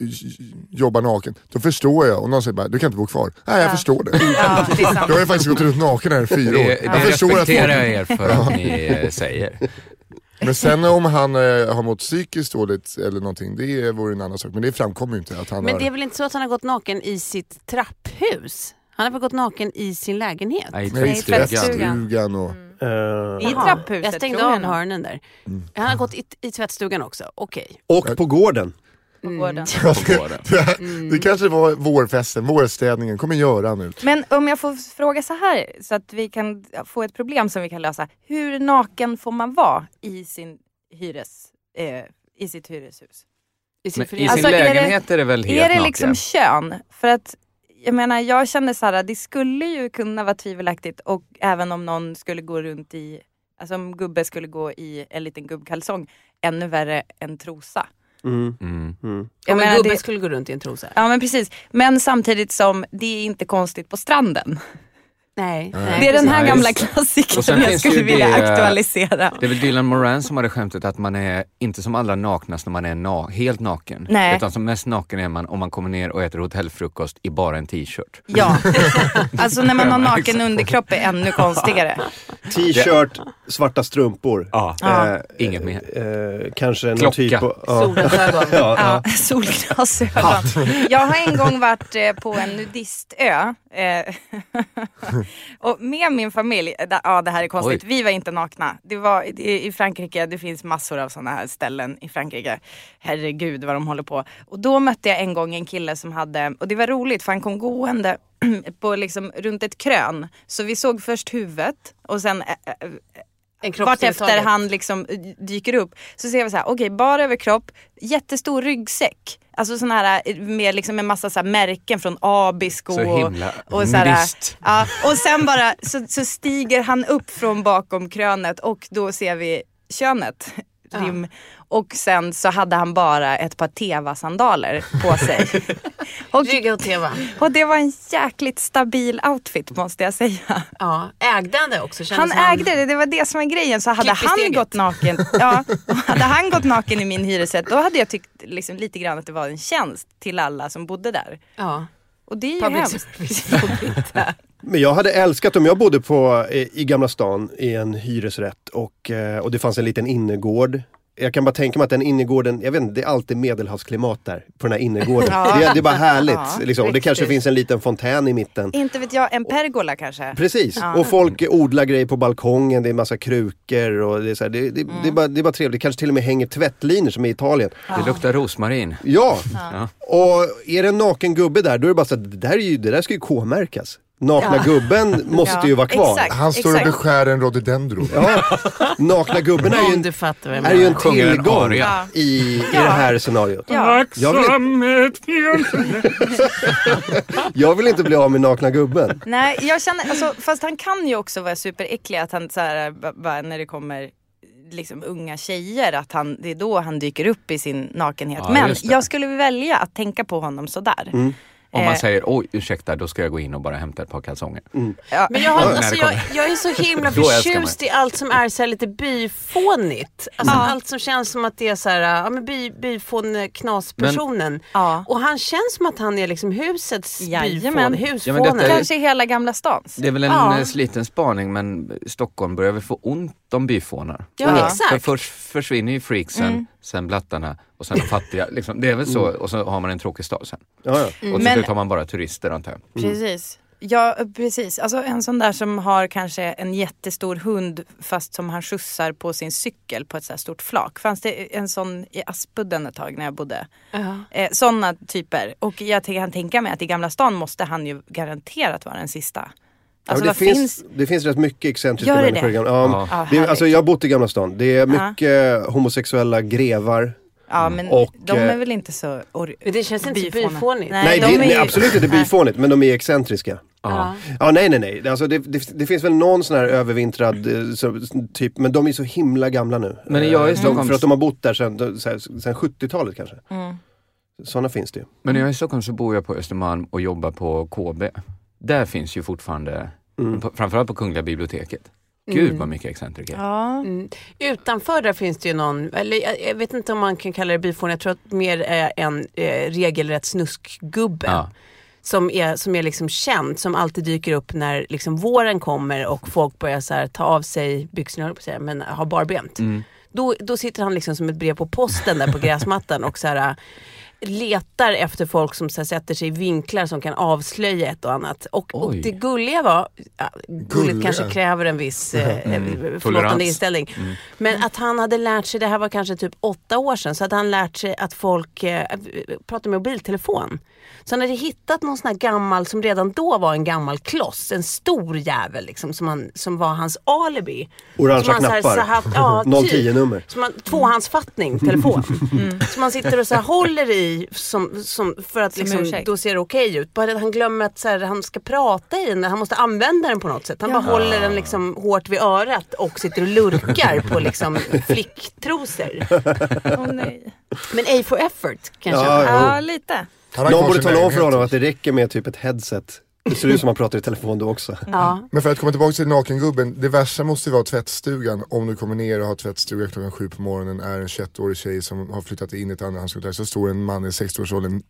Speaker 4: jobbar naken, då förstår jag. Om någon säger bara, du kan inte bo kvar. Nej, jag
Speaker 7: Ja.
Speaker 4: förstår det.
Speaker 7: ja, det är sant.
Speaker 4: Jag har ju faktiskt gått runt naken här i fyra år.
Speaker 5: Det, det
Speaker 4: Jag förstår att
Speaker 5: respekterar jag er för att ni eh, säger.
Speaker 4: Men sen om han eh, har mått psykiskt dåligt eller någonting, det vore en annan sak. Men det framkommer ju inte att han
Speaker 6: Men
Speaker 4: har...
Speaker 6: det är väl inte så att han har gått naken i sitt trapphus? Han har väl gått naken i sin lägenhet?
Speaker 5: Nej,
Speaker 4: Nej,
Speaker 7: i
Speaker 5: tvättstugan.
Speaker 7: tvättstugan.
Speaker 4: tvättstugan och...
Speaker 2: Eh,
Speaker 7: I
Speaker 6: Jaha,
Speaker 7: trapphuset,
Speaker 6: Jag stängde
Speaker 7: tror jag
Speaker 6: av
Speaker 7: nog.
Speaker 6: hörnen där. Han har gått i, i tvättstugan också. Okej.
Speaker 2: och på gården.
Speaker 7: på gården.
Speaker 5: Mm.
Speaker 7: Typ
Speaker 4: det,
Speaker 7: Mm.
Speaker 4: det kanske var vårfesten, vårstädningen, kommer Göran ut.
Speaker 7: Men om jag får fråga så här, så att vi kan få ett problem som vi kan lösa. Hur naken får man vara i, sin hyres, eh, i sitt hyreshus?
Speaker 6: I sin
Speaker 5: Men I
Speaker 6: förening.
Speaker 5: sin
Speaker 7: Alltså, är det-
Speaker 5: lägenhet är det väl helt
Speaker 7: Är det
Speaker 5: naken?
Speaker 7: liksom kön? För att jag menar, jag känner så här, det skulle ju kunna vara tvivelaktigt och även om någon skulle gå runt i, alltså om gubbe skulle gå i en liten gubbkalsong, ännu värre än trosa.
Speaker 2: Mm,
Speaker 5: Mm.
Speaker 2: mm.
Speaker 7: Jag
Speaker 6: Om en
Speaker 7: menar,
Speaker 6: gubbe
Speaker 7: det-
Speaker 6: skulle gå runt i en trosa.
Speaker 7: Ja men precis, men samtidigt som det är inte konstigt på stranden.
Speaker 6: Nej.
Speaker 4: Nej,
Speaker 7: Det är den här
Speaker 5: precis. Ja,
Speaker 7: gamla
Speaker 5: just
Speaker 7: klassikern
Speaker 5: Och sen
Speaker 7: jag
Speaker 5: finns det ju
Speaker 7: skulle vilja
Speaker 5: det- [laughs]
Speaker 7: aktualisera.
Speaker 5: Det är väl Dylan Moran som hade skämtet att man är inte som allra naknast när man är na- helt naken.
Speaker 7: Nej.
Speaker 5: Utan som mest naken är man om man kommer ner och äter hotellfrukost i bara en t-shirt.
Speaker 7: Ja, alltså när man har naken underkropp är
Speaker 5: [laughs]
Speaker 7: ännu konstigare.
Speaker 2: T-shirt, svarta strumpor.
Speaker 5: Ja.
Speaker 7: Ja.
Speaker 2: Eh,
Speaker 5: Inget mer.
Speaker 2: Eh, kanske någon
Speaker 5: Klocka.
Speaker 2: typ av... Ja.
Speaker 6: Solglasögon.
Speaker 2: [laughs] Ja, ja.
Speaker 7: Ja, [laughs] solglasögon. Jag har en gång varit eh, på en nudistö. eh, [laughs] och med min familj, eh, da- ja det här är konstigt,
Speaker 5: Oj.
Speaker 7: vi var inte nakna. Det var i i Frankrike, det finns massor av sådana här ställen i Frankrike. Herregud vad de håller på. Och då mötte jag en gång en kille som hade, och det var roligt för han kom gående [clears throat] på liksom runt ett krön. Så vi såg först huvudet och sen eh, eh,
Speaker 6: En kroppsdel
Speaker 7: vartefter
Speaker 6: taget.
Speaker 7: han liksom dyker upp så ser vi så här, okej bara överkropp, jättestor ryggsäck. Alltså sån här eh, med liksom en massa så här märken från Abisko.
Speaker 5: Så himla nudist.
Speaker 7: ja, och sen bara så, så stiger han upp från bakom krönet och då ser vi könet. Rim. Och sen så hade han bara ett par Teva-sandaler på sig.
Speaker 5: [laughs]
Speaker 7: och,
Speaker 6: Rygga och teva.
Speaker 7: och det var en jäkligt stabil outfit måste jag säga.
Speaker 6: Ja. Ägde han det också? Kändes
Speaker 7: Han ägde det, det var det som var grejen. Så hade
Speaker 6: Klipp i
Speaker 7: han
Speaker 6: steget.
Speaker 7: gått naken
Speaker 6: [laughs]
Speaker 7: ja, och hade han gått naken i min hyresrätt då hade jag tyckt liksom, lite grann att det var en tjänst till alla som bodde där.
Speaker 6: Ja.
Speaker 7: Och det är ju
Speaker 6: Public
Speaker 7: hemskt.
Speaker 6: service. [laughs] jobbigt där.
Speaker 2: Men jag hade älskat om jag bodde på, i, i Gamla stan i en hyresrätt och, eh, och det fanns en liten innergård. Jag kan bara tänka mig att den innergården, jag vet inte, det är alltid medelhavsklimat där på den här innergården.
Speaker 7: Ja.
Speaker 2: Det, är- det är bara härligt.
Speaker 7: Ja,
Speaker 2: liksom. Och Det kanske
Speaker 7: riktigt.
Speaker 2: finns en liten fontän i mitten.
Speaker 7: Inte vet jag, en pergola kanske?
Speaker 2: Precis,
Speaker 7: Ja.
Speaker 2: och folk odlar grejer på balkongen, det är massa krukor och det är, så här, det, det, det, är bara, det är bara trevligt. Det kanske till och med hänger tvättlinor som i Italien.
Speaker 5: Det luktar rosmarin.
Speaker 2: Ja, och är det en naken gubbe där då är det bara så att det där, är ju, det där ska ju k-märkas. Nakna
Speaker 7: [laughs]
Speaker 2: gubben måste
Speaker 7: Ja,
Speaker 2: ju vara kvar.
Speaker 7: exakt.
Speaker 4: Han står och
Speaker 7: Exakt.
Speaker 4: beskär en rhododendro.
Speaker 2: Ja, nakna gubben är ju
Speaker 6: Om
Speaker 2: en,
Speaker 6: du fattar vad jag
Speaker 2: är ju en
Speaker 6: menar.
Speaker 5: Sjunger en
Speaker 2: tillgång i,
Speaker 5: aria.
Speaker 2: i det här scenariot.
Speaker 6: Mm.
Speaker 7: Ja.
Speaker 2: Jag vill, jag vill inte bli av med nakna gubben.
Speaker 7: Nej, jag känner, alltså, fast han kan ju också vara superäcklig att han så här, b- bara, när det kommer liksom unga tjejer att han, det är då han dyker upp i sin nakenhet.
Speaker 5: Ja,
Speaker 7: Men
Speaker 5: just det.
Speaker 7: jag skulle välja att tänka på honom sådär.
Speaker 5: Om man
Speaker 7: Eh.
Speaker 5: säger oj ursäkta då ska jag gå in och bara hämta ett par kalsonger.
Speaker 7: Ja.
Speaker 6: Men jag, har, alltså,
Speaker 5: det
Speaker 6: jag, jag är så himla
Speaker 5: Då älskar
Speaker 6: förtjust i allt som är så här lite byfånigt. Alltså allt som känns som att det är så här, ja men by, byfån knaspersonen.
Speaker 7: Ja.
Speaker 6: Och han känns som att han är liksom husets
Speaker 7: Jajamän.
Speaker 6: byfån,
Speaker 5: Ja, men detta
Speaker 6: husfånen.
Speaker 5: är-
Speaker 7: Kanske hela Gamla stans.
Speaker 5: Det är väl en
Speaker 6: Ja.
Speaker 5: eh, sliten spaning men Stockholm börjar väl få ont om byfånar.
Speaker 6: Ja,
Speaker 7: Ja.
Speaker 5: För
Speaker 6: exakt.
Speaker 5: först försvinner ju freaksen, sen blattarna och sen de fattiga. Liksom. Det är väl så och så har man en tråkig stad sen.
Speaker 2: Ja, ja.
Speaker 5: Och till
Speaker 7: Men-
Speaker 5: slut har man bara turister antar jag.
Speaker 2: Mm.
Speaker 7: Precis. Ja, precis. Alltså en sån där som har kanske en jättestor hund fast som han skjutsar på sin cykel på ett så här stort flak. Fanns det en sån i Aspudden ett tag när jag bodde.
Speaker 6: Ja.
Speaker 7: Eh, Sådana typer. Och jag t- kan tänka mig att i Gamla stan måste han ju garanterat vara den sista.
Speaker 2: Ja,
Speaker 7: Alltså
Speaker 2: men det,
Speaker 7: vad finns...
Speaker 2: finns, det finns rätt mycket excentriska
Speaker 7: Gör det
Speaker 2: människor i
Speaker 7: det?
Speaker 2: Gamla ja.
Speaker 7: Ja,
Speaker 2: det, är-
Speaker 7: härligt.
Speaker 2: Alltså Jag har bott i Gamla stan. Det är mycket eh, homosexuella grevar.
Speaker 7: Ja men
Speaker 2: Och,
Speaker 7: de är
Speaker 2: eh,
Speaker 7: väl inte så... Or...
Speaker 2: [laughs]
Speaker 6: Men det känns inte så
Speaker 7: Byfåna.
Speaker 6: byfånigt.
Speaker 7: Nej.
Speaker 2: Nej,
Speaker 7: de
Speaker 2: det,
Speaker 7: är
Speaker 2: nej
Speaker 7: ju-
Speaker 2: absolut inte byfånigt, men de är excentriska.
Speaker 6: Ja.
Speaker 2: Ja, nej, nej, nej. Alltså, det, det, det finns väl någon sån här övervintrad eh, så, typ, men de är så himla gamla nu.
Speaker 5: Men jag är
Speaker 2: Eh,
Speaker 5: i Stockholm-
Speaker 2: För att de har bott där sedan så här, sedan 70-talet kanske. Mm. Sådana finns det ju.
Speaker 5: Men när jag är i Stockholm så bor jag på Östermalm och jobbar på KB. Där finns ju fortfarande, på, framförallt på Kungliga biblioteket. Gud vad mycket excentriker.
Speaker 7: Ja.
Speaker 6: Mm. Utanför där finns det ju någon, eller jag, jag vet inte om man kan kalla det byfån, jag tror att mer är en eh, regelrätt snuskgubbe.
Speaker 5: Ja.
Speaker 6: Som är, som är liksom känd, som alltid dyker upp när
Speaker 5: Mm.
Speaker 6: liksom våren kommer och folk börjar så här, ta av sig byxorna, höll jag på att säga, men har barbent. Då, då sitter han liksom som ett brev på posten där på gräsmattan och så här, äh, letar efter folk som så här, sätter sig i vinklar som kan avslöja ett och annat. Och, och
Speaker 5: Oj.
Speaker 6: det gulliga var, ja, gulligt
Speaker 4: Gulliga?
Speaker 6: kanske kräver en viss eh, eh,
Speaker 5: Tolerans.
Speaker 6: förlåtande inställning. Men att han hade lärt sig, det här var kanske typ åtta år sedan, så hade han lärt sig att folk eh, pratar med mobiltelefon. Så han hade hittat någon sån här gammal, som redan då var en gammal kloss, en stor jävel liksom, som, han, som var hans alibi.
Speaker 2: Orangea
Speaker 6: Som han så här-
Speaker 2: knappar.
Speaker 6: så här- ja, typ.
Speaker 2: 010 nummer.
Speaker 6: Som man, tvåhandsfattning, telefon. Mm. Som man sitter och så här håller i som, som, för att
Speaker 7: Som
Speaker 6: liksom,
Speaker 7: ursäkt.
Speaker 6: då ser det okej ut. Bara att han glömmer att så här, han ska prata i den, han måste använda den på något sätt. Han
Speaker 7: Ja.
Speaker 6: bara håller den liksom hårt vid örat och sitter och lurkar på liksom flicktrosor.
Speaker 7: Åh nej.
Speaker 6: Men A for effort kanske.
Speaker 2: Ja,
Speaker 7: Ja,
Speaker 2: jo.
Speaker 7: lite.
Speaker 4: Han har
Speaker 2: Någon
Speaker 4: kvar
Speaker 2: borde
Speaker 4: sin
Speaker 2: tala om för
Speaker 4: lägenhet.
Speaker 2: honom att det räcker med typ ett headset. Det ser ut som man pratar i telefon då också.
Speaker 6: Ja.
Speaker 4: Men för att komma tillbaka till nakengubben, det värsta måste ju vara tvättstugan. Om du kommer ner och har tvättstuga klockan sju på morgonen, är en 21-årig tjej som har flyttat in i ett andrahandskontrakt, så står en man i 60-årsåldern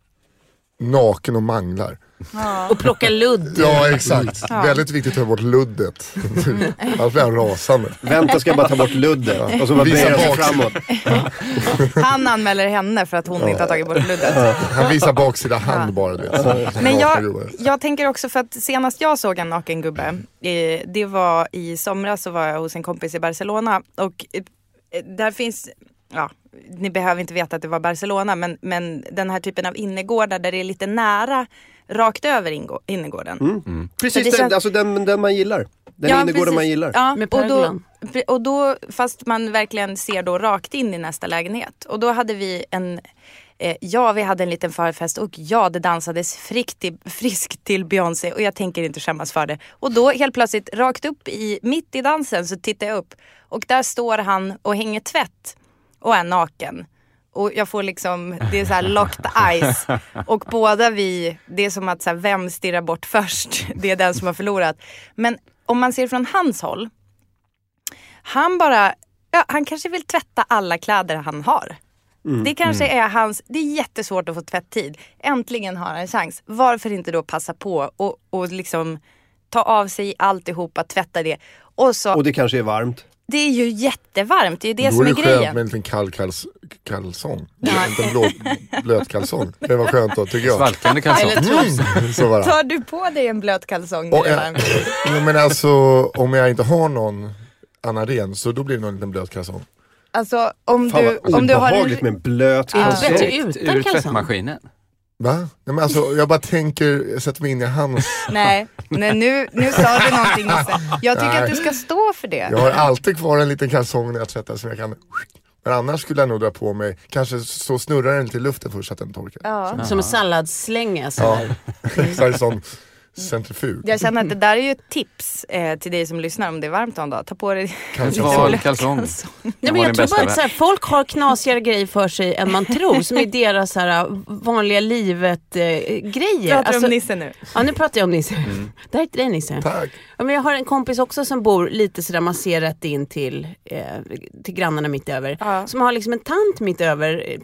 Speaker 4: naken och manglar.
Speaker 2: [laughs]
Speaker 6: Och plocka ludd.
Speaker 4: Ja exakt, [laughs] väldigt viktigt att ta bort luddet.
Speaker 7: Mm.
Speaker 4: Annars blir han rasande.
Speaker 2: Vänta ska jag bara ta bort ludden och så bara
Speaker 4: Visa
Speaker 2: böjer sig
Speaker 4: bak. Mm.
Speaker 2: framåt.
Speaker 7: Han anmäler henne för att hon inte har tagit
Speaker 2: [laughs]
Speaker 7: bort luddet.
Speaker 4: Han visar baksida hand bara du vet.
Speaker 7: Men
Speaker 4: Nakna
Speaker 7: jag,
Speaker 4: gubbar.
Speaker 7: jag tänker också för att senast jag såg en naken gubbe, eh, det var i somras så var jag hos en kompis i Barcelona och eh, där finns, ja, ni behöver inte veta att det var Barcelona, men, men den här typen av innergårdar där det är lite nära rakt över ingå- innergården.
Speaker 2: Precis
Speaker 7: det
Speaker 2: den,
Speaker 7: känns-
Speaker 2: alltså den, den man gillar. Den innergården
Speaker 7: precis.
Speaker 2: man gillar.
Speaker 7: Ja,
Speaker 6: Med
Speaker 7: och, då,
Speaker 6: pergolan.
Speaker 7: pre- och då, fast man verkligen ser då rakt in i nästa lägenhet. Och då hade vi en, eh, ja vi hade en liten förfest och ja det dansades frikt till, friskt till Beyoncé och jag tänker inte skämmas för det. Och då helt plötsligt rakt upp i, mitt i dansen så tittar jag upp och där står han och hänger tvätt och är naken. Och jag får liksom, det är så här locked eyes. Och båda vi, det är som att så här, vem stirrar bort först? Det är den som har förlorat. Men om man ser från hans håll, han bara, ja, han kanske vill tvätta alla kläder han har.
Speaker 4: Mm,
Speaker 7: Det kanske är hans, det är jättesvårt att få tvätttid. Äntligen har han en chans. Varför inte då passa på och, och liksom ta av sig alltihopa, tvätta det. Och så,
Speaker 2: Och det kanske är varmt.
Speaker 7: det är ju jättevarmt, det är ju det
Speaker 4: Då
Speaker 7: som
Speaker 4: är det
Speaker 7: är
Speaker 4: skönt
Speaker 7: grejen.
Speaker 4: med en liten kall kals- kalsong. Inte en blå, blöt kalsong. Det var skönt då tycker jag.
Speaker 5: Svalkande kanske.
Speaker 4: Mm, så var det.
Speaker 7: Tar du på dig en blöt kalsong när
Speaker 4: Och eh,
Speaker 7: det är
Speaker 4: en,
Speaker 7: varmt?
Speaker 4: Jo, [laughs] men alltså om jag inte har någon Anna Ren så då blir det någon liten blöt kalsong.
Speaker 7: Alltså om
Speaker 2: Fan
Speaker 7: du,
Speaker 2: vad
Speaker 7: om du har
Speaker 2: obehagligt
Speaker 7: en...
Speaker 2: med en blöt
Speaker 6: Inte
Speaker 2: kalsong.
Speaker 6: bättre
Speaker 5: Direkt ur
Speaker 6: utan kalsong.
Speaker 5: tvättmaskinen.
Speaker 4: Va? Nej, men alltså, jag bara tänker, jag sätter mig in i hans.
Speaker 7: [laughs] Nej, nej nu, nu sa du någonting Nisse. Jag tycker att du ska stå för det.
Speaker 4: Jag har alltid kvar en liten kalsong när jag tvättar som jag kan. Men annars skulle jag nog dra på mig, kanske så snurrar den lite i luften först så att den torkar.
Speaker 7: Ja.
Speaker 6: Som en salladsslänga. Så
Speaker 4: Ja. [laughs]
Speaker 6: här.
Speaker 4: Så är det sån centrifug.
Speaker 7: Jag känner att det där är ju ett tips eh, till dig som lyssnar om det är varmt en dag. Ta på dig
Speaker 4: Kanske
Speaker 5: Val
Speaker 4: så.
Speaker 7: blöt
Speaker 5: kalsong.
Speaker 6: Nej,
Speaker 5: De har
Speaker 6: men jag
Speaker 5: den
Speaker 6: tror
Speaker 5: bästa
Speaker 6: bara att
Speaker 5: vän.
Speaker 6: så här, folk har knasigare grejer för sig än man tror som är deras så här, vanliga eh, livet-grejer.
Speaker 7: Pratar alltså, om Nisse nu.
Speaker 6: ja, nu pratar jag om Nisse. [laughs] Det här är till dig Nisse.
Speaker 4: Mm. Tack.
Speaker 6: Ja, men jag har en kompis också som bor lite sådär, man ser rätt in till, eh, till grannarna mitt över.
Speaker 7: Ja.
Speaker 6: Som har liksom en tant mitt över, eh,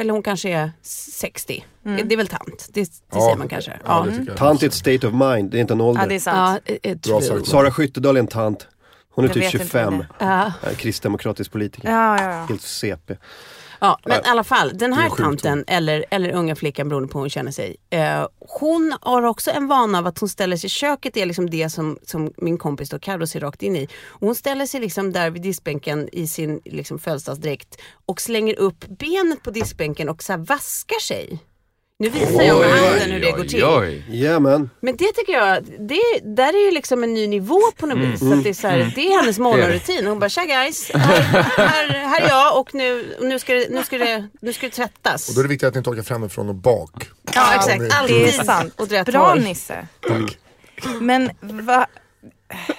Speaker 6: eller hon kanske är 60. Det är väl tant, det, det säger man kanske.
Speaker 4: Mm.
Speaker 6: Mm.
Speaker 4: Ja, det tycker jag.
Speaker 2: Tant är ett state of mind, det är inte en ålder.
Speaker 7: Ja, det är sant.
Speaker 6: Ja, eh, eh,
Speaker 4: Bra
Speaker 6: true.
Speaker 4: sagt.
Speaker 2: Sara Skyttedal är en tant. Hon är
Speaker 7: Jag
Speaker 2: typ
Speaker 7: vet inte
Speaker 2: 25.
Speaker 7: vem
Speaker 6: Ja.
Speaker 2: Eh, Kristdemokratisk politiker.
Speaker 7: Ja, ja, ja.
Speaker 2: Helt CP.
Speaker 6: Ja, men i alla fall, den
Speaker 4: Det är
Speaker 6: här
Speaker 4: en sjukdom.
Speaker 6: tanten, eller, eller unga flickan beroende på hur hon känner sig. Eh, hon har också en vana av att hon ställer sig, köket är liksom det som, som min kompis då Carro ser rakt in i. Och hon ställer sig liksom där vid diskbänken i sin liksom, födelsedagsdräkt och slänger upp benet på diskbänken och så här vaskar sig. Nu visar jag med handen hur det går till.
Speaker 5: oj.
Speaker 2: Jajamän.
Speaker 6: Men det tycker jag, det, där är ju liksom en ny nivå på något
Speaker 4: Mm.
Speaker 6: vis. Så att det, är så här, det är hennes morgonrutin. Hon bara, tja guys, här, här, här är jag och nu, nu, ska, det- nu, ska, det, nu ska det tvättas.
Speaker 4: Och då är det viktigt att ni torkar framifrån och bak.
Speaker 6: Ja exakt,
Speaker 7: Det är
Speaker 6: alltid
Speaker 7: sant.
Speaker 6: åt rätt
Speaker 7: Bra
Speaker 6: håll.
Speaker 7: Nisse.
Speaker 2: Mm.
Speaker 7: Men va,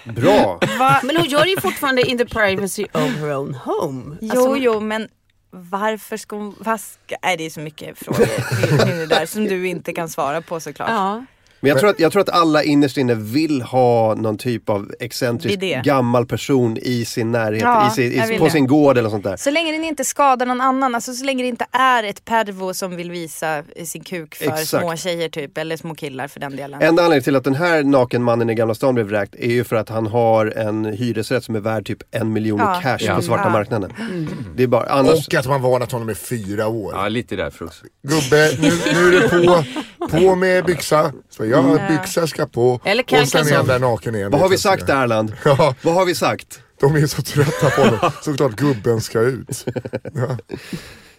Speaker 2: Bra.
Speaker 7: va,
Speaker 6: Men hon gör det ju fortfarande in the privacy of her own home. Alltså
Speaker 7: jo, jo, men varför ska hon vaska? Nej, det är så mycket frågor kring det där som du inte kan svara på såklart.
Speaker 6: Ja.
Speaker 2: Men jag tror, att, jag tror att alla innerst inne vill ha någon typ av excentrisk
Speaker 7: Det är det.
Speaker 2: gammal person i sin närhet,
Speaker 7: Ja,
Speaker 2: i sin,
Speaker 7: jag
Speaker 2: i,
Speaker 7: vill
Speaker 2: på
Speaker 7: det.
Speaker 2: sin gård eller sånt där.
Speaker 7: Så länge den inte skadar någon annan, alltså så länge det inte är ett pervo som vill visa eh, sin kuk för
Speaker 2: Exakt.
Speaker 7: små tjejer typ, eller små killar för den delen.
Speaker 2: Enda anledningen till att den här nakenmannen i Gamla stan blev vräkt är ju för att han har en hyresrätt som är värd typ en miljon
Speaker 7: Ja.
Speaker 2: cash
Speaker 5: Ja.
Speaker 2: på svarta
Speaker 7: Ja. Mm.
Speaker 2: marknaden. Det är bara, annars...
Speaker 4: Och att man varnat honom i fyra år.
Speaker 5: Ja, lite därför också.
Speaker 4: Gubbe, nu, nu är det på. På med byxa. Så jag byxor ska på.
Speaker 6: Eller
Speaker 4: och sen är han
Speaker 6: kalkalsong.
Speaker 4: där naken igen.
Speaker 2: Vad har vi
Speaker 4: Vet jag
Speaker 2: sagt
Speaker 4: inte.
Speaker 2: Erland?
Speaker 4: [laughs] Ja,
Speaker 2: Vad har vi sagt?
Speaker 4: de är så trötta på honom. Såklart gubben ska ut.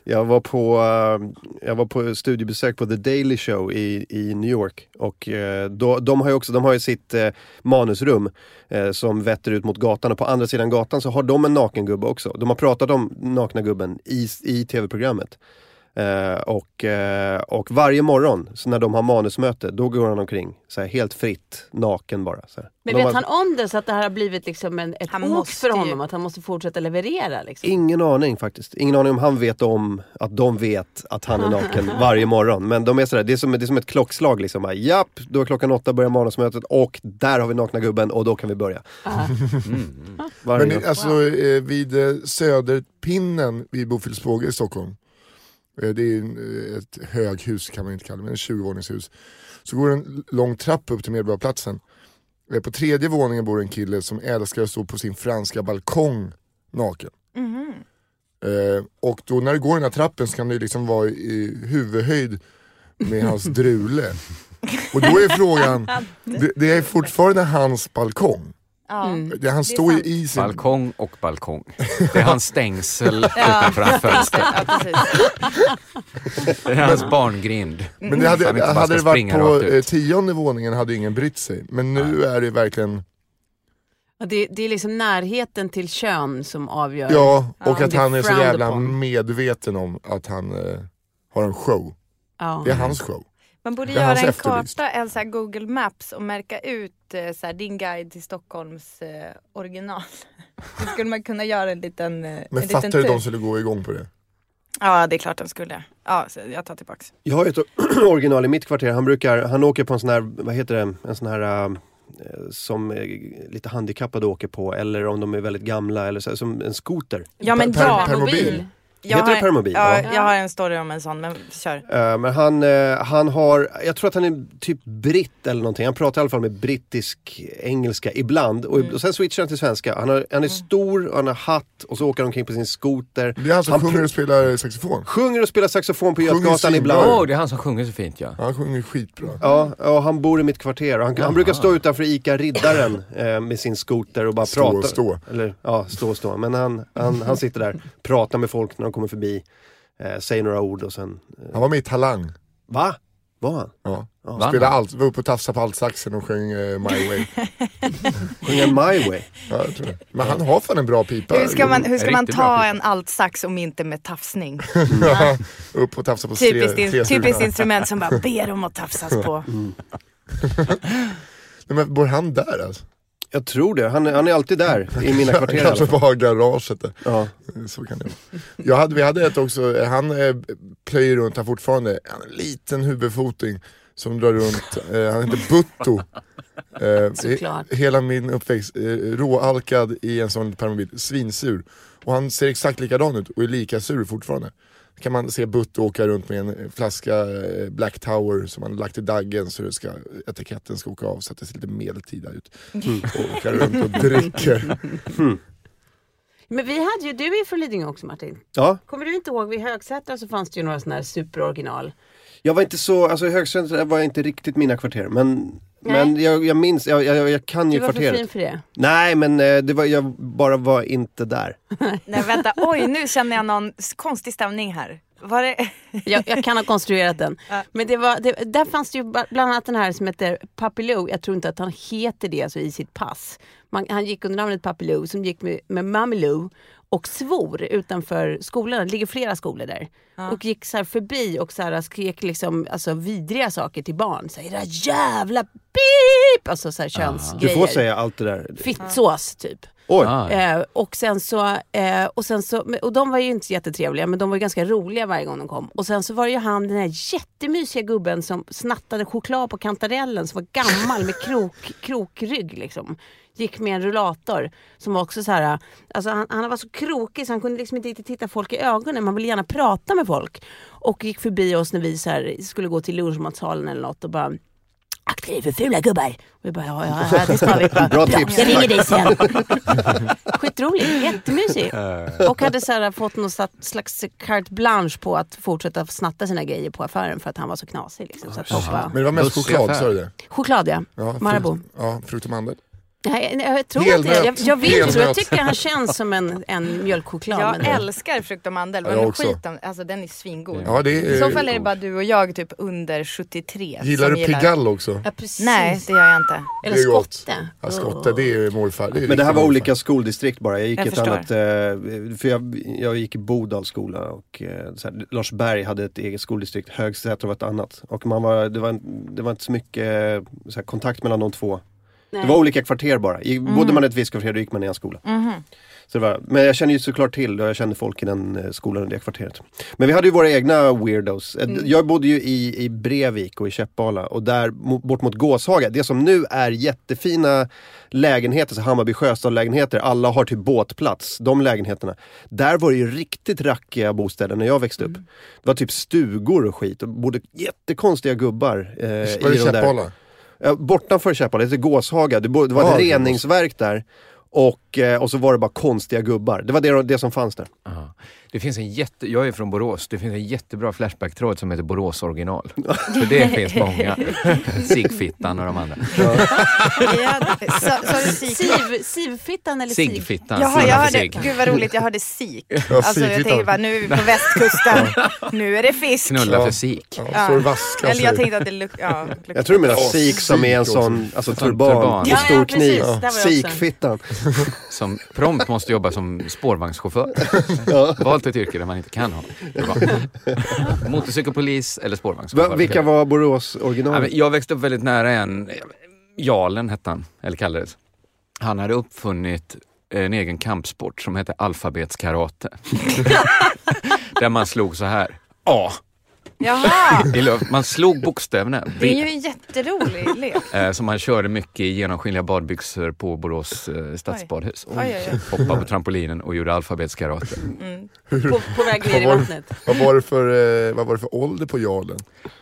Speaker 2: Jag var på, eh, jag var på studiebesök på The Daily Show i, i New York. Och eh, då, de har ju också, de har ju sitt eh, manusrum eh, som vetter ut mot gatan och på andra sidan gatan så har de en naken gubbe också. De har pratat om nakna gubben i, i tv-programmet. Eh, och, eh, och varje morgon så när de har manusmöte, då går han omkring så här, helt fritt, naken bara. Så här.
Speaker 6: Men
Speaker 2: de
Speaker 6: vet
Speaker 2: har,
Speaker 6: han om det så att det här har blivit liksom en, ett
Speaker 7: Han
Speaker 6: ok
Speaker 7: måste
Speaker 6: för
Speaker 7: ju.
Speaker 6: honom? Att han måste fortsätta leverera liksom?
Speaker 2: Ingen aning faktiskt. Ingen aning om han vet om att de vet att han är naken varje morgon. Men de är sådär, det är som, det är som ett klockslag liksom. Bara, Japp, då är klockan åtta börjar morgonsmötet och där har vi nakna gubben och då kan vi börja.
Speaker 5: Mm.
Speaker 2: Varje
Speaker 4: Men
Speaker 2: gång.
Speaker 4: det- alltså eh, vid eh, Söderpinnen vid Bofill i Stockholm. eh, Det är ju en, eh, ett höghus kan man inte kalla det, men ett 20-våningshus. Så går det en lång trappa upp till Medborgarplatsen. Eh, På tredje våningen bor en kille som älskar att stå på sin franska balkong naken.
Speaker 7: Mhm.
Speaker 4: Eh, och då när du går den här trappen så kan du liksom vara i huvudhöjd med hans drule. Och då är frågan, det, det är fortfarande hans balkong.
Speaker 7: Ja.
Speaker 4: Det, han står ju
Speaker 7: sant.
Speaker 4: i sin
Speaker 5: Balkong och balkong. Det är hans stängsel
Speaker 7: [laughs]
Speaker 5: utanför hans fönster.
Speaker 7: Ja, precis.
Speaker 5: Det är hans barngrind.
Speaker 4: Men det hade,
Speaker 5: Fan, inte bara
Speaker 4: hade
Speaker 5: ska
Speaker 4: det varit
Speaker 5: springa
Speaker 4: på
Speaker 5: rakt ut.
Speaker 4: eh, tionde våningen hade ingen brytt sig. Men nu är det verkligen,
Speaker 6: Ja, Det, det är liksom närheten till kön som avgör.
Speaker 4: ja,
Speaker 7: Ja,
Speaker 4: och att
Speaker 6: det är
Speaker 4: han är så
Speaker 6: frowned
Speaker 4: jävla
Speaker 6: upon.
Speaker 4: medveten om att han eh, har en show.
Speaker 6: Ja.
Speaker 4: Det är hans show.
Speaker 7: Man borde
Speaker 4: Det är hans
Speaker 7: göra en
Speaker 4: efterlyst.
Speaker 7: karta, en så här Google Maps och märka ut eh, så här, din guide till Stockholms eh, original. [laughs] Då skulle man kunna göra en liten, eh,
Speaker 4: Men
Speaker 7: en
Speaker 4: fattar du
Speaker 7: liten tur.
Speaker 4: de skulle gå igång på det?
Speaker 7: Ja, det är klart de skulle. Ja, så jag tar tillbaks.
Speaker 2: Jag har ju ett [clears throat] original i mitt kvarter. Han, brukar, han åker på en sån här, vad heter det, en sån här eh, som eh, lite handikappade åker på eller om de är väldigt gamla eller så, här, som en skoter.
Speaker 7: Ja, men
Speaker 4: Per-
Speaker 7: ja.
Speaker 4: permobil.
Speaker 7: Jag
Speaker 2: Heter det
Speaker 7: har-
Speaker 2: permobil?
Speaker 7: Ja,
Speaker 2: Ja.
Speaker 7: jag har en story om en sån, men kör.
Speaker 2: Eh, men han, eh, han har, jag tror att han är typ britt eller någonting. Han pratar i alla fall med brittisk engelska ibland. Och, och sen switchar han till svenska. Han, har, han är stor, och han har hatt och så åker han omkring på sin skoter.
Speaker 4: Det är han som
Speaker 2: Han
Speaker 4: sjunger
Speaker 2: pr-
Speaker 4: och spelar saxofon.
Speaker 2: Sjunger och spelar saxofon på
Speaker 4: Sjunger
Speaker 2: Götgatan
Speaker 4: svinbra.
Speaker 2: ibland.
Speaker 5: Åh, det är han som sjunger så fint ja.
Speaker 4: Han sjunger skitbra.
Speaker 2: Ja, och han bor i mitt kvarter. Och han, han brukar stå utanför ICA Riddaren eh, med sin skoter och bara
Speaker 4: Stå och
Speaker 2: prata.
Speaker 4: stå.
Speaker 2: Eller, ja, stå och stå. Men han, han, han sitter där, pratar med folk när de kommer förbi. Eh, säger några ord och sen... eh,
Speaker 4: Han var med i Talang.
Speaker 2: Va? Var han?
Speaker 4: Ja.
Speaker 5: Vann
Speaker 4: Spelade
Speaker 5: han?
Speaker 4: allt, var uppe och tafsade på altsaxen och sjöng eh, My Way.
Speaker 2: Sjunger My Way?
Speaker 4: Ja, jag tror det. Men han har fan en bra pipa.
Speaker 7: Hur
Speaker 4: [laughs]
Speaker 7: ska man, hur ska man
Speaker 5: Riktigt bra
Speaker 7: ta
Speaker 5: skit.
Speaker 7: en altsax om inte med tafsning?
Speaker 4: upp och tafsa på
Speaker 7: Typiskt,
Speaker 4: tre,
Speaker 7: in,
Speaker 4: tre
Speaker 7: typiskt
Speaker 4: typiskt.
Speaker 7: instrument som bara ber om att tafsas på.
Speaker 4: [laughs] Mm. Men bor han där alltså?
Speaker 2: Jag tror det. Han, är- han är alltid där i mina kvarter i alla
Speaker 4: Kanske
Speaker 2: fall.
Speaker 4: bara garaget där.
Speaker 2: Ja.
Speaker 4: Så kan det vara. jag hade, Vi hade ett också, eh, han eh, plöjer runt här fortfarande, han har en liten huvudfoting som drar runt, eh, han heter Butto. Eh,
Speaker 6: Såklart.
Speaker 4: he- hela min uppväxt, eh, råalkad i en sån permobil, svinsur. Och han ser exakt likadan ut och är lika sur fortfarande. Kan man se Butto åka runt med en eh, flaska eh, Black Tower som han lagt i daggen så det ska, etiketten ska åka av så att det ser lite medeltida ut.
Speaker 6: Mm.
Speaker 4: Och åka runt och
Speaker 6: [laughs]
Speaker 4: dricker.
Speaker 6: Men vi hade ju, du är från Lidingö också Martin.
Speaker 2: ja.
Speaker 6: Kommer du inte ihåg vid Högsätra så fanns det ju några sådana här superoriginal.
Speaker 2: Jag var inte så, alltså i högstadiet var jag inte riktigt mina kvarter. Men, men jag, jag minns, jag, jag, jag kan ju
Speaker 6: Du var för
Speaker 2: kvarteret.
Speaker 6: fin för det.
Speaker 2: Nej men eh, det var, jag bara var inte där.
Speaker 7: Nej vänta, oj nu känner jag någon s- konstig stämning här. Var det...
Speaker 6: Jag, jag kan ha konstruerat den. Men det var, det, där fanns det ju ba- bland annat den här som heter Papilou. Jag tror inte att han heter det alltså, i sitt pass. Man, han gick under namnet Papilou som gick med, med Mamelou och svor utanför skolan. Det ligger flera skolor där. Och gick så här förbi och så här skrek liksom, alltså, vidriga saker till barn. Så här, Era jävla pip! typ. Alltså så här
Speaker 2: Ah. Du
Speaker 6: könsgrejer.
Speaker 2: får säga allt det där.
Speaker 6: Fittsås typ.
Speaker 2: Oj!
Speaker 5: Ah.
Speaker 6: Eh, och, sen så, eh, och, sen så, men- och de var ju inte jättetrevliga men de var ju ganska roliga varje gång de kom. Och sen så var det ju han den här jättemysiga gubben som snattade choklad på kantarellen som var gammal med krok, krokrygg liksom. Gick med en rullator som var också så här, alltså han, han var så krokig så han kunde liksom inte riktigt titta folk i ögonen. Man ville gärna prata med folk. Och gick förbi oss när vi så här, skulle gå till lunchmatsalen eller något och bara Akta dig för fula gubbar! Och vi bara, ja, ja, ja, det ska vi. Bara,
Speaker 2: Bra tips.
Speaker 6: Jag ringer dig sen. [laughs] Skitrolig, jättemysig.
Speaker 4: Eh.
Speaker 6: Och hade så här, fått någon sla- slags carte blanche på att fortsätta snatta sina grejer på affären för att han var så knasig. Liksom. Så att folk bara,
Speaker 4: Men det var mest
Speaker 5: Bussig
Speaker 4: choklad,
Speaker 5: affär.
Speaker 4: sa du det?
Speaker 6: choklad ja.
Speaker 4: Ah, Ja,
Speaker 6: Marabou.
Speaker 4: frukt- Ja, frukt och mandel.
Speaker 6: Nej, nej, jag tror
Speaker 4: Helnöt.
Speaker 6: inte det. Jag, jag vet inte. Jag
Speaker 4: Helnöt.
Speaker 6: tycker han känns som en, en mjölkchoklad.
Speaker 7: Jag
Speaker 6: men-
Speaker 7: älskar frukt och mandel.
Speaker 4: Ja, jag
Speaker 7: Vad
Speaker 4: också.
Speaker 7: skit om, alltså den är svingod.
Speaker 4: Ja, det
Speaker 7: I så
Speaker 4: är,
Speaker 7: fall är eh, det bara du och jag typ under 73
Speaker 4: gillar
Speaker 7: som
Speaker 4: du Pigalle också?
Speaker 6: Ja, precis.
Speaker 7: Nej, det gör jag inte.
Speaker 6: Eller
Speaker 4: det är gott.
Speaker 6: skotte.
Speaker 7: Oh.
Speaker 4: Ja, skotte, det är morfar. Det
Speaker 2: Men det
Speaker 4: är
Speaker 2: här
Speaker 4: riktigt
Speaker 2: var
Speaker 4: morfar.
Speaker 2: olika skoldistrikt bara. Jag gick
Speaker 7: Jag
Speaker 2: ett
Speaker 7: förstår.
Speaker 2: annat, eh, för jag, jag gick i Bodals skola och eh, så här, Larsberg hade ett eget skoldistrikt, Högsätra var ett annat. Och man var, det, var, en- det var inte så mycket eh, så här, kontakt mellan de två. Det var olika kvarter bara. I, Bodde man i ett visst kvarter då gick man i en skola.
Speaker 7: Mhm.
Speaker 2: Så det var, men jag känner ju såklart till, och jag kände folk i den eh, skolan och det kvarteret. Men vi hade ju våra egna weirdos. Eh, Jag bodde ju i, i Brevik och i Käppala och där mo- bort mot Gåshaga, det som nu är jättefina lägenheter, så Hammarby Sjöstad-lägenheter, alla har typ båtplats, de lägenheterna. Där var det ju riktigt rackiga bostäder när jag växte upp. Det var typ stugor och skit och bodde jättekonstiga gubbar eh, i
Speaker 4: Var det
Speaker 2: de där. [laughs]
Speaker 4: Käppala?
Speaker 2: Ja, Bortanför Käppala, det heter Gåshaga. Det, bo- det var
Speaker 4: Ja,
Speaker 2: ett
Speaker 4: det var-
Speaker 2: reningsverk där. Och, eh, och så var det bara konstiga gubbar. Det var det, det som fanns där.
Speaker 5: Ja. Det finns en jätte, jag är från Borås, det finns en jättebra Flashback-tråd som heter Borås original. För det finns många. [laughs] Sigfittan och de andra.
Speaker 7: Jag- Sa sa [laughs] du sik?
Speaker 6: Siv, sivfittan eller sig-
Speaker 5: Sigfittan,
Speaker 7: Jaha, jag
Speaker 5: Silla för
Speaker 7: hörde,
Speaker 5: sig.
Speaker 7: gud vad roligt, jag hörde sik.
Speaker 4: Ja,
Speaker 7: Alltså
Speaker 4: sik,
Speaker 7: jag
Speaker 4: titta.
Speaker 7: tänkte bara, nu är vi på västkusten, nu är det fisk.
Speaker 5: Knulla
Speaker 4: Ja.
Speaker 5: för sik.
Speaker 4: Ja, så det vaskar
Speaker 7: Eller jag
Speaker 4: sig.
Speaker 7: tänkte att det luk- ja, luktar...
Speaker 2: Jag tror du menar
Speaker 4: Ja,
Speaker 2: sik som är en
Speaker 4: sik
Speaker 2: sån, alltså
Speaker 5: Sån
Speaker 2: turban,
Speaker 5: turban.
Speaker 2: och
Speaker 5: Ja,
Speaker 6: ja,
Speaker 2: stor
Speaker 6: precis.
Speaker 2: kniv.
Speaker 6: Där var jag också.
Speaker 2: Sikfittan.
Speaker 5: Som prompt måste jobba som spårvagnschaufför. Valt ett yrke där man inte kan ha. det. Bra. Motorcykelpolis eller spårvagnschaufför.
Speaker 2: Va- Vilka var Borås
Speaker 5: Ja,
Speaker 2: original?
Speaker 5: men Jag växte upp väldigt nära en, Jarlen hette han, eller kallades. Han hade uppfunnit en egen kampsport som hette alfabetskarate. [laughs] Där man slog så här. A.
Speaker 7: Jaha,
Speaker 5: i luft. Man slog bokstäverna.
Speaker 7: det är
Speaker 5: V.
Speaker 7: ju en jätterolig lek.
Speaker 5: Eh, som man körde mycket i genomskinliga badbyxor på Borås eh, stadsbadhus. Och
Speaker 7: Oj, oj, oj.
Speaker 5: hoppade på trampolinen och gjorde alfabetskarate.
Speaker 7: Mm.
Speaker 6: På, på väg ner i
Speaker 4: Vad var-
Speaker 6: vattnet.
Speaker 4: Vad var det för, eh, vad var det för ålder på jarlen?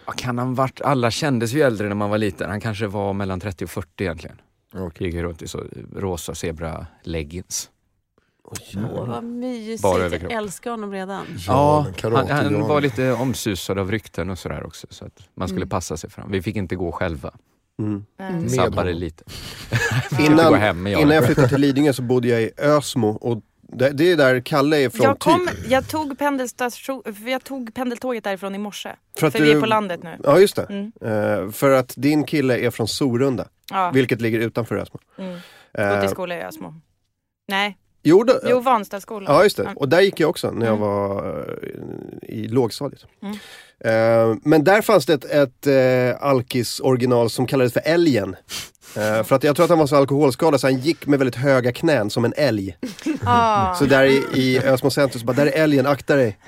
Speaker 5: Ja, kan han varit, alla kändes ju äldre när man var liten. Han kanske var mellan 30 och 40 egentligen.
Speaker 4: Okej.
Speaker 5: Gick ju runt i så rosa zebra leggings.
Speaker 6: Åh, vad mysigt.
Speaker 5: Bara
Speaker 6: Jag
Speaker 5: överkropp.
Speaker 6: älskar honom redan.
Speaker 4: Ja,
Speaker 5: han,
Speaker 4: karate-
Speaker 5: han
Speaker 4: Jarlen.
Speaker 5: var lite omsusad av rykten och sådär också. Så att man skulle passa sig fram. Vi fick inte gå själva.
Speaker 2: Mm.
Speaker 5: Vi
Speaker 7: Mm.
Speaker 4: Med
Speaker 5: sabbade
Speaker 4: honom.
Speaker 5: lite. inte gå
Speaker 2: Innan,
Speaker 5: hem med Jarlen.
Speaker 2: innan jag flyttade till Lidingö så bodde jag i Ösmo. Och det, det är där Kalle är från
Speaker 7: Jag, kom,
Speaker 2: typ.
Speaker 7: jag, tog pendelstation, för jag tog pendeltåget därifrån i morse.
Speaker 2: För
Speaker 7: För,
Speaker 2: att
Speaker 7: vi
Speaker 2: du-
Speaker 7: är på landet nu.
Speaker 2: Ja just det.
Speaker 7: Mm.
Speaker 2: Eh, för att din kille är från Sorunda,
Speaker 7: Ja,
Speaker 2: vilket ligger utanför Ösmo.
Speaker 7: mm.
Speaker 2: Eh,
Speaker 7: Gått i skola i Ösmo. Nej,
Speaker 2: jo, då,
Speaker 7: jo Vanstadsskolan.
Speaker 2: Ja, just det. Och där gick jag också när jag
Speaker 7: Mm.
Speaker 2: var eh, i lågstadiet.
Speaker 7: Mm.
Speaker 2: Eh, men där fanns det ett, ett eh, alkis-original som kallades för älgen.
Speaker 7: Mm.
Speaker 2: Eh, för att jag tror att han var så alkoholskadad så han gick med väldigt höga knän som en älg.
Speaker 7: Ah.
Speaker 2: Så där i, i Ösmo centrum så bara, där är älgen, akta dig.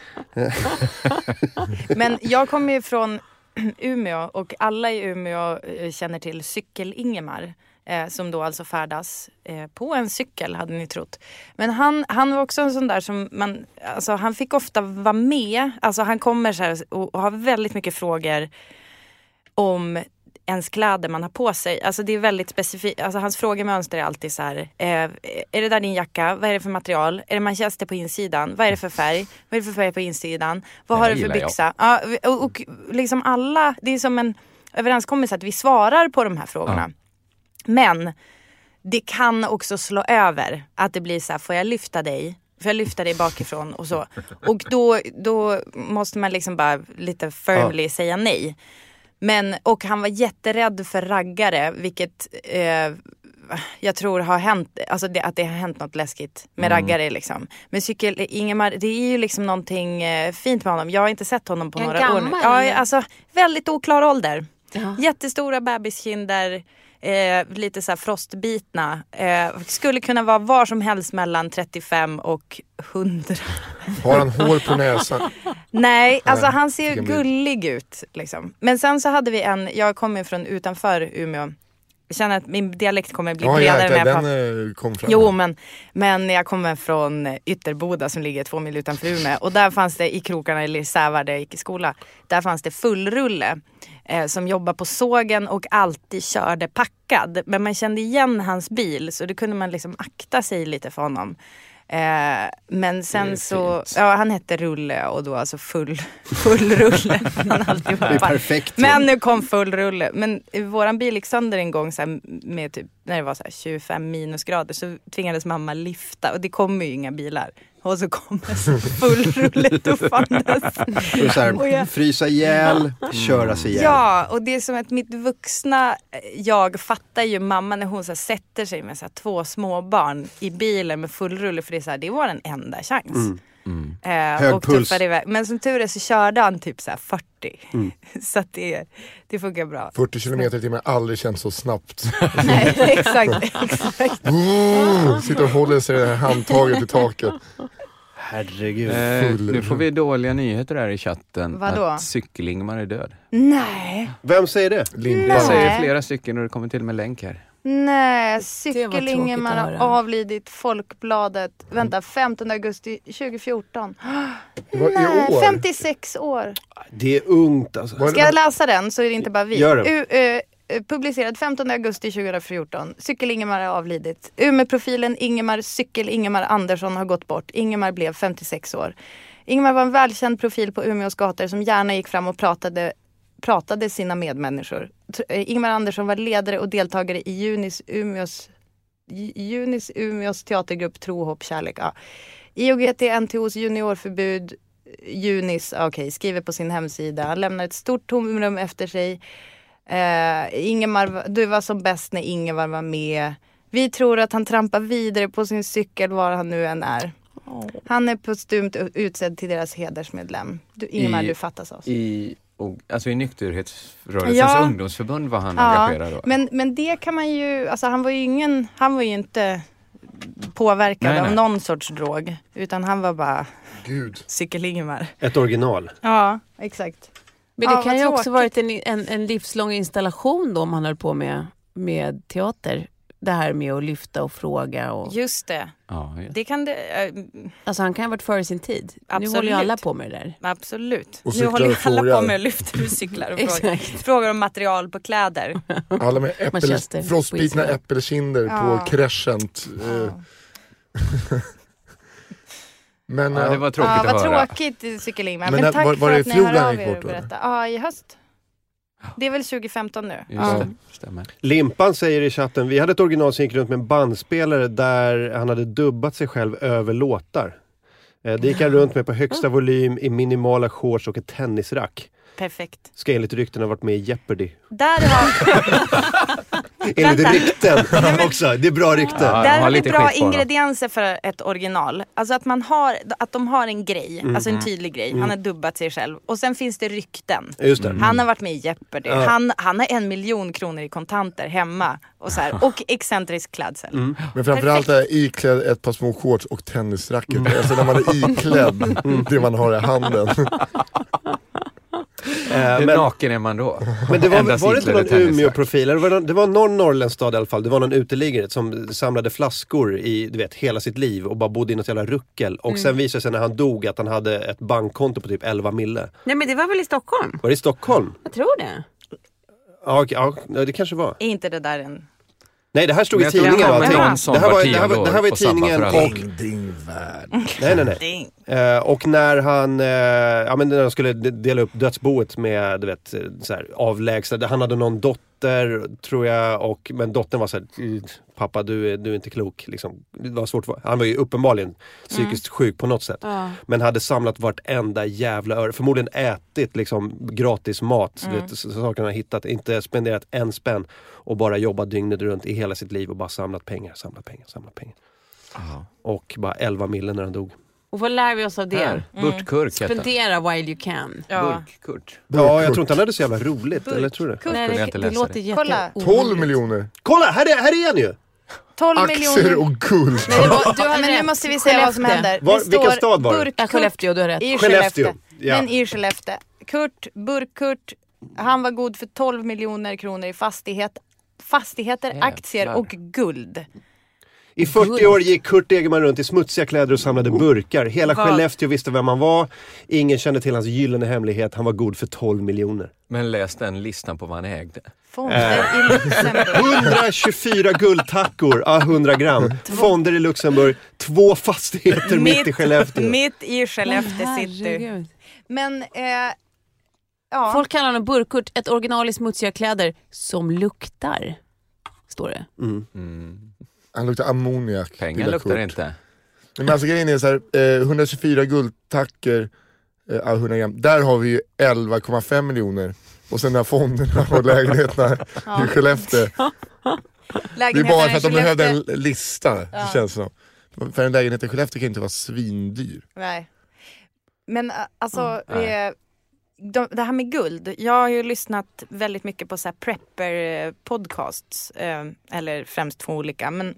Speaker 7: Men jag kommer ju från [clears throat] Umeå och alla i Umeå eh, känner till Cykel-Ingemar. Eh, som då alltså färdas eh, på en cykel hade ni trott. Men han, han var också en sån där som man, alltså han fick ofta vara med. Alltså han kommer så här och, och har väldigt mycket frågor om ens kläder man har på sig. Alltså det är väldigt specifikt. Alltså hans frågemönster är alltid så här. Eh, är det där din jacka? Vad är det för material? Är det manchester på insidan? Vad är det för färg? Vad är det för färg på insidan? Vad
Speaker 5: Det
Speaker 7: har
Speaker 5: här
Speaker 7: du för
Speaker 5: gillar jag.
Speaker 7: byxa? Ja, och, och liksom alla, det är som en överenskommelse att vi svarar på de här frågorna. Men det kan också slå över. Att det blir så här, får jag lyfta dig? Får jag lyfta dig bakifrån och så. Och då, då måste man liksom bara lite firmly säga nej. Men, och han var jätterädd för raggare, vilket eh, jag tror har hänt, alltså det, att det har hänt något läskigt med raggare liksom. Men cykel, Ingemar, det är ju liksom någonting eh, fint med honom. Jag har inte sett honom på
Speaker 6: Är han
Speaker 7: några år nu.
Speaker 6: gammal,
Speaker 7: Ja,
Speaker 6: eller?
Speaker 7: alltså väldigt oklar ålder.
Speaker 6: Ja.
Speaker 7: Jättestora bebiskinder. eh, lite så här frostbitna. Eh, skulle kunna vara var som helst mellan 35 och 100.
Speaker 4: Har han hår på
Speaker 7: [laughs]
Speaker 4: näsan?
Speaker 7: Nej, alltså
Speaker 4: Nej,
Speaker 7: han ser
Speaker 4: tycker jag
Speaker 7: gullig ut. Liksom. Men sen så hade vi en, jag kommer ju från utanför Umeå. Jag känner att min dialekt kommer bli
Speaker 4: Ja
Speaker 7: bredare när
Speaker 4: jäklar,
Speaker 7: jag pratar.
Speaker 4: den eh, kom fram.
Speaker 7: Jo men, men jag kommer från Ytterboda som ligger två mil utanför Umeå och där fanns det i krokarna i Lisävar där jag gick i skola, där fanns det fullrulle eh, som jobbade på sågen och alltid körde packad. Men man kände igen hans bil så då kunde man liksom akta sig lite för honom. Eh, men sen så, ja han hette Rulle och då alltså full, [laughs] full
Speaker 2: [laughs]
Speaker 7: rulle. Han har alltid
Speaker 2: Det är
Speaker 7: varit packad.
Speaker 2: perfekt.
Speaker 7: Men nu kom full rulle. Men eh, våran bil gick sönder en gång så här, med typ, när det var så här 25 minusgrader så tvingades mamma lyfta och det kommer ju inga bilar. Och så
Speaker 2: [laughs]
Speaker 7: kommer så full rulle tuffandes.
Speaker 2: Och så
Speaker 7: Och
Speaker 2: här,
Speaker 7: jag-
Speaker 2: frysa ihjäl, köras ihjäl.
Speaker 7: Oh, Ja, och det är som att mitt vuxna eh, jag fattar ju mamma när hon så här, sätter sig med så här, två småbarn i bilen med full rulle för det är så här, det är vår enda chans. Eh,
Speaker 2: Mm, Hög
Speaker 7: och
Speaker 2: puls.
Speaker 7: tuffar iväg. Men som tur är så körde han typ så här 40.
Speaker 2: Mm.
Speaker 7: [laughs] Så att det, det funkar bra.
Speaker 4: 40 kilometer i timmen, aldrig känt så snabbt. [laughs]
Speaker 7: Nej, [laughs] exakt. exakt.
Speaker 4: Oh, sitter och håller sig i det här handtaget i taket.
Speaker 2: Herregud.
Speaker 5: Eh,
Speaker 4: Full-
Speaker 5: nu får vi dåliga nyheter här i chatten.
Speaker 7: Vadå?
Speaker 5: Att cykel-Ingmar är död.
Speaker 7: Nej,
Speaker 2: Vem säger det?
Speaker 4: Limpa.
Speaker 5: Jag säger
Speaker 7: Nej.
Speaker 5: flera stycken och det kommer till och med länk här.
Speaker 7: nej.
Speaker 6: tråkigt
Speaker 7: Cykelingemar
Speaker 6: att
Speaker 7: har
Speaker 6: höra.
Speaker 7: avlidit Folkbladet. Vänta, 15 augusti 2014.
Speaker 4: [gasps] Det var i
Speaker 7: Nej,
Speaker 4: år.
Speaker 7: 56 år.
Speaker 2: Det är ungt alltså.
Speaker 4: Var
Speaker 7: Ska jag läsa den så är det inte bara vi.
Speaker 2: Gör det.
Speaker 7: U- eh, eh, publicerad 15 augusti 2014. Cykel-Ingemar har avlidit. Umeå-profilen Ingemar Cykel-Ingemar Andersson har gått bort. Ingemar blev 56 år. Ingemar var en välkänd profil på Umeås gator som gärna gick fram och pratade pratade sina medmänniskor. Tr- eh, Ingemar Andersson var ledare och deltagare i Junis Umeås Ju- Junis Umeås teatergrupp Tro, hopp, kärlek. Ja. IOGT NTOs juniorförbud Junis okej, skriver på sin hemsida. Han lämnar ett stort tomrum efter sig. Eh, Ingemar, va- du var som bäst när Ingemar var med. Vi tror att han trampar vidare på sin cykel var han nu än är. Han är postumt u- utsedd till deras hedersmedlem. Du, Ingemar,
Speaker 5: I-
Speaker 7: du fattas av oss.
Speaker 5: I, och, alltså i nykterhetsrörelsens
Speaker 7: Ja.
Speaker 5: ungdomsförbund var han
Speaker 7: Ja,
Speaker 5: engagerad då.
Speaker 7: Men, men det kan man ju, alltså han var ju ingen, han var ju inte påverkad
Speaker 5: Nej,
Speaker 7: av
Speaker 5: nej.
Speaker 7: någon sorts drog. Utan han var bara
Speaker 4: Gud.
Speaker 7: cykel-Ingemar.
Speaker 2: Ett original.
Speaker 7: Ja, exakt.
Speaker 6: Men det
Speaker 7: Ja,
Speaker 6: kan
Speaker 7: vad
Speaker 6: ju också
Speaker 7: tråkigt.
Speaker 6: varit en, en, en livslång installation då om han höll på med, med teater. Det här med att lyfta och fråga. Och,
Speaker 7: Just det.
Speaker 5: Ja, ja.
Speaker 7: Det kan det, eh,
Speaker 6: alltså han kan ha varit före sin tid. Nu håller
Speaker 7: Absolut.
Speaker 6: ju alla på med det där.
Speaker 7: absolut.
Speaker 4: Och
Speaker 7: nu
Speaker 4: cyklar
Speaker 7: håller
Speaker 4: och
Speaker 7: ju alla
Speaker 4: frågar.
Speaker 7: på med att lyfta hur cyklar
Speaker 4: [laughs]
Speaker 7: och frågar.
Speaker 6: Exakt.
Speaker 7: frågar om material på kläder.
Speaker 4: Alla med
Speaker 6: Manchester.
Speaker 4: äppel, frostbitna
Speaker 6: Skitbra.
Speaker 4: äppelkinder
Speaker 7: Ja.
Speaker 4: på crescent. eh. Men eh,
Speaker 5: Ja, det
Speaker 4: ja,
Speaker 5: var tråkigt
Speaker 7: ja,
Speaker 5: att
Speaker 7: vad
Speaker 5: höra.
Speaker 7: tråkigt cykel-Ingmar.
Speaker 4: Men
Speaker 7: Men,
Speaker 4: när-
Speaker 7: tack
Speaker 4: var- var
Speaker 7: för
Speaker 4: det i
Speaker 7: att ni
Speaker 4: fjol
Speaker 7: hör
Speaker 4: han
Speaker 7: av
Speaker 4: gick
Speaker 7: er och
Speaker 4: bort, eller?
Speaker 7: berättar. Ja, i höst. Det är väl 2015 nu?
Speaker 5: Just
Speaker 7: Ja.
Speaker 5: det, stämmer.
Speaker 2: Limpan säger i chatten, vi hade ett original som gick runt med en bandspelare där han hade dubbat sig själv över låtar. Eh, Det gick han runt med på högsta volym i minimala shorts och ett tennisrack.
Speaker 7: Perfekt.
Speaker 2: Ska enligt rykten ha varit med i Jeopardy.
Speaker 7: Där har,
Speaker 2: Enligt
Speaker 7: Vänta.
Speaker 2: rykten också, det är bra rykten.
Speaker 5: Ja, de
Speaker 7: där
Speaker 5: har
Speaker 7: har vi
Speaker 5: lite
Speaker 7: bra
Speaker 5: skit på honom.
Speaker 7: ingredienser för ett original. Alltså att, man har, att de har en grej,
Speaker 2: Mm,
Speaker 7: alltså en tydlig grej. Han har dubbat sig själv. Och sen finns det rykten.
Speaker 2: Just
Speaker 5: Mm.
Speaker 2: det. Eh,
Speaker 7: Han har varit med i Jeopardy.
Speaker 2: Ja.
Speaker 7: Han, han har en miljon kronor i kontanter hemma. Och, så här, och excentrisk klädsel.
Speaker 2: Mm.
Speaker 4: men framförallt är iklädd ett par små shorts och tennisracket.
Speaker 5: Mm.
Speaker 4: Alltså när man är iklädd Mm. det man har i
Speaker 5: [laughs]
Speaker 4: handen.
Speaker 2: Eh,
Speaker 5: Hur
Speaker 2: men,
Speaker 5: naken är man då?
Speaker 2: men det var,
Speaker 5: Endast
Speaker 2: var det inte
Speaker 5: iklädd
Speaker 2: någon
Speaker 5: tennisrack.
Speaker 2: Umeå-profil? Det var, någon- det var någon norrländsk stad i alla fall. Det var någon uteliggare som samlade flaskor i du vet, hela sitt liv och bara bodde i något jävla ruckel. Och sen visade det sig när han dog att han hade ett bankkonto på typ 11 mille.
Speaker 6: Nej men det var väl i Stockholm?
Speaker 2: Var det i Stockholm?
Speaker 6: Jag tror det.
Speaker 2: Ja, okej, ja, ja, det kanske var.
Speaker 7: Är inte det där en...
Speaker 2: Nej, det här stod
Speaker 5: Men
Speaker 2: i
Speaker 5: jag tror
Speaker 2: tidningen.
Speaker 5: det
Speaker 2: va?
Speaker 5: var
Speaker 2: Tidning-
Speaker 5: någon som
Speaker 2: det här
Speaker 5: var
Speaker 2: var, det här var, det här var i
Speaker 5: på samma
Speaker 2: tidningen
Speaker 5: föräldrar.
Speaker 2: och... Nej, nej, nej.
Speaker 7: Ding.
Speaker 2: Eh, och när han, eh, ja, men när han skulle de- dela upp dödsboet med du vet, eh, så här, avlägsna, han hade någon dotter tror jag, och, men dottern var så här, "Mm, pappa du är, du är inte klok. Liksom. Det var svårt, för- han var ju uppenbarligen psykiskt sjuk på något sätt. Men hade samlat vartenda jävla öre, förmodligen ätit liksom, gratis mat, mm. vet, så- saker han har hittat, inte spenderat en spänn och bara jobbat dygnet runt i hela sitt liv och bara samlat pengar, samlat pengar, samlat pengar. Och bara 11 miljoner när han dog.
Speaker 6: Och vad lär vi oss av det?
Speaker 5: Här, Burtkurk hette han.
Speaker 6: Spendera while you can.
Speaker 7: Ja.
Speaker 5: Burkkurt.
Speaker 2: Ja, jag tror inte han hade så jävla roligt.
Speaker 6: Burk.
Speaker 2: Eller tror du?
Speaker 5: kunde jag inte läsa det.
Speaker 6: jätte-
Speaker 7: Kolla.
Speaker 4: 12 miljoner
Speaker 2: Kolla, här är, här är han ju!
Speaker 7: 12
Speaker 4: aktier
Speaker 7: miljoner.
Speaker 4: och guld.
Speaker 6: Nej, det var, du har
Speaker 7: Ja, men nu
Speaker 6: rätt.
Speaker 7: måste vi se vad som
Speaker 6: Skellefteå.
Speaker 7: händer.
Speaker 2: Var-
Speaker 7: det
Speaker 2: vilken
Speaker 7: står
Speaker 2: stad var det?
Speaker 7: Burkkurt
Speaker 6: Ja, Skellefteå, du har rätt.
Speaker 7: I
Speaker 2: Skellefteå,
Speaker 7: Skellefteå.
Speaker 2: ja.
Speaker 7: Men i Skellefteå. Kurt Burkkurt, han var god för 12 miljoner kronor i fastighet, fastigheter,
Speaker 5: Jävlar.
Speaker 7: aktier och guld.
Speaker 2: I 40 år gick Kurt Egerman runt i smutsiga kläder och samlade burkar. Hela
Speaker 6: Vad?
Speaker 2: Skellefteå visste vem han var. Ingen kände till hans gyllene hemlighet. Han var god för 12 miljoner.
Speaker 5: Men läs den listan på vad han ägde.
Speaker 2: Eh.
Speaker 7: Fonder i Luxemburg.
Speaker 2: 124 guldtackor, ah, 100 gram. Fonder i Luxemburg, två fastigheter [laughs] mitt i Skellefteå.
Speaker 7: Mm. Mitt i Skellefteå
Speaker 6: Åh,
Speaker 7: city.
Speaker 6: herregud.
Speaker 7: Men, eh, ja.
Speaker 6: Folk kallar honom Burkurt, ett original i smutsiga kläder som luktar. Står det.
Speaker 2: Mm.
Speaker 4: Han luktar ammoniak.
Speaker 5: Mm. Pengar
Speaker 4: lilla
Speaker 5: luktar
Speaker 4: Kurt.
Speaker 5: inte.
Speaker 4: Men alltså grejen är så här, eh, 124 guldtacker, eh, ja, 100 gram. Där har vi ju 11,5 miljoner. Och sen de här fonderna och lägenheterna i Skellefteå. Det är
Speaker 7: lägenheterna
Speaker 4: bara för att de
Speaker 7: i
Speaker 4: behövde en
Speaker 7: Skellefteå-
Speaker 4: lista, det känns som. För en lägenhet i Skellefteå kan ju inte vara svindyr.
Speaker 7: Nej. Men ä, alltså,
Speaker 5: Mm, nej.
Speaker 7: eh, de, det här med guld. Jag har ju lyssnat väldigt mycket på så här prepper eh, podcasts. Eh, eller främst två olika. Men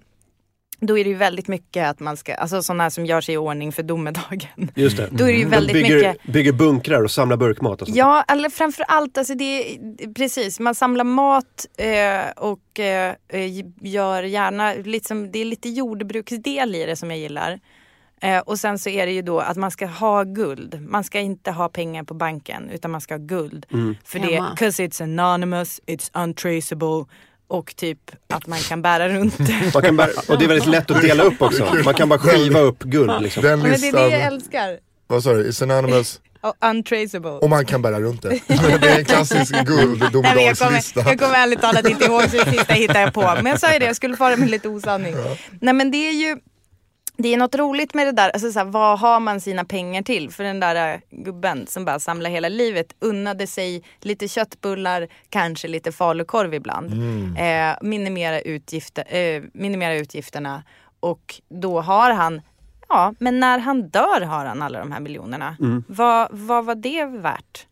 Speaker 7: då är det ju väldigt mycket att man ska, alltså sådana här som gör sig i ordning för domedagen. [laughs]
Speaker 2: Just det.
Speaker 7: Då är det ju väldigt
Speaker 2: Mm. De bygger,
Speaker 7: mycket
Speaker 2: bygger bunkrar och samlar burkmat. Och sånt.
Speaker 7: Ja, eller framför allt, alltså det, är- precis, man samlar mat eh, och eh, eh, gör gärna, liksom, det är lite jordbruksdel i det som jag gillar. Eh, och sen så är det ju då att man ska ha guld. Man ska inte ha pengar på banken utan man ska ha guld. För det,
Speaker 6: Hemma.
Speaker 7: 'cause it's anonymous, it's untraceable och typ att man kan bära runt det.
Speaker 2: Man kan bara, och det är väldigt lätt att dela upp också. Man kan bara skiva upp guld. Liksom.
Speaker 4: Den
Speaker 7: Men det är det jag
Speaker 4: listan,
Speaker 7: älskar.
Speaker 4: vad sa du, is anonymous
Speaker 7: Och Untraceable.
Speaker 4: och man kan bära runt
Speaker 7: [laughs]
Speaker 4: det. Alltså, det är en klassisk
Speaker 7: Nej, men jag, kommer,
Speaker 4: gulddomedagslista.
Speaker 7: jag kommer ärligt talat inte ihåg så det sista hittade jag på. Men jag sa ju det, jag skulle fara med lite osanning. Nej men det är ju det är något roligt med det där, alltså, så här, vad har man sina pengar till? För den där eh, gubben som bara samlar hela livet unnade sig lite köttbullar, kanske lite falukorv ibland. Eh, minimera, utgifter, eh, minimera utgifterna och då har han Ja, men när han dör har han alla de här miljonerna. Vad, vad var det värt?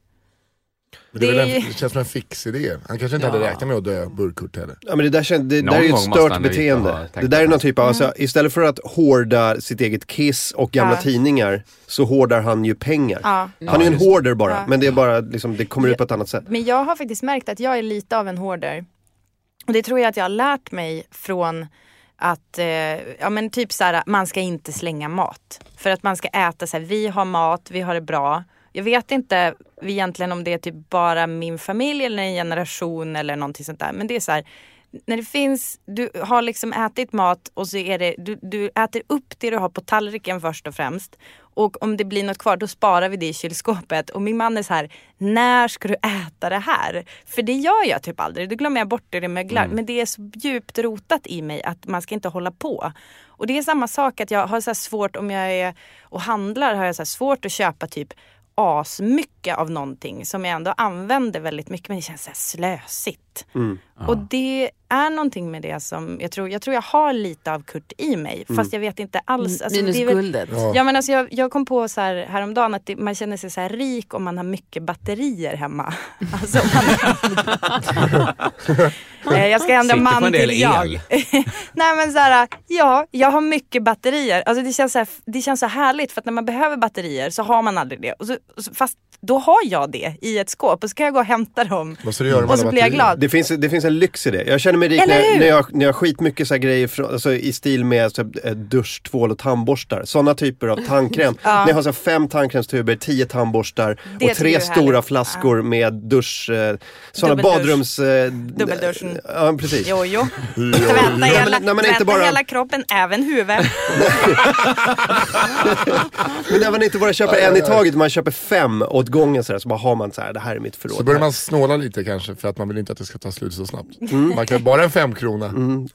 Speaker 4: Men Det, är väl
Speaker 7: Det
Speaker 4: en,
Speaker 7: är-
Speaker 4: det känns som en fix idé. Han kanske inte hade räknat med att dö burkkurt heller.
Speaker 2: Ja, men det där, känns, det,
Speaker 5: Någon
Speaker 2: där är ju ett
Speaker 5: gång måste
Speaker 2: stört
Speaker 5: han ju
Speaker 2: beteende.
Speaker 5: ha tänkt
Speaker 2: det där är
Speaker 5: på
Speaker 2: någon typ av, alltså, istället för att hårda sitt eget Kiss och gamla
Speaker 7: Mm. Ja.
Speaker 2: tidningar så hårdar han ju pengar.
Speaker 7: Ja.
Speaker 2: Han är ju en
Speaker 5: Ja, just det.
Speaker 2: hoarder bara,
Speaker 7: Ja.
Speaker 2: men det är bara liksom, det kommer ut på ett annat sätt.
Speaker 7: Men jag har faktiskt märkt att jag är lite av en hoarder. Och det tror jag att jag har lärt mig från att, eh, ja men typ så här, man ska inte slänga mat. För att man ska äta så här, vi har mat, vi har det bra. Jag vet inte egentligen om det är typ bara min familj eller en generation eller någonting sånt där. Men det är så här, när det finns, du har liksom ätit mat och så är det, du, du äter upp det du har på tallriken först och främst. Och om det blir något kvar då sparar vi det i kylskåpet. Och min man är så här, när ska du äta det här? För det gör jag typ aldrig, då glömmer jag bort det i möglar. Men det är så djupt rotat i mig att man ska inte hålla på. Och det är samma sak att jag har så här svårt om jag är och handlar har jag så här svårt att köpa typ asmycket av någonting som jag ändå använder väldigt mycket men det känns så här slösigt. Och det är någonting med det som jag tror, jag tror jag har lite av Kurt i mig fast jag vet inte alls. Alltså,
Speaker 6: Minus
Speaker 7: det är väl-
Speaker 6: guldet.
Speaker 7: Ja men alltså jag, jag kom på så här häromdagen att det, man känner sig så här rik om man har mycket batterier hemma. [laughs] Alltså, om man... Eh, jag ska ändra
Speaker 5: Sitter på en
Speaker 7: man
Speaker 5: del
Speaker 7: till jag.
Speaker 5: el.
Speaker 7: [laughs] Nej men så här, ja, jag har mycket batterier. Alltså det känns så, här, det känns så härligt för att när man behöver batterier så har man aldrig det. Och så, och så- fast då har jag det i ett skåp och så kan jag gå och hämta dem.
Speaker 4: Vad ska du göra med
Speaker 7: Och så
Speaker 4: alla
Speaker 7: blir jag
Speaker 4: batterier?
Speaker 7: glad.
Speaker 2: Det finns, det finns en lyx i det. Jag känner mig rik
Speaker 7: Eller
Speaker 2: när, jag-
Speaker 7: hur?
Speaker 2: när, jag, när jag har skitmycket så här grejer från, alltså, i stil med så här, eh, dusch, tvål och tandborstar. Sådana typer av tandkräm.
Speaker 7: [laughs]
Speaker 2: När jag har så här, fem tandkrämstuber, tio tandborstar
Speaker 7: Det
Speaker 2: och
Speaker 7: tycker du
Speaker 2: tre
Speaker 7: är
Speaker 2: stora
Speaker 7: härligt.
Speaker 2: flaskor med dusch... Eh, sådana
Speaker 7: Dubbeldusch.
Speaker 2: badrums... Eh,
Speaker 7: Dubbelduschen.
Speaker 2: Ja, precis.
Speaker 7: Jo, jo.
Speaker 4: Ja,
Speaker 7: Tvätta hela,
Speaker 2: men- nej, men inte
Speaker 7: tvätta
Speaker 2: bara-
Speaker 7: hela kroppen, även huvudet.
Speaker 2: Men när man inte bara köper en i taget, man köper fem åt gången sådär, så bara har man så här, det här är mitt förråd.
Speaker 4: Så börjar man snåla lite kanske för att man vill inte att det ska ta slut så snabbt. Man kan bara en femkrona.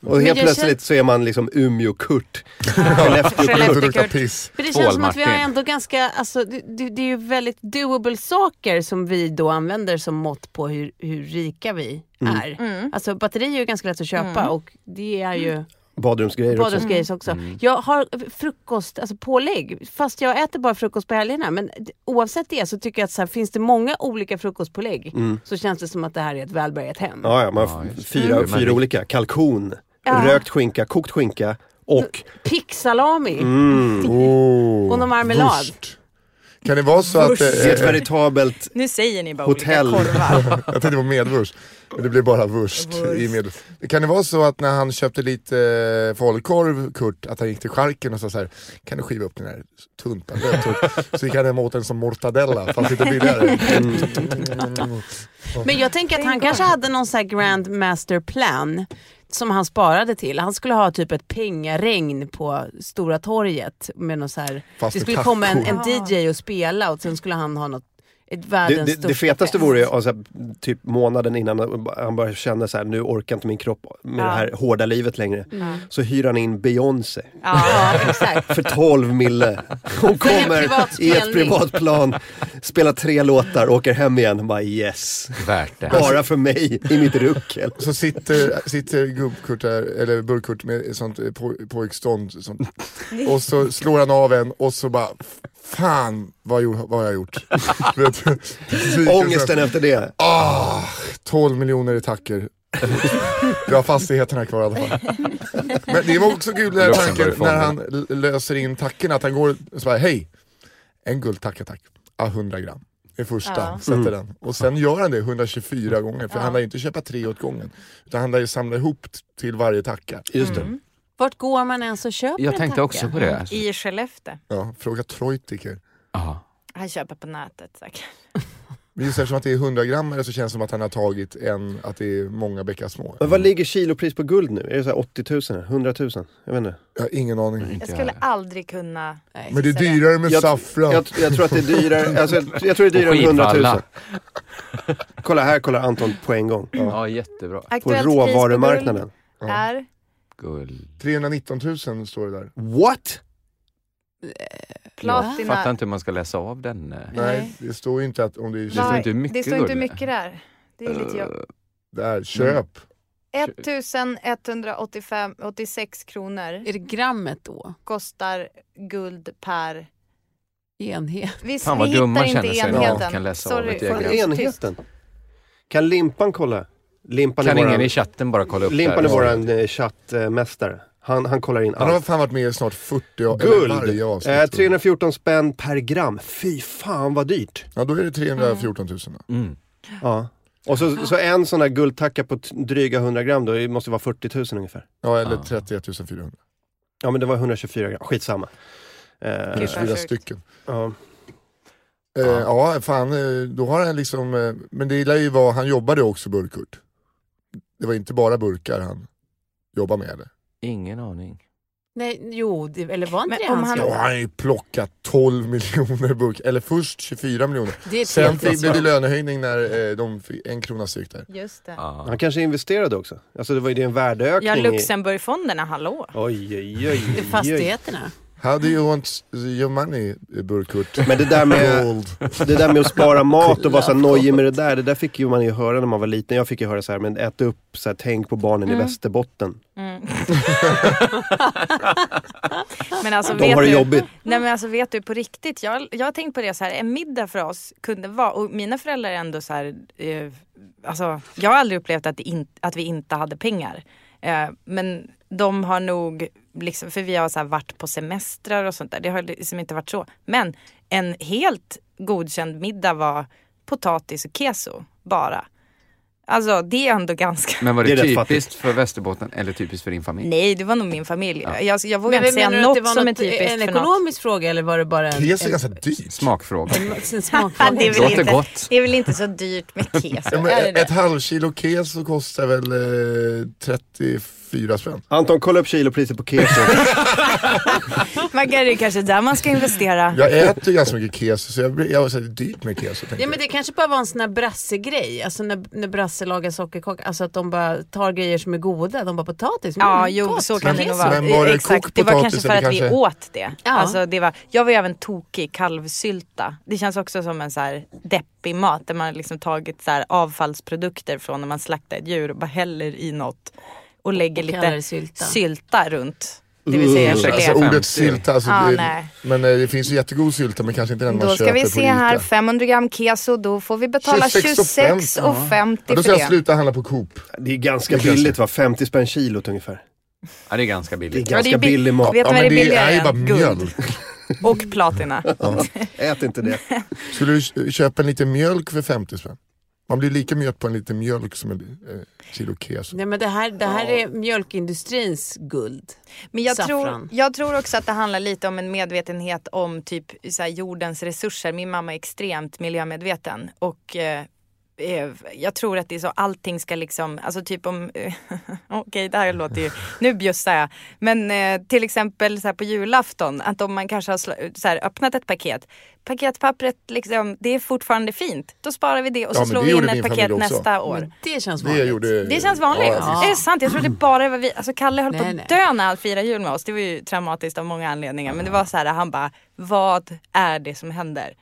Speaker 2: Och
Speaker 6: jag
Speaker 2: helt
Speaker 6: känner-
Speaker 2: plötsligt så är man liksom Umeå-Kurt.
Speaker 4: Det
Speaker 2: Skellefteå-Kurt.
Speaker 4: luktar
Speaker 7: Skellefteå-Kurt.
Speaker 4: piss.
Speaker 6: För det känns som att vi har
Speaker 5: Martin.
Speaker 6: ändå ganska, alltså, det, det, det är ju väldigt doable saker som vi då använder som mått på
Speaker 2: Mm.
Speaker 6: hur, hur rika vi är. Alltså batterier är ju ganska lätt att köpa och det är ju...
Speaker 2: badrumsgrejer också. Mm.
Speaker 6: Badrumsgrejs också. Jag har frukost, alltså pålägg, fast jag äter bara frukost på helgerna. Men d- oavsett det så tycker jag att så här, finns det många olika frukostpålägg så känns det som att det här är ett välbärgat hem.
Speaker 2: Mm. Ja, ja, man har f- fyra,
Speaker 5: Mm.
Speaker 2: fyra olika. Kalkon,
Speaker 6: Ja. Eh.
Speaker 2: rökt skinka, kokt skinka och...
Speaker 6: Picksalami
Speaker 2: Mm,
Speaker 6: och
Speaker 2: oh,
Speaker 6: någon marmelad.
Speaker 4: Wurst. Kan det vara så att... eh,
Speaker 2: det är ett veritabelt...
Speaker 7: Nu säger ni bara
Speaker 2: Hotell.
Speaker 7: olika korvar.
Speaker 4: Jag tänkte på medvurst, men det blev bara vurst. I med... Kan det vara så att när han köpte lite eh, falukorv, Kurt, att han gick till charken och sa så här, kan du skiva upp den här tuntan? röd tunt?" Så gick han hem och åt den som mortadella, fast lite billigare.
Speaker 6: Men jag tänker att han kanske hade någon sån här grand master plan som han sparade till. Han skulle ha typ ett pengaregn på Stora torget. Med någon så här,
Speaker 4: Fast
Speaker 6: det
Speaker 4: med
Speaker 6: skulle komma en, en
Speaker 7: kakor.
Speaker 6: DJ och spela och sen skulle han ha något, ett
Speaker 2: Det,
Speaker 6: världens
Speaker 2: det, det
Speaker 6: största
Speaker 2: fetaste
Speaker 6: fest.
Speaker 2: vore ju alltså, typ månaden innan han började känna så här, nu orkar inte min kropp med det här hårda livet längre. Så hyr han in Beyoncé
Speaker 6: Ja, exakt.
Speaker 2: för 12 mille. Hon
Speaker 6: en
Speaker 2: kommer
Speaker 6: privat
Speaker 2: i ett
Speaker 6: spelning.
Speaker 2: privatplan, spelar tre låtar, åker hem igen. Bara yes,
Speaker 5: Värt det.
Speaker 2: bara för mig i mitt ruckel.
Speaker 4: Så sitter, sitter gubb-Kurt där, eller burk-Kurt med ett sånt eh, poj- pojkstånd. Sånt. Och så slår han av en och så bara, fan vad, jag- vad har jag gjort? [laughs] Vet du?
Speaker 2: Ångesten efter det.
Speaker 4: Ah, 12 miljoner i tacker. Jag har fastigheterna kvar i alla fall. Men det var också kul den här tanken när han l- löser in tacken, att han går och så bara, hej, en guldtacka tack, ah, 100 gram. Det första,
Speaker 7: Ja.
Speaker 2: Mm.
Speaker 4: sätter den. Och sen gör han det 124 gånger, för han lär ju inte köpa tre åt gången. Utan han lär ju samla ihop t- till varje tacka.
Speaker 2: Just det.
Speaker 6: Vart går man ens och köper
Speaker 5: Jag
Speaker 6: en
Speaker 5: tänkte
Speaker 6: tacka?
Speaker 5: också på det.
Speaker 7: Mm. I Skellefteå.
Speaker 4: Ja, fråga Treutiger.
Speaker 5: Ja.
Speaker 7: Han köper på nätet säkert.
Speaker 4: Men just eftersom att det är 100 gram så känns det som att han har tagit en, att det är många bäckar små.
Speaker 2: Men vad ligger kilopris på guld nu? Är det så här 80 000? 100 000? Jag vet inte.
Speaker 4: Jag har ingen aning.
Speaker 7: Jag skulle aldrig kunna...
Speaker 6: Nej,
Speaker 4: Men det är
Speaker 7: gissa
Speaker 4: dyrare med
Speaker 2: Jag-
Speaker 4: saffran.
Speaker 2: Jag, jag tror att det är dyrare, alltså, jag, jag tror det är
Speaker 5: Och
Speaker 2: dyrare än 100 000.
Speaker 5: skidvalla.
Speaker 2: Kolla här kollar Anton på en gång.
Speaker 5: ja, jättebra.
Speaker 2: På
Speaker 7: Aktuellt pris på
Speaker 2: råvarumarknaden.
Speaker 7: guld Är...
Speaker 5: Guld.
Speaker 4: 319 000 står det där.
Speaker 2: What?
Speaker 5: Jag
Speaker 7: Platina.
Speaker 5: fattar inte hur man ska läsa av den. eh.
Speaker 7: Nej.
Speaker 4: Nej, det står ju inte att om det är
Speaker 5: står
Speaker 7: Nej,
Speaker 5: inte hur mycket
Speaker 7: det står inte hur
Speaker 5: guld det är.
Speaker 7: mycket det är. Det är lite jobb.
Speaker 4: där, köp.
Speaker 7: Mm.
Speaker 5: Eh,
Speaker 7: 1185 86 kronor
Speaker 6: Är det grammet då?
Speaker 7: kostar guld per...
Speaker 6: Enhet?
Speaker 7: Vi,
Speaker 5: Fan
Speaker 7: vi
Speaker 5: vad dum
Speaker 7: hittar
Speaker 5: man känner
Speaker 7: inte
Speaker 5: sig när man
Speaker 7: enheten.
Speaker 5: kan läsa av
Speaker 7: Sorry,
Speaker 5: ett
Speaker 2: Fan,
Speaker 5: diagram.
Speaker 7: tyst.
Speaker 2: enheten. Kan Limpan kolla? Limpan
Speaker 5: Kan
Speaker 2: är
Speaker 5: ingen i
Speaker 2: våran,
Speaker 5: chatten bara kolla upp
Speaker 2: Limpan är
Speaker 5: det här?
Speaker 2: våran eh, chattmästare. Han, han kollar in
Speaker 4: Han har
Speaker 2: allt.
Speaker 4: fan varit med i snart 40 av eller
Speaker 2: Guld!
Speaker 4: varje avsnitt.
Speaker 2: Eh, 314 spänn per gram. Fy fan vad dyrt.
Speaker 4: Ja, då är det 314 000. då.
Speaker 5: Mm.
Speaker 2: Ja. Och så, så en sån här guldtacka på t- dryga 100 gram då, det måste vara 40 000 ungefär.
Speaker 4: Ja, eller
Speaker 5: Ah.
Speaker 4: 31 400.
Speaker 2: Ja men det var 124 gram, skitsamma. Eh,
Speaker 7: Gud.
Speaker 4: 24 stycken.
Speaker 2: ja.
Speaker 4: Eh, ja, fan, eh, då har han liksom... Eh, men det gillar ju vad han jobbade också, Burkurt. Det var inte bara burkar han jobbade med. Eller?
Speaker 5: Ingen aning.
Speaker 6: Nej, jo, det, eller var inte
Speaker 7: Men
Speaker 6: det
Speaker 7: om
Speaker 6: hans
Speaker 7: han-
Speaker 6: han...
Speaker 4: Då har han ju plockat 12 [laughs] miljoner burkar. Eller först 24 miljoner.
Speaker 6: Det är ett
Speaker 4: Sen
Speaker 6: helt
Speaker 4: fick, blev det
Speaker 6: ansvar.
Speaker 4: lönehöjning när eh, de fick en krona styck där.
Speaker 7: Just det.
Speaker 5: Ja.
Speaker 2: Han kanske investerade också. Alltså det var ju det en värdeökning.
Speaker 7: Ja,
Speaker 2: i-
Speaker 7: Luxemburgfonderna, hallå.
Speaker 2: Oj, oj, oj,
Speaker 6: Det är
Speaker 2: oj, oj.
Speaker 6: fastigheterna.
Speaker 4: How do you want your money, eh, Burkurt?
Speaker 2: Men det där med,
Speaker 4: Gold.
Speaker 2: det där med att
Speaker 7: [laughs]
Speaker 2: spara mat och vara så här nojig med det där, det där fick ju man ju höra när man var liten. Jag fick ju höra så här, men ät upp, så här, tänk på barnen i Västerbotten.
Speaker 7: Mm. [laughs] men alltså,
Speaker 2: De
Speaker 7: vet
Speaker 2: har det
Speaker 7: du,
Speaker 2: jobbigt.
Speaker 7: Nej men alltså vet du på riktigt, jag, jag har tänkt på det så här, en middag för oss kunde vara, och mina föräldrar är ändå så här, eh, alltså jag har aldrig upplevt att, det in, att vi inte hade pengar. Eh, men de har nog, liksom, för vi har så här varit på semestrar och sånt där, det har liksom inte varit så. Men en helt godkänd middag var potatis och keso bara. Alltså det är ändå ganska
Speaker 5: Men var
Speaker 2: Det
Speaker 5: det,
Speaker 2: är rätt
Speaker 5: typiskt
Speaker 2: fattigt.
Speaker 5: för Västerbotten eller typiskt för din familj?
Speaker 7: Nej, det var nog min familj.
Speaker 5: Ja.
Speaker 7: Jag, jag vågar inte säga
Speaker 6: menar du att det
Speaker 7: något
Speaker 6: var
Speaker 7: som är
Speaker 6: något- eh,
Speaker 7: typiskt
Speaker 6: En
Speaker 7: för något.
Speaker 6: ekonomisk fråga eller var det bara en,
Speaker 4: Keso är
Speaker 6: en,
Speaker 4: ganska dyrt.
Speaker 5: Smakfråga.
Speaker 6: en,
Speaker 7: [laughs]
Speaker 6: en
Speaker 7: Ja,
Speaker 6: smakfråga?
Speaker 7: det, är väl
Speaker 5: Låter
Speaker 7: inte,
Speaker 5: gott.
Speaker 7: det är väl inte så dyrt med
Speaker 4: [laughs]
Speaker 7: keso?
Speaker 4: Ja,
Speaker 7: är
Speaker 4: men
Speaker 7: det
Speaker 4: ett,
Speaker 7: det?
Speaker 4: ett halvkilo keso kostar väl eh, 34 spänn.
Speaker 2: Anton, kolla upp kilopriset på
Speaker 7: [laughs]
Speaker 2: keso.
Speaker 7: Man kan, det är kanske där man ska investera.
Speaker 4: Jag äter ju ganska mycket keso så jag, blir- jag, så det är dyrt med keso. tänker
Speaker 6: Ja men det kanske bara var en sån här brassegrej, alltså när, när Brasse lagar sockerkaka, alltså att de bara tar grejer som är goda, de bara potatis, mm,
Speaker 7: Ja, jo,
Speaker 6: gott.
Speaker 7: så kan det
Speaker 4: Men-
Speaker 7: nog vara.
Speaker 4: men var det
Speaker 7: Exakt,
Speaker 4: kokt
Speaker 7: det var
Speaker 4: potatis
Speaker 7: kanske för att
Speaker 4: eller
Speaker 7: vi
Speaker 4: kanske-
Speaker 7: åt det.
Speaker 6: Ja.
Speaker 7: Alltså, det var, jag var ju även tokig kalvsylta. Det känns också som en så här deppig mat där man har liksom tagit så här avfallsprodukter från när man slaktar ett djur och bara häller i något. och lägger
Speaker 6: Och kallar
Speaker 7: lite
Speaker 6: det sylta.
Speaker 7: sylta runt. Det vill säga
Speaker 5: Ursäkta,
Speaker 7: gelé.
Speaker 4: Alltså
Speaker 5: Femtio.
Speaker 4: ordet sylta, alltså,
Speaker 7: Ja,
Speaker 4: det,
Speaker 7: nej.
Speaker 4: men eh, det finns ju jättegod sylta men kanske inte den
Speaker 7: Då
Speaker 4: man
Speaker 7: ska
Speaker 4: köper
Speaker 7: vi
Speaker 4: på
Speaker 7: se
Speaker 4: Ica.
Speaker 7: här, 500 gram keso, då får vi betala
Speaker 4: 26,50.
Speaker 7: 26,50
Speaker 4: Ja, då
Speaker 7: för
Speaker 4: ska jag
Speaker 7: det.
Speaker 4: sluta handla på Coop.
Speaker 2: Det är ganska
Speaker 4: Det är
Speaker 2: billigt va? 50 spänn kilot ungefär.
Speaker 5: Ja, det är ganska
Speaker 2: Det är
Speaker 5: billigt.
Speaker 7: Ja, det
Speaker 2: ganska
Speaker 7: är bi-
Speaker 2: billig mat.
Speaker 7: Vet du
Speaker 4: Ja,
Speaker 7: vad
Speaker 4: men
Speaker 7: det är
Speaker 4: det är
Speaker 7: billigare
Speaker 4: ju bara
Speaker 7: än? Guld
Speaker 4: mjöl.
Speaker 7: och
Speaker 4: [laughs]
Speaker 7: platina.
Speaker 2: Ja. Ät inte
Speaker 7: [laughs]
Speaker 2: det.
Speaker 4: Skulle du k- köpa en liten mjölk för 50 spänn? Man blir lika mjöt på en liten mjölk som en eh, kilo keso.
Speaker 6: Nej, men det här, det här är mjölkindustrins guld.
Speaker 7: Men jag tror,
Speaker 6: Saffran.
Speaker 7: jag tror också att det handlar lite om en medvetenhet om typ så här, jordens resurser. Min mamma är extremt miljömedveten och eh, eh, jag tror att det är så allting ska liksom, alltså typ om, eh, [laughs] okej det här låter ju, nu bjussar jag. Men eh, till exempel så här, på julafton, att om man kanske har sla- så här, öppnat ett paket, paketpappret liksom, det är fortfarande fint. Då sparar vi det och så
Speaker 4: Ja, men
Speaker 7: slår
Speaker 4: det
Speaker 7: vi in
Speaker 4: gjorde min
Speaker 7: ett paket
Speaker 4: familj också.
Speaker 7: nästa år.
Speaker 6: Men det känns
Speaker 4: Det
Speaker 6: vanligt.
Speaker 4: gjorde...
Speaker 7: Det känns vanligt.
Speaker 6: Ja.
Speaker 7: Är det sant? Jag trodde bara det var vi. Alltså Kalle höll på
Speaker 6: Nej,
Speaker 7: att
Speaker 6: nej.
Speaker 7: dö när han firade jul med oss. Det var ju traumatiskt av många anledningar. Men det var så här, han bara, vad är det som [laughs] händer?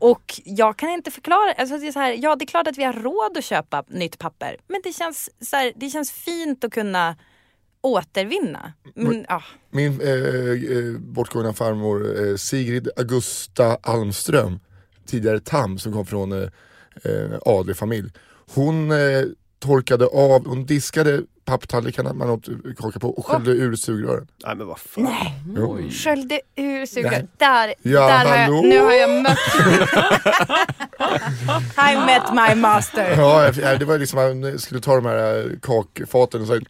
Speaker 7: Och jag kan inte förklara. Alltså det är så här, ja det är klart att vi har råd att köpa nytt papper. Men det känns, så här, det känns fint att kunna återvinna. Men, ja.
Speaker 4: Min eh, eh, bortgångna farmor eh, Sigrid Augusta Almström, tidigare tam som kom från eh, eh, adlig familj. Hon eh, torkade av, hon diskade papptallrikarna man åt eh, kaka på och sköljde ur sugrören.
Speaker 2: Nej men vad fan.
Speaker 4: Jo.
Speaker 7: Sköljde ur
Speaker 4: Nej.
Speaker 7: sugröret. Där,
Speaker 4: Ja,
Speaker 7: där har
Speaker 4: hallå?
Speaker 7: jag, nu har jag mött... I met
Speaker 4: [laughs]
Speaker 7: my master.
Speaker 4: Ja, jag- jag- det var liksom man skulle ta de här eh, kakfaten och så här,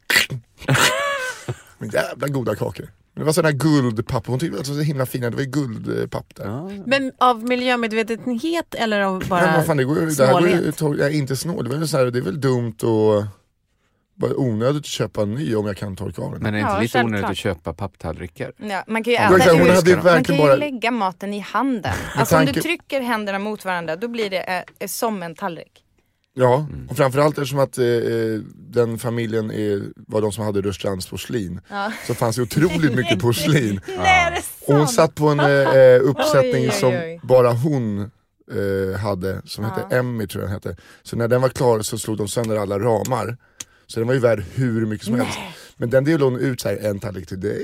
Speaker 4: Men Jävla goda kakor. Det var sådana här guldpapper, hon tyckte att det var så himla fina, det var ju guldpapp där.
Speaker 6: Men av miljömedvetenhet eller av bara
Speaker 4: Nej, men fan, det går, ju- det här går ju,
Speaker 6: snålhet.
Speaker 4: tog, nej, inte snål, det, var ju så här, det är väl dumt och bara onödigt att köpa en ny om jag kan torka av den.
Speaker 5: Men är det inte
Speaker 7: Ja,
Speaker 5: lite onödigt
Speaker 7: självklart.
Speaker 5: att köpa papptallrikar?
Speaker 7: Ja, man kan ju
Speaker 5: Ja,
Speaker 4: Det var så
Speaker 7: äta
Speaker 4: här, hon
Speaker 7: ur
Speaker 4: hade ju
Speaker 5: Man kan
Speaker 7: Man kan
Speaker 4: verkligen
Speaker 7: ju
Speaker 4: bara,
Speaker 7: lägga maten i handen. Alltså om
Speaker 4: tanke-
Speaker 7: du trycker händerna mot varandra då blir det eh, eh, som en tallrik.
Speaker 4: ja, och framförallt eftersom att eh, eh, den familjen är, var de som hade Rörstrands porslin. Så fanns det otroligt mycket porslin.
Speaker 7: Nej, är det
Speaker 4: Och hon
Speaker 7: sant?
Speaker 4: satt på en eh, eh, uppsättning
Speaker 7: Oj, oj,
Speaker 4: som
Speaker 7: oj.
Speaker 4: bara hon eh, hade, som hette Emmy tror jag den hette. Så när den var klar så slog de sönder alla ramar. Så den var ju värd hur mycket som helst. Men den delade hon ut så här, en tallrik till dig,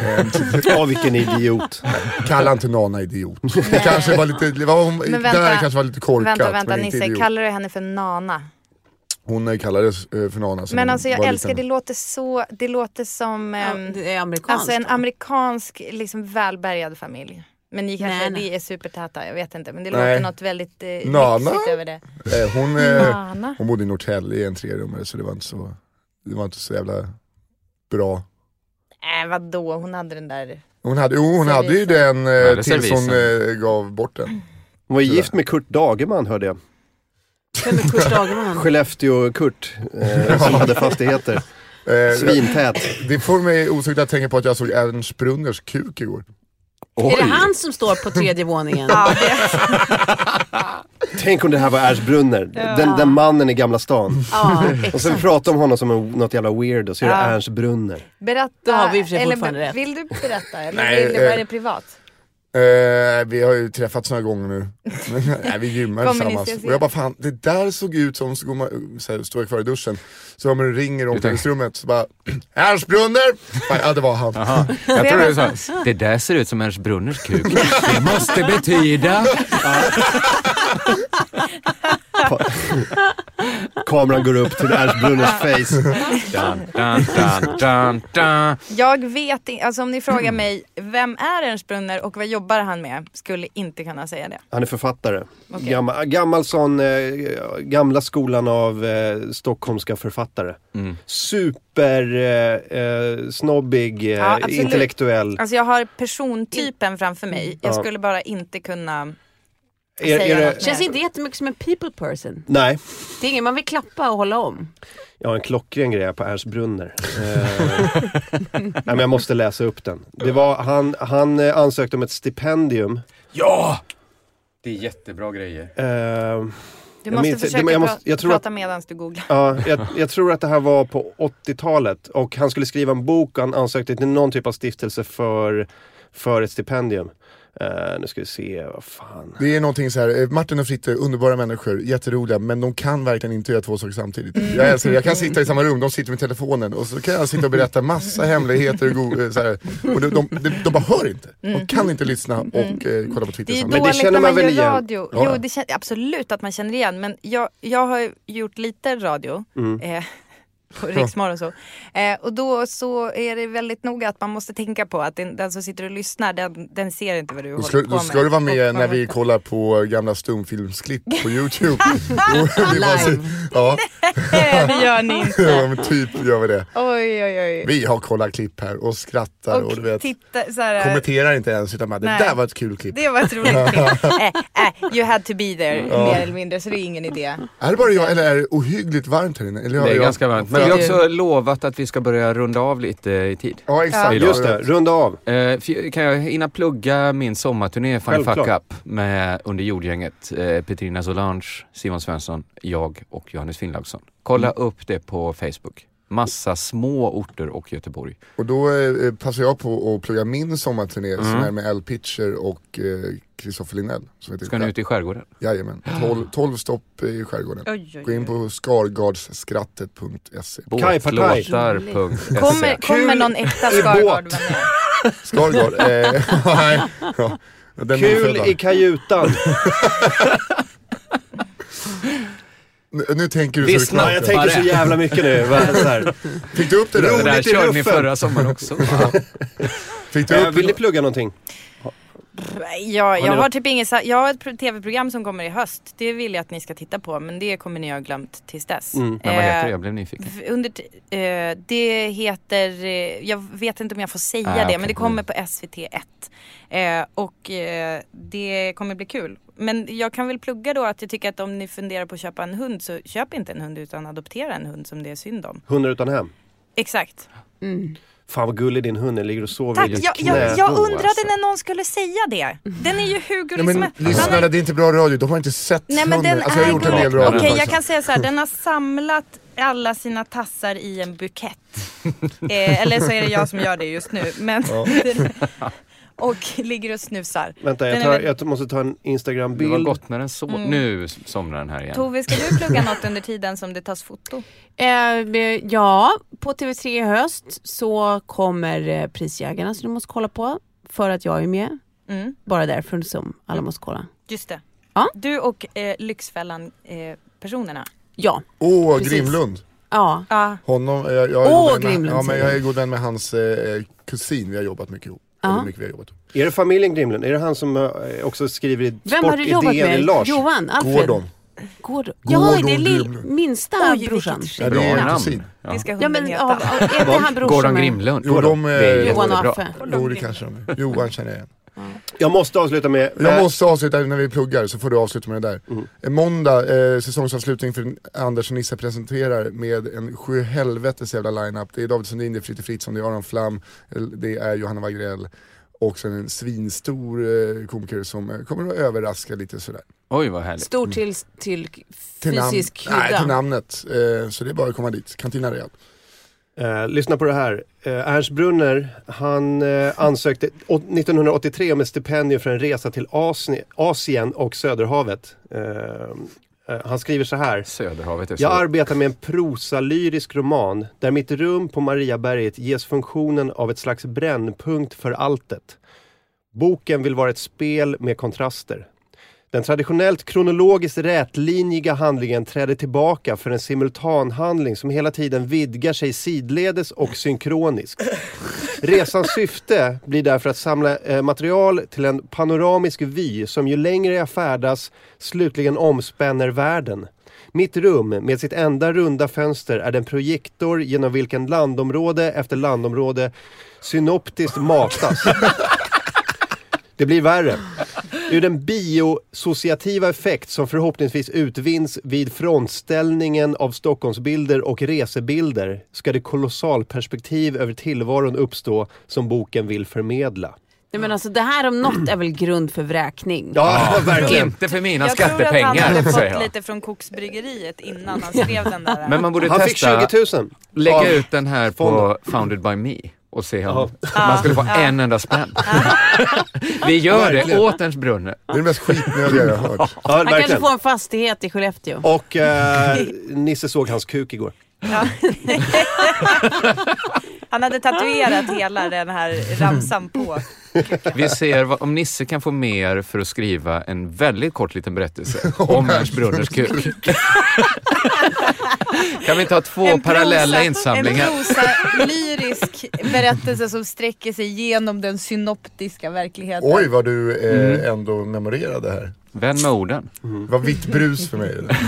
Speaker 4: en till
Speaker 2: [laughs] Ja vilken idiot.
Speaker 4: Kalla inte Nana idiot. Det kanske var lite, det var, hon,
Speaker 7: Men vänta.
Speaker 4: där kanske var lite korkat
Speaker 7: Vänta, vänta
Speaker 4: men inte
Speaker 7: Nisse,
Speaker 4: idiot.
Speaker 7: kallar du henne för Nana?
Speaker 4: Hon eh, kallades eh, för Nana. sen
Speaker 7: Men
Speaker 4: hon
Speaker 7: alltså jag
Speaker 4: var
Speaker 7: älskar, det
Speaker 4: liten.
Speaker 7: låter så, det låter som
Speaker 6: Ja,
Speaker 7: ehm,
Speaker 6: det är amerikanskt.
Speaker 7: alltså en
Speaker 6: då.
Speaker 7: amerikansk liksom välbärgad familj. Men ni kanske,
Speaker 6: Nej, nej.
Speaker 7: det är supertäta, jag vet inte. Men det
Speaker 4: Nej.
Speaker 7: låter något väldigt eh,
Speaker 4: Nana?
Speaker 7: lyxigt över det.
Speaker 4: Eh, hon, eh,
Speaker 7: Nana?
Speaker 4: hon bodde i Norrtälje i en trerummare så det var inte så, det var inte så jävla bra.
Speaker 7: Äh, vadå, hon hade den där...
Speaker 4: Hon hade, jo, hon hade ju den
Speaker 5: Ja,
Speaker 4: eh,
Speaker 5: det
Speaker 4: tills hon
Speaker 5: servisen.
Speaker 4: eh, gav bort den.
Speaker 2: Hon var ju gift med Kurt Dagerman hörde jag.
Speaker 6: Vem är
Speaker 4: [laughs]
Speaker 6: Kurt Dagerman?
Speaker 2: Skellefteå-Kurt. Eh, som hade fastigheter.
Speaker 4: Eh,
Speaker 2: Svintät.
Speaker 4: det får mig osökt att tänka på att jag såg Ernst Brunners kuk igår.
Speaker 6: Är det han som står på tredje våningen?
Speaker 7: [laughs] Ja, det,
Speaker 2: Tänk om det här var Ernst Brunner. Den, den mannen i Gamla stan.
Speaker 6: ja,
Speaker 2: Och sen pratar om honom som en, något jävla weirdo. Så är det Ernst Brunner.
Speaker 7: berätta,
Speaker 6: Då har vi i och för sig
Speaker 7: eller
Speaker 6: fortfarande rätt.
Speaker 7: vill du berätta? Eller
Speaker 4: Nej,
Speaker 7: vill du,
Speaker 4: eh,
Speaker 7: är det privat?
Speaker 4: Eh, vi har ju träffats några gånger nu. [laughs] Nej, vi gymmar
Speaker 7: Kommer ni
Speaker 4: tillsammans.
Speaker 7: ses
Speaker 4: Och jag bara fan, det där såg ut som, så, går man, så här, står jag kvar i duschen, så man ringer omklädningsrummet så bara Ernst Brunner! Fan, Ja det var han.
Speaker 5: [laughs] Jag tror det är så. Det där ser ut som Ernst Brunners kuk. [laughs] Det måste betyda...
Speaker 2: Kameran går upp till Ernst Brunners face.
Speaker 5: Dun, dun, dun, dun, dun.
Speaker 7: Jag vet inte, alltså om ni frågar
Speaker 2: Mm.
Speaker 7: mig, vem är Ernst Brunner och vad jobbar han med? Skulle inte kunna säga det.
Speaker 2: Han är författare.
Speaker 7: Okej.
Speaker 2: Gammal, gammal sån, eh, gamla skolan av eh, stockholmska författare. Super eh, eh, snobbig, eh,
Speaker 7: Ja, absolut.
Speaker 2: intellektuell.
Speaker 7: Alltså jag har persontypen framför mig. Jag
Speaker 2: Mm. Ja.
Speaker 7: skulle bara inte kunna...
Speaker 2: Är, är
Speaker 7: säger
Speaker 2: det,
Speaker 7: något.
Speaker 6: Känns inte jättemycket som en people person.
Speaker 2: nej,
Speaker 6: Det är ingen man vill klappa och hålla om.
Speaker 2: jag har en klockren grej här på Ernst Brunner. Eh,
Speaker 7: [laughs]
Speaker 2: nej, men jag måste läsa upp den. Det var, han, han eh, ansökte om ett stipendium.
Speaker 5: Ja! Det är jättebra grejer.
Speaker 2: Eh,
Speaker 7: Du
Speaker 2: Jag
Speaker 7: måste
Speaker 2: minns-
Speaker 7: försöka
Speaker 2: det- men jag måste-
Speaker 7: pra-
Speaker 2: jag tror
Speaker 7: prata medan du googlar.
Speaker 2: Ja, jag, jag tror att det här var på 80-talet och han skulle skriva en bok och han ansökte till någon typ av stiftelse för, för ett stipendium. Eh, nu ska vi se, vad fan.
Speaker 4: Det är någonting så här, eh, Martin och Fritte är underbara människor, jätteroliga, men de kan verkligen inte göra två saker samtidigt.
Speaker 8: Mm.
Speaker 4: Jag älskar det, jag kan sitta i samma rum, de sitter med telefonen och så kan jag sitta och berätta massa hemligheter och, go- eh, så här. och de, de, de, de bara hör inte. De kan inte lyssna och eh, kolla på Twitter
Speaker 8: Mm. Det
Speaker 4: samtidigt.
Speaker 8: är ju
Speaker 2: det
Speaker 8: dåligt
Speaker 2: känner
Speaker 8: när
Speaker 2: man väl
Speaker 8: man, gör
Speaker 2: igen.
Speaker 8: radio.
Speaker 4: Ja.
Speaker 8: Jo, det känner, absolut att man känner igen. Men jag, jag har ju gjort lite radio.
Speaker 4: Mm.
Speaker 8: Eh, [laughs] på Riksmorgon och så. Eh, och då så är det väldigt noga att man måste tänka på att den, den som sitter och lyssnar, den, den ser inte vad du
Speaker 4: Då
Speaker 8: håller
Speaker 4: ska,
Speaker 8: på med.
Speaker 4: då ska du vara med
Speaker 8: Och-
Speaker 4: när vi kollar på gamla stumfilmsklipp
Speaker 8: [laughs]
Speaker 4: på YouTube. Och vi bara så- ja,
Speaker 8: Nej, [laughs] det gör ni
Speaker 4: ja,
Speaker 8: inte.
Speaker 4: men typ gör vi det.
Speaker 8: Oj, oj, oj.
Speaker 4: Vi har kollat klipp här och skrattar och,
Speaker 8: Och
Speaker 4: du vet,
Speaker 8: titta så här.
Speaker 4: kommenterar inte ens utan bara, det
Speaker 8: Nej.
Speaker 4: där var ett kul klipp.
Speaker 8: Det var ett roligt
Speaker 4: [laughs]
Speaker 8: klipp. eh, eh, you had to be there, mer eller mindre, så det är ingen idé.
Speaker 4: Är det bara jag eller är det ohyggligt varmt här inne? Eller har
Speaker 5: Det är
Speaker 4: jag...
Speaker 5: ganska varmt. Men vi har också lovat att vi ska börja runda av lite i tid.
Speaker 4: Ja exakt.
Speaker 5: Ja.
Speaker 2: Just det, runda av.
Speaker 5: Eh, för- kan jag hinna plugga min sommarturné Fun Fuck
Speaker 2: Självklart.
Speaker 5: Up med Under jordgänget, eh, Petrina Solange, Simon Svensson, jag och Johannes Finnlaugsson. Kolla upp det på Facebook. Massa små orter och Göteborg.
Speaker 4: Och då eh, passar jag på att plugga min sommarturné
Speaker 5: Mm.
Speaker 4: som är med Al Pitcher och eh, Christopher Lindell. Som heter
Speaker 5: Ska ni ut i skärgården?
Speaker 4: Jajamän. 12, 12 stopp i skärgården.
Speaker 8: Oj,
Speaker 4: Gå in på skargardsskrattet.se.
Speaker 8: Kommer,
Speaker 5: E. Båtlåtar.se.
Speaker 8: kommer någon äkta
Speaker 2: i
Speaker 8: Skargård vara
Speaker 2: båt.
Speaker 8: med?
Speaker 4: Skargard, eh, [laughs] nej. Ja, den
Speaker 2: Kul
Speaker 4: nyfödda.
Speaker 2: i [laughs] kajutan.
Speaker 4: Nu, nu tänker du så det
Speaker 5: Lyssna,
Speaker 4: knakar.
Speaker 2: Nej, jag tänker så jävla mycket nu. Va, så [laughs] här.
Speaker 4: Fick du upp det
Speaker 5: Det
Speaker 4: där?
Speaker 5: där
Speaker 2: Roligt i
Speaker 5: körde ni
Speaker 2: luffen.
Speaker 5: förra
Speaker 4: [laughs]
Speaker 5: sommaren också.
Speaker 4: Fick du
Speaker 2: Eh,
Speaker 4: upp
Speaker 2: Vill ni
Speaker 4: det?
Speaker 2: plugga någonting?
Speaker 8: Ja,
Speaker 2: Har
Speaker 8: jag
Speaker 2: ni
Speaker 8: har typ inget, sa- jag har ett pro- tv-program som kommer i höst. Det vill jag att ni ska titta på, men det kommer ni ha glömt tills dess.
Speaker 5: Mm, Men vad heter det?
Speaker 8: Eh,
Speaker 5: Jag blev nyfiken.
Speaker 8: v- Under, t- eh, det heter, eh, jag vet inte om jag får säga
Speaker 5: Ah,
Speaker 8: det,
Speaker 5: okej.
Speaker 8: men det kommer på SVT1. Eh, och eh, det kommer bli kul. Men jag kan väl plugga då att jag tycker att om ni funderar på att köpa en hund så köp inte en hund utan adoptera en hund som det är synd om.
Speaker 2: Hundar utan hem?
Speaker 8: Exakt.
Speaker 2: Fan vad gullig din hund är, ligger och sover
Speaker 8: Tack,
Speaker 2: i ditt
Speaker 8: jag, jag,
Speaker 2: knä.
Speaker 5: knäbå,
Speaker 8: jag undrade
Speaker 5: alltså.
Speaker 8: när någon skulle säga det. Den är ju hur
Speaker 4: Nej,
Speaker 8: gullig som
Speaker 4: men
Speaker 8: helst. Han har
Speaker 4: lyssnarna, det är inte bra radio. De har inte sett
Speaker 8: Liksom- Nej men
Speaker 4: hunden.
Speaker 8: den
Speaker 4: Alltså
Speaker 8: är
Speaker 4: jag har gjort en
Speaker 8: god.
Speaker 4: del radio
Speaker 8: Okej
Speaker 4: också.
Speaker 8: jag kan säga så här, den har samlat alla sina tassar i en bukett.
Speaker 5: [laughs]
Speaker 8: eh, eller så är det jag som gör det just nu. Men [laughs] och ligger och snusar.
Speaker 2: Vänta, jag,
Speaker 8: Den är
Speaker 2: tar,
Speaker 8: väl-
Speaker 2: jag måste ta en
Speaker 5: Det var
Speaker 2: Instagram-bild.
Speaker 5: gott när den sov.
Speaker 8: Mm.
Speaker 5: Nu somnar den här igen.
Speaker 8: Tove, ska du plugga något under tiden som det tas foto?
Speaker 6: Eh, ja, på TV3 i höst så kommer eh, Prisjägarna som du måste kolla på. För att jag är med.
Speaker 8: Mm,
Speaker 6: Bara därför som alla måste kolla.
Speaker 8: just det.
Speaker 6: Ja.
Speaker 8: Du och eh, Lyxfällan-personerna.
Speaker 6: Ja.
Speaker 4: Åh,
Speaker 6: Precis.
Speaker 4: Grimlund.
Speaker 6: Ja.
Speaker 8: ja.
Speaker 4: Honom, eh, jag, jag, är
Speaker 6: Åh,
Speaker 4: god vän med,
Speaker 6: Grimlund
Speaker 4: ja, men
Speaker 6: säger
Speaker 4: jag
Speaker 6: du.
Speaker 4: är god vän med hans eh, kusin, vi har jobbat mycket ihop.
Speaker 6: Ja.
Speaker 4: Eller mycket vi har jobbat ihop.
Speaker 2: Är det familjen Grimlund? Är det han som eh, också skriver i
Speaker 6: Vem har
Speaker 2: Sport
Speaker 6: du
Speaker 2: i
Speaker 6: jobbat
Speaker 2: DN i
Speaker 6: med?
Speaker 2: Lars?
Speaker 6: Johan? Alfred?
Speaker 4: Gordon.
Speaker 6: Gordon.
Speaker 4: Gordon
Speaker 6: Ja, det är lill,
Speaker 4: Grimlund.
Speaker 6: minsta
Speaker 8: Oj,
Speaker 6: brorsan.
Speaker 8: vilket
Speaker 4: Ja,
Speaker 8: fint
Speaker 4: det är en
Speaker 5: namn.
Speaker 4: kusin.
Speaker 8: Det ska
Speaker 6: Ja
Speaker 8: hunden
Speaker 6: men ja,
Speaker 8: heta.
Speaker 6: ja, är det han brorsan
Speaker 5: Gordon
Speaker 6: med?
Speaker 5: Grimlund.
Speaker 4: Jo, de,
Speaker 5: Det är
Speaker 4: eh,
Speaker 6: Johan och
Speaker 5: jättebra.
Speaker 6: Affe.
Speaker 4: Jo det kanske han är. Johan känner jag igen.
Speaker 2: Jag måste avsluta med...
Speaker 4: Jag måste avsluta när vi pluggar så får du avsluta med det där. Eh, Måndag, eh, säsongsavslutning för Anders och Nissa presenterar med en sjuhelvetes jävla line-up. Det är David Sundin, det är Fritte Fritzson, det är Aron Flam, eh, det är Johanna Wagrell och sen en svinstor eh, komiker som eh, kommer att överraska lite sådär.
Speaker 5: Oj, vad härligt.
Speaker 6: Stor till, till
Speaker 4: Mm. Till namn-
Speaker 6: fysisk
Speaker 4: Nej, till
Speaker 6: hydda.
Speaker 4: namnet. Eh, så det är bara att komma dit. Cantina Real.
Speaker 2: Eh, lyssna på det här. Eh, Ernst Brunner, han eh, ansökte å- 1983 om ett stipendium för en resa till Asien, Asien och Söderhavet. Eh, eh, han skriver så här.
Speaker 5: Söderhavet är så.
Speaker 2: Jag arbetar med en prosalyrisk roman där mitt rum på Mariaberget ges funktionen av ett slags brännpunkt för alltet. Boken vill vara ett spel med kontraster. Den traditionellt kronologiskt rätlinjiga handlingen träder tillbaka för en simultanhandling som hela tiden vidgar sig sidledes och synkroniskt. Resans syfte blir därför att samla eh, material till en panoramisk vy som ju längre jag färdas slutligen omspänner världen. Mitt rum med sitt enda runda fönster är den projektor genom vilken landområde efter landområde synoptiskt matas. Det blir värre. Ur den biosociativa effekt som förhoppningsvis utvinns vid frontställningen av Stockholmsbilder och resebilder ska det kolossalperspektiv över tillvaron uppstå som boken vill förmedla.
Speaker 6: Nej, men alltså, det här om något är väl grund för vräkning?
Speaker 2: Ja, verkligen.
Speaker 5: Inte för mina
Speaker 8: Jag tror
Speaker 5: [laughs]
Speaker 8: att han
Speaker 5: skattepengar,
Speaker 8: hade
Speaker 5: säger
Speaker 8: fått
Speaker 5: jag.
Speaker 8: lite från koksbryggeriet innan han skrev den där.
Speaker 5: Men man borde
Speaker 2: Han fick
Speaker 5: testa,
Speaker 2: 20 000.
Speaker 5: lägga
Speaker 2: av-
Speaker 5: ut den här på Founded by Me och se
Speaker 2: Ja.
Speaker 5: om man skulle få en enda spänn. [laughs] Vi gör det,
Speaker 4: Verkligen.
Speaker 5: åt ens brunne.
Speaker 4: Det är det mest skitnödiga jag har hört.
Speaker 2: Ja,
Speaker 6: Han kanske
Speaker 2: verkligen.
Speaker 6: får en fastighet i Skellefteå.
Speaker 2: Och eh, Nisse såg hans kuk igår.
Speaker 8: [laughs]
Speaker 7: Ja. Han hade tatuerat hela den här ramsan på.
Speaker 5: Vi ser vad, om Nisse kan få mer för att skriva en väldigt kort liten berättelse [laughs] om ens brunners kuk. [laughs] kan vi ta två
Speaker 8: En
Speaker 5: parallella
Speaker 8: prosa-
Speaker 5: insamlingar?
Speaker 8: En prosa, lyrisk berättelse som sträcker sig genom den synoptiska verkligheten.
Speaker 4: Oj vad du eh, ändå memorerade här.
Speaker 5: Vän med orden.
Speaker 4: Det var vitt brus för mig. eller?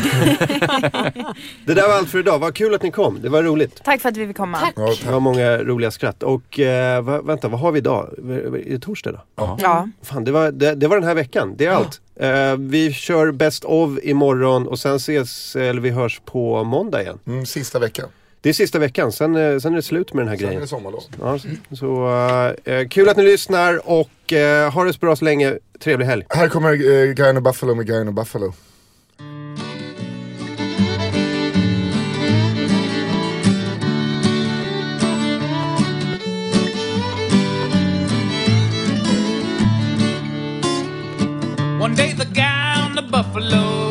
Speaker 2: Det där var allt för idag. Vad kul att ni kom. Det var roligt.
Speaker 7: Tack för att vi fick komma.
Speaker 4: Ja,
Speaker 2: Det var många roliga skratt. Och eh, va, vänta, vad har vi idag? Är det torsdag då?
Speaker 7: Ja.
Speaker 2: Fan, det var, det, det var den här veckan. Det är allt. Eh, vi kör Best of imorgon och sen ses, eller vi hörs på måndag igen.
Speaker 4: mm, sista veckan.
Speaker 2: Det är sista veckan, sen, eh, sen är det slut med den här
Speaker 4: Sen är
Speaker 2: grejen.
Speaker 4: det sommarlov.
Speaker 2: Ja, så- så, eh, kul att ni lyssnar och eh, ha det så bra så länge. Trevlig helg.
Speaker 4: Här kommer eh, Guy and Buffalo med Guy and Buffalo.
Speaker 9: One day the guy on the buffalo
Speaker 8: Oh, oh,